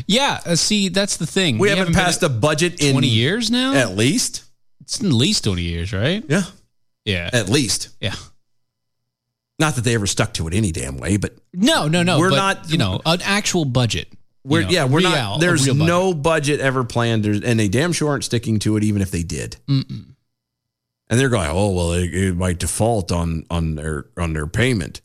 Speaker 3: Yeah, uh, see, that's the thing.
Speaker 2: We, haven't,
Speaker 3: been-
Speaker 2: passed a budget in
Speaker 3: 20 years now?
Speaker 2: At least.
Speaker 3: It's at least 20 years, right?
Speaker 2: Yeah.
Speaker 3: Yeah.
Speaker 2: At least.
Speaker 3: Yeah.
Speaker 2: Not that they ever stuck to it any damn way, but
Speaker 3: No, no, no.
Speaker 2: We're
Speaker 3: We're
Speaker 2: not-
Speaker 3: not, you know, an actual budget. you
Speaker 2: we're
Speaker 3: know,
Speaker 2: yeah, we're
Speaker 3: real,
Speaker 2: not
Speaker 3: a
Speaker 2: there's
Speaker 3: real budget.
Speaker 2: no budget ever planned there's, and they damn sure aren't sticking to it even if they did.
Speaker 3: Mm-mm.
Speaker 2: And they're going, "Oh, well, it, it might default on on their on their payment."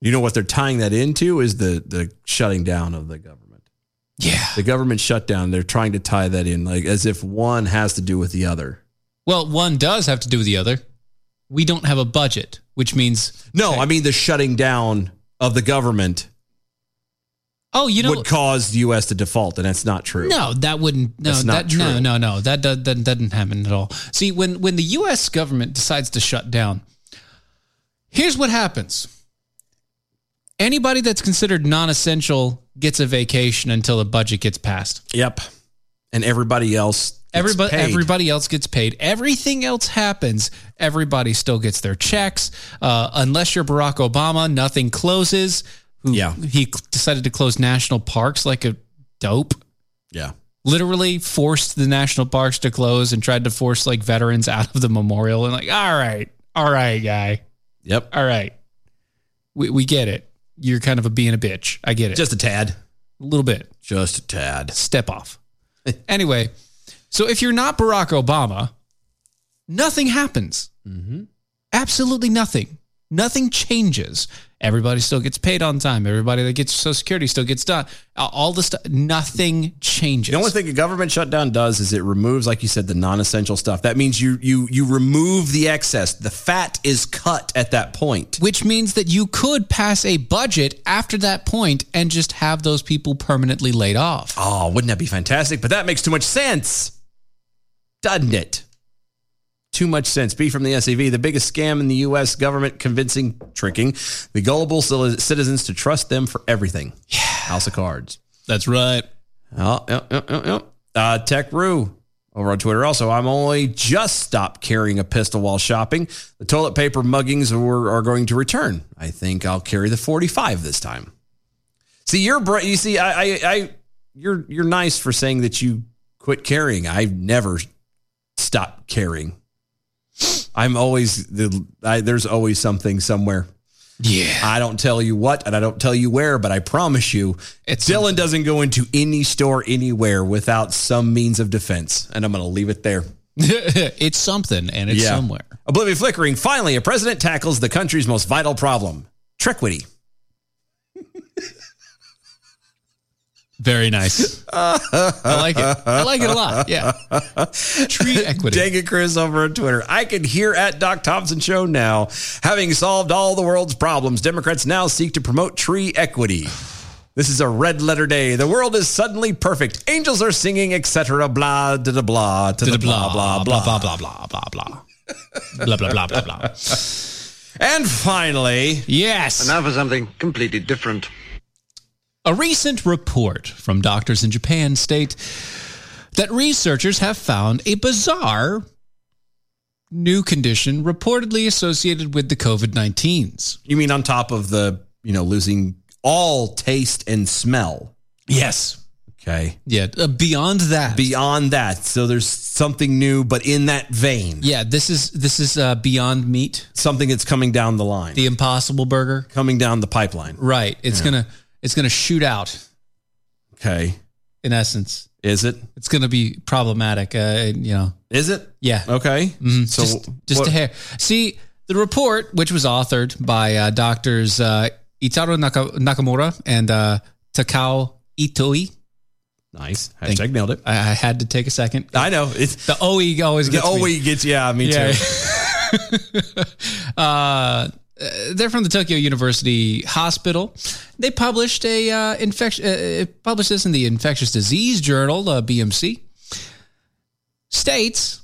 Speaker 2: You know what they're tying that into is the the shutting down of the government.
Speaker 3: Yeah.
Speaker 2: The government shutdown, they're trying to tie that in like as if one has to do with the other.
Speaker 3: Well, one does have to do with the other. We don't have a budget, which means
Speaker 2: No, I mean the shutting down of the government
Speaker 3: oh, you know,
Speaker 2: would cause the US to default and that's not true.
Speaker 3: No, that wouldn't. No,
Speaker 2: That's not
Speaker 3: that, no,
Speaker 2: true.
Speaker 3: no, no. That, does- that doesn't happen at all. See, when when the U.S. government decides to shut down, here's what happens. Anybody that's considered non-essential gets a vacation until a budget gets passed.
Speaker 2: Yep. And everybody else gets
Speaker 3: Everybody,
Speaker 2: paid.
Speaker 3: everybody else gets paid. Everything else happens. Everybody still gets their checks, uh, unless you're Barack Obama. Nothing closes. Who, yeah, he cl- decided to close national parks like a dope.
Speaker 2: Yeah.
Speaker 3: Literally forced the national parks to close and tried to force like veterans out of the memorial and like, all right, all right, guy.
Speaker 2: Yep.
Speaker 3: All right. We we get it. You're kind of a being a bitch. I get it.
Speaker 2: Just a tad.
Speaker 3: A little bit.
Speaker 2: Just a tad.
Speaker 3: Step off. anyway, so if you're not Barack Obama, nothing happens.
Speaker 2: Mm-hmm.
Speaker 3: Absolutely nothing. Nothing changes. Everybody still gets paid on time. Everybody that gets Social Security still gets done. Uh, All the stuff, nothing changes.
Speaker 2: The only thing a government shutdown does is it removes, like you said, the non-essential stuff. That means you you you remove the excess. The fat is cut at that point.
Speaker 3: Which means that you could pass a budget after that point and just have those people permanently laid off.
Speaker 2: Oh, wouldn't that be fantastic? But that makes too much sense, doesn't it? Too much sense. B from the SEV, the biggest scam in the U.S. government, convincing, tricking the gullible cil- citizens to trust them for everything. Yeah. House of Cards.
Speaker 3: That's right.
Speaker 2: Oh, yep, yep, yep, yep. Uh, Tech Rue over on Twitter. Also, I'm only just stopped carrying a pistol while shopping. The toilet paper muggings are, are going to return. I think I'll carry the 45 this time. See, you're bra- you see, I, I, I, you're you're nice for saying that you quit carrying. I've never stopped carrying. I'm always the I, there's always something somewhere.
Speaker 3: Yeah.
Speaker 2: I don't tell you what and I don't tell you where, but I promise you, Dylan doesn't go into any store anywhere without some means of defense. And I'm going to leave it there.
Speaker 3: it's something and it's
Speaker 2: Yeah.
Speaker 3: somewhere.
Speaker 2: Oblivion flickering. Finally, a president tackles the country's most vital problem triquity.
Speaker 3: Very nice.
Speaker 10: Uh,
Speaker 3: I like it. I like it a lot. Yeah. Tree equity.
Speaker 2: Dang it, Chris, over on Twitter. I can hear at Doc Thompson Show now. Having solved all the world's problems, Democrats now seek to promote tree equity. This is a red letter day. The world is suddenly perfect. Angels are singing, etc. Blah, da, da, blah, da, da, blah, blah, blah, blah, blah,
Speaker 3: blah, blah, blah, blah, blah, blah, blah, blah.
Speaker 2: And finally,
Speaker 3: yes.
Speaker 17: And now for something completely different.
Speaker 3: A recent report from doctors in Japan state that researchers have found a bizarre new condition reportedly associated with the COVID-19s.
Speaker 2: You mean on top of the, you know, losing all taste and smell?
Speaker 3: Yes.
Speaker 2: Okay.
Speaker 3: Yeah. Uh, beyond that.
Speaker 2: Beyond that. So there's something new, but in that vein.
Speaker 3: Yeah. This is this is uh, beyond meat.
Speaker 2: Something that's coming down the line.
Speaker 3: The Impossible Burger
Speaker 2: coming down the pipeline.
Speaker 3: Right. It's
Speaker 2: Yeah.
Speaker 3: gonna it's gonna shoot out.
Speaker 2: Okay.
Speaker 3: In essence,
Speaker 2: Is it?
Speaker 3: it's gonna be problematic. Uh, you know.
Speaker 2: Is it?
Speaker 3: Yeah.
Speaker 2: Okay.
Speaker 3: Mhm.
Speaker 2: So
Speaker 3: just, just
Speaker 2: what-
Speaker 3: a hair. See the report, which was authored by uh, doctors uh, Itaro Naka- Nakamura and uh, Takao Itoi.
Speaker 2: Nice. Hashtag nailed it.
Speaker 3: I, I had to take a second.
Speaker 2: I know. It's
Speaker 3: the OE always
Speaker 2: The
Speaker 3: gets me.
Speaker 2: OE gets, yeah, me
Speaker 3: Yeah.
Speaker 2: too.
Speaker 3: uh, they're from the Tokyo University Hospital. They published a uh, infection. Uh, it published this in the Infectious Disease Journal, uh, BMC. States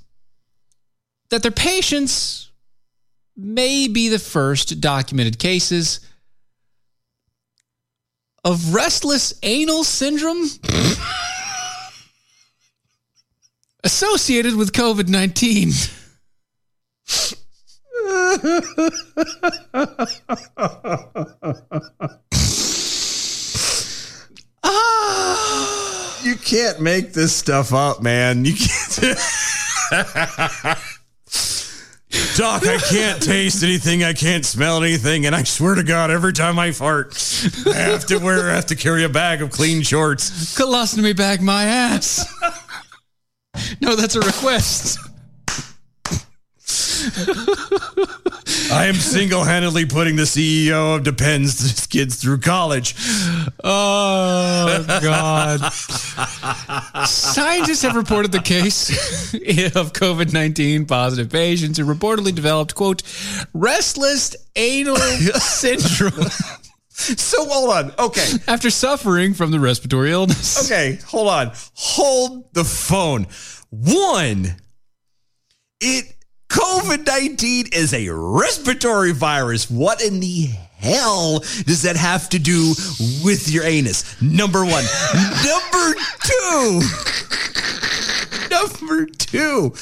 Speaker 3: that their patients may be the first documented cases of restless anal syndrome associated with COVID nineteen. Ah!
Speaker 2: you can't make this stuff up, man. You can't. Doc, I can't taste anything. I can't smell anything. And I swear to God, every time I fart, I have to wear, I have to carry a bag of clean shorts.
Speaker 3: Colostomy bag my ass. no, that's a request.
Speaker 2: I am single handedly putting the CEO of Depends kids through college.
Speaker 3: Oh, God. Scientists have reported the case of COVID 19 positive patients who reportedly developed, quote, restless anal syndrome.
Speaker 2: So hold on. Okay.
Speaker 3: After suffering from the respiratory illness.
Speaker 2: Okay, hold on. Hold the phone. One, it COVID 19 is a respiratory virus. What in the hell does that have to do with your anus? Number one. Number two. Number two.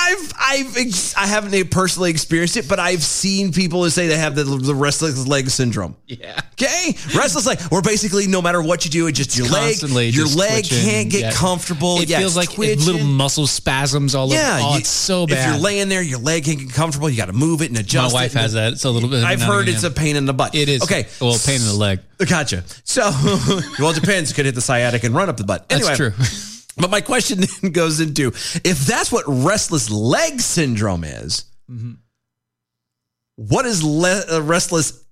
Speaker 2: I've I've ex- I haven't personally experienced it, but I've seen people who say they have the, the restless leg syndrome.
Speaker 3: Yeah.
Speaker 2: Okay. Restless leg, where basically no matter what you do, it just your leg,
Speaker 3: Constantly
Speaker 2: your
Speaker 3: just
Speaker 2: leg
Speaker 3: twitching.
Speaker 2: can't get
Speaker 3: Yeah.
Speaker 2: comfortable.
Speaker 3: It
Speaker 2: Yeah,
Speaker 3: feels
Speaker 2: it's
Speaker 3: like
Speaker 2: twitching.
Speaker 3: little muscle spasms all
Speaker 2: yeah,
Speaker 3: over. Oh,
Speaker 2: you-
Speaker 3: it's so
Speaker 2: If
Speaker 3: bad.
Speaker 2: you're laying there, your leg can't get comfortable. You got to move it and adjust.
Speaker 3: wife
Speaker 2: it.
Speaker 3: has that. It's a little bit of
Speaker 2: I've
Speaker 3: now and
Speaker 2: heard it's a
Speaker 3: again.
Speaker 2: pain in the butt.
Speaker 3: It is.
Speaker 2: Okay.
Speaker 3: Well, pain in the leg.
Speaker 2: Gotcha. So, well, it depends. Could hit the sciatic and run up the butt.
Speaker 3: That's
Speaker 2: Anyway,
Speaker 3: true.
Speaker 2: But my question then goes into if that's what restless leg syndrome is,
Speaker 3: Mm-hmm.
Speaker 2: what is le- uh, restless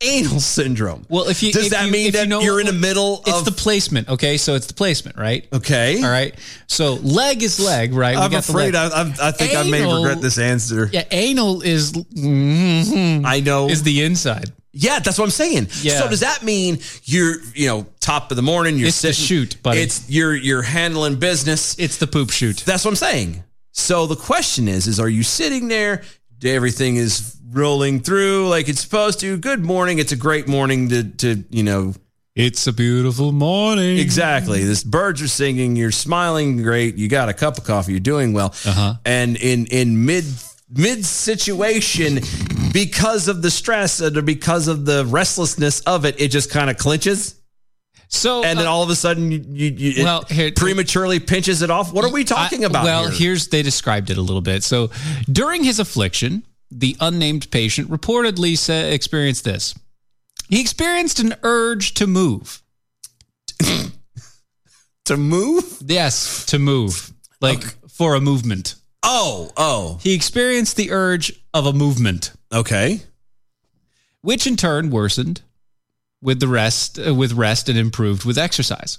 Speaker 2: anal syndrome?
Speaker 3: Well, if you
Speaker 2: does
Speaker 3: if
Speaker 2: that
Speaker 3: you-
Speaker 2: mean
Speaker 3: if
Speaker 2: that
Speaker 3: you know,
Speaker 2: are in the middle
Speaker 3: It's
Speaker 2: of
Speaker 3: the placement. Okay, so it's the placement, right?
Speaker 2: Okay.
Speaker 3: All right. So leg is leg, right?
Speaker 2: I'm
Speaker 3: the
Speaker 2: afraid
Speaker 3: leg.
Speaker 2: I, I'm, I think I may
Speaker 3: Anal-
Speaker 2: regret this answer.
Speaker 3: Yeah, anal is. mhm,
Speaker 2: I know
Speaker 3: is the inside.
Speaker 2: Yeah, that's what I'm saying.
Speaker 3: Yeah.
Speaker 2: So does that mean you're, you know, top of the morning, you're
Speaker 3: It's the
Speaker 2: sitting,
Speaker 3: shoot, buddy.
Speaker 2: It's you're you're handling business.
Speaker 3: It's the poop shoot.
Speaker 2: That's what I'm saying. So the question is, is are you sitting there? Everything is rolling through like it's supposed to. Good morning. It's a great morning to to you know.
Speaker 3: It's a beautiful morning.
Speaker 2: Exactly. This birds are singing. You're smiling. Great. You got a cup of coffee. You're doing well. Uh-huh. And in in mid mid situation, because of the stress and because of the restlessness of it, it just kind of clinches.
Speaker 3: So
Speaker 2: and then
Speaker 3: uh,
Speaker 2: all of a sudden, you, you, you it
Speaker 3: well, here-
Speaker 2: prematurely pinches it off. What are we talking
Speaker 3: I-
Speaker 2: about?
Speaker 3: Well,
Speaker 2: here?
Speaker 3: here's they described it a little bit. So during his affliction, the unnamed patient reportedly sa- experienced this. He experienced an urge to move.
Speaker 2: to move?
Speaker 3: Yes, to move. Like for a movement.
Speaker 2: Oh, oh.
Speaker 3: He experienced the urge of a movement.
Speaker 2: Okay.
Speaker 3: Which in turn worsened with the rest uh, with rest and improved with exercise.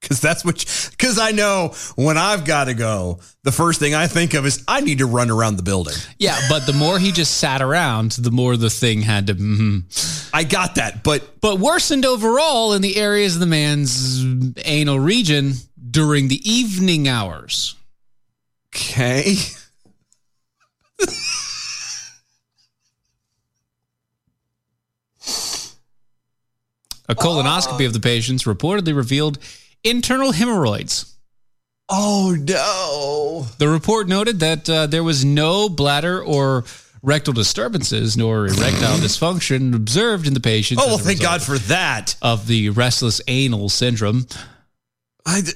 Speaker 2: Because that's what, because I know when I've got to go, the first thing I think of is I need to run around the building.
Speaker 3: Yeah, but the more he just sat around, the more the thing had to. mhm.
Speaker 2: I got that, but
Speaker 3: but worsened overall in the areas of the man's anal region during the evening hours.
Speaker 2: Okay.
Speaker 3: A colonoscopy of the patients reportedly revealed internal hemorrhoids.
Speaker 2: Oh no!
Speaker 3: The report noted that uh, there was no bladder or rectal disturbances nor erectile dysfunction observed in the patient.
Speaker 2: Oh, well, thank God for that.
Speaker 3: Of the restless anal syndrome.
Speaker 2: I.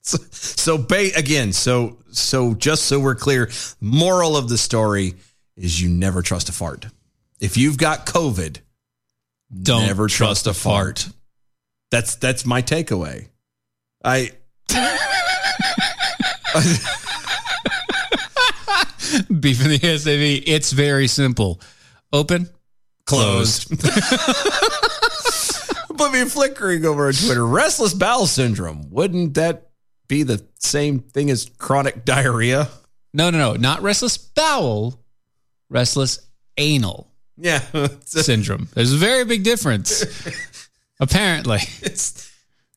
Speaker 2: So, so ba- again, so so just so we're clear, moral of the story is you never trust a fart. If you've got COVID,
Speaker 3: Don't
Speaker 2: never trust,
Speaker 3: trust
Speaker 2: a
Speaker 3: a
Speaker 2: fart. That's that's my takeaway. I
Speaker 3: Beef in the SAV. It's very simple. Open, closed.
Speaker 2: but be flickering over on Twitter. Restless bowel syndrome. Wouldn't that be the same thing as chronic diarrhea?
Speaker 3: No, no, no. Not restless bowel, restless anal.
Speaker 2: Yeah.
Speaker 3: syndrome. There's a very big difference. apparently.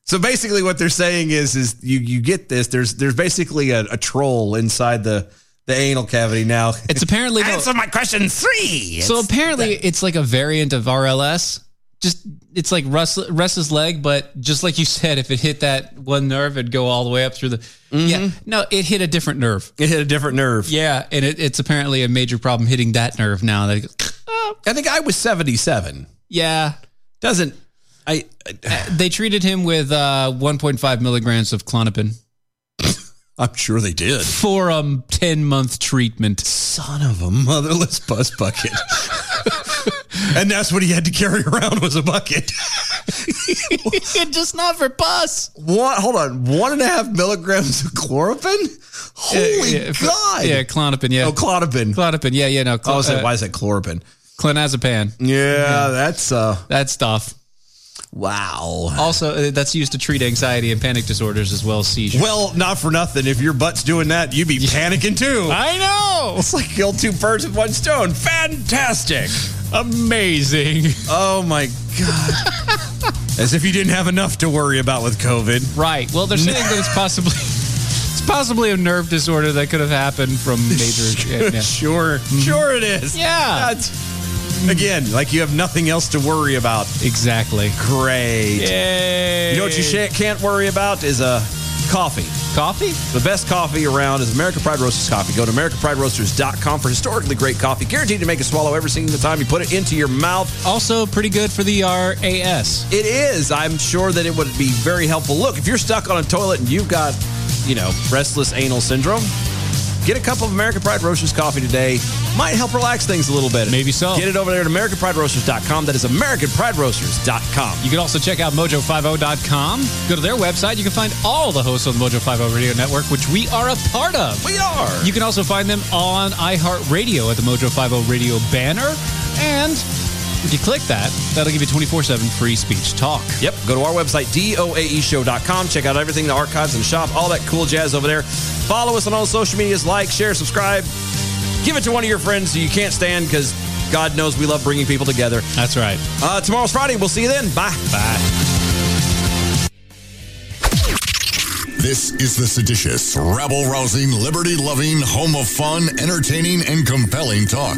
Speaker 2: So basically, what they're saying is, is you you get this. There's there's basically a, a troll inside the the anal cavity now.
Speaker 3: It's apparently
Speaker 2: answer my question three.
Speaker 3: so
Speaker 2: It's-
Speaker 3: apparently it's like a variant of RLS. Just it's like rest, restless leg, but just like you said, if it hit that one nerve, it'd go all the way up through the. Yeah, no, it hit a different nerve.
Speaker 2: Mm-hmm. It hit a different nerve.
Speaker 3: Yeah, and it, it's apparently a major problem hitting that nerve now. That it goes,
Speaker 2: I think I was seventy seven.
Speaker 3: Yeah, Uh,
Speaker 2: doesn't I?
Speaker 3: they treated him with uh, 1.5 milligrams of clonopin
Speaker 2: I'm sure they did
Speaker 3: for a 10 month treatment.
Speaker 2: Son of a motherless bus bucket. and that's what he had to carry around was a bucket.
Speaker 3: just not for pus.
Speaker 2: What? Hold on. One and a half milligrams of chloropen. Holy
Speaker 3: Yeah, yeah, for-
Speaker 2: God!
Speaker 3: Yeah, clonopin. Yeah.
Speaker 2: Oh, clonopin.
Speaker 3: Clonopin. Yeah, yeah. No. uh,
Speaker 2: I was like, why is that chloropen?
Speaker 3: Clonazepam.
Speaker 2: Yeah, that's uh,
Speaker 3: that stuff.
Speaker 2: Wow.
Speaker 3: Also, uh, that's used to treat anxiety and panic disorders as well as seizures.
Speaker 2: Well, not for nothing. If your butt's doing that, you'd be panicking too.
Speaker 3: I know.
Speaker 2: It's like kill two birds with one stone. Fantastic.
Speaker 3: Amazing.
Speaker 2: Oh my God. As if you didn't have enough to worry about with COVID.
Speaker 3: Right. Well, they're saying that it's possibly it's possibly a nerve disorder that could have happened from major. yeah, yeah.
Speaker 2: Sure. Sure it is. Yeah. again, like you have nothing else to worry about.
Speaker 3: Exactly.
Speaker 2: Great.
Speaker 3: Yay.
Speaker 2: You know what you sha- can't worry about is uh, coffee.
Speaker 3: Coffee?
Speaker 2: The best coffee around is American Pride Roasters coffee. Go to AmericanPrideRoasters.com for historically great coffee, guaranteed to make a swallow every single time you put it into your mouth.
Speaker 3: Also, pretty good for the RAS.
Speaker 2: It is. I'm sure that it would be very helpful. Look, if you're stuck on a toilet and you've got, you know, restless anal syndrome, get a cup of American Pride Roasters coffee today. Might help relax things a little bit. Maybe so. Get it over there at AmericanPrideRoasters.com. That is AmericanPrideRoasters.com.
Speaker 3: oh You can also check out mojo50.com. Go to their website. You can find all the hosts on the Mojo50 Radio Network, which we are a part of.
Speaker 2: We are.
Speaker 3: You can also find them on iHeartRadio at the Mojo50 Radio banner. And if you click that, that'll give you 24 7 free speech talk.
Speaker 2: Yep. Go to our website, E doaeshow.com. Check out everything, the archives and shop, all that cool jazz over there. Follow us on all the social medias, like, share, subscribe. Give it to one of your friends who you can't stand because God knows we love bringing people together.
Speaker 3: That's right.
Speaker 2: Uh, tomorrow's Friday. We'll see you then. Bye. Bye.
Speaker 20: This is the seditious, rabble rousing, liberty loving, home of fun, entertaining, and compelling talk.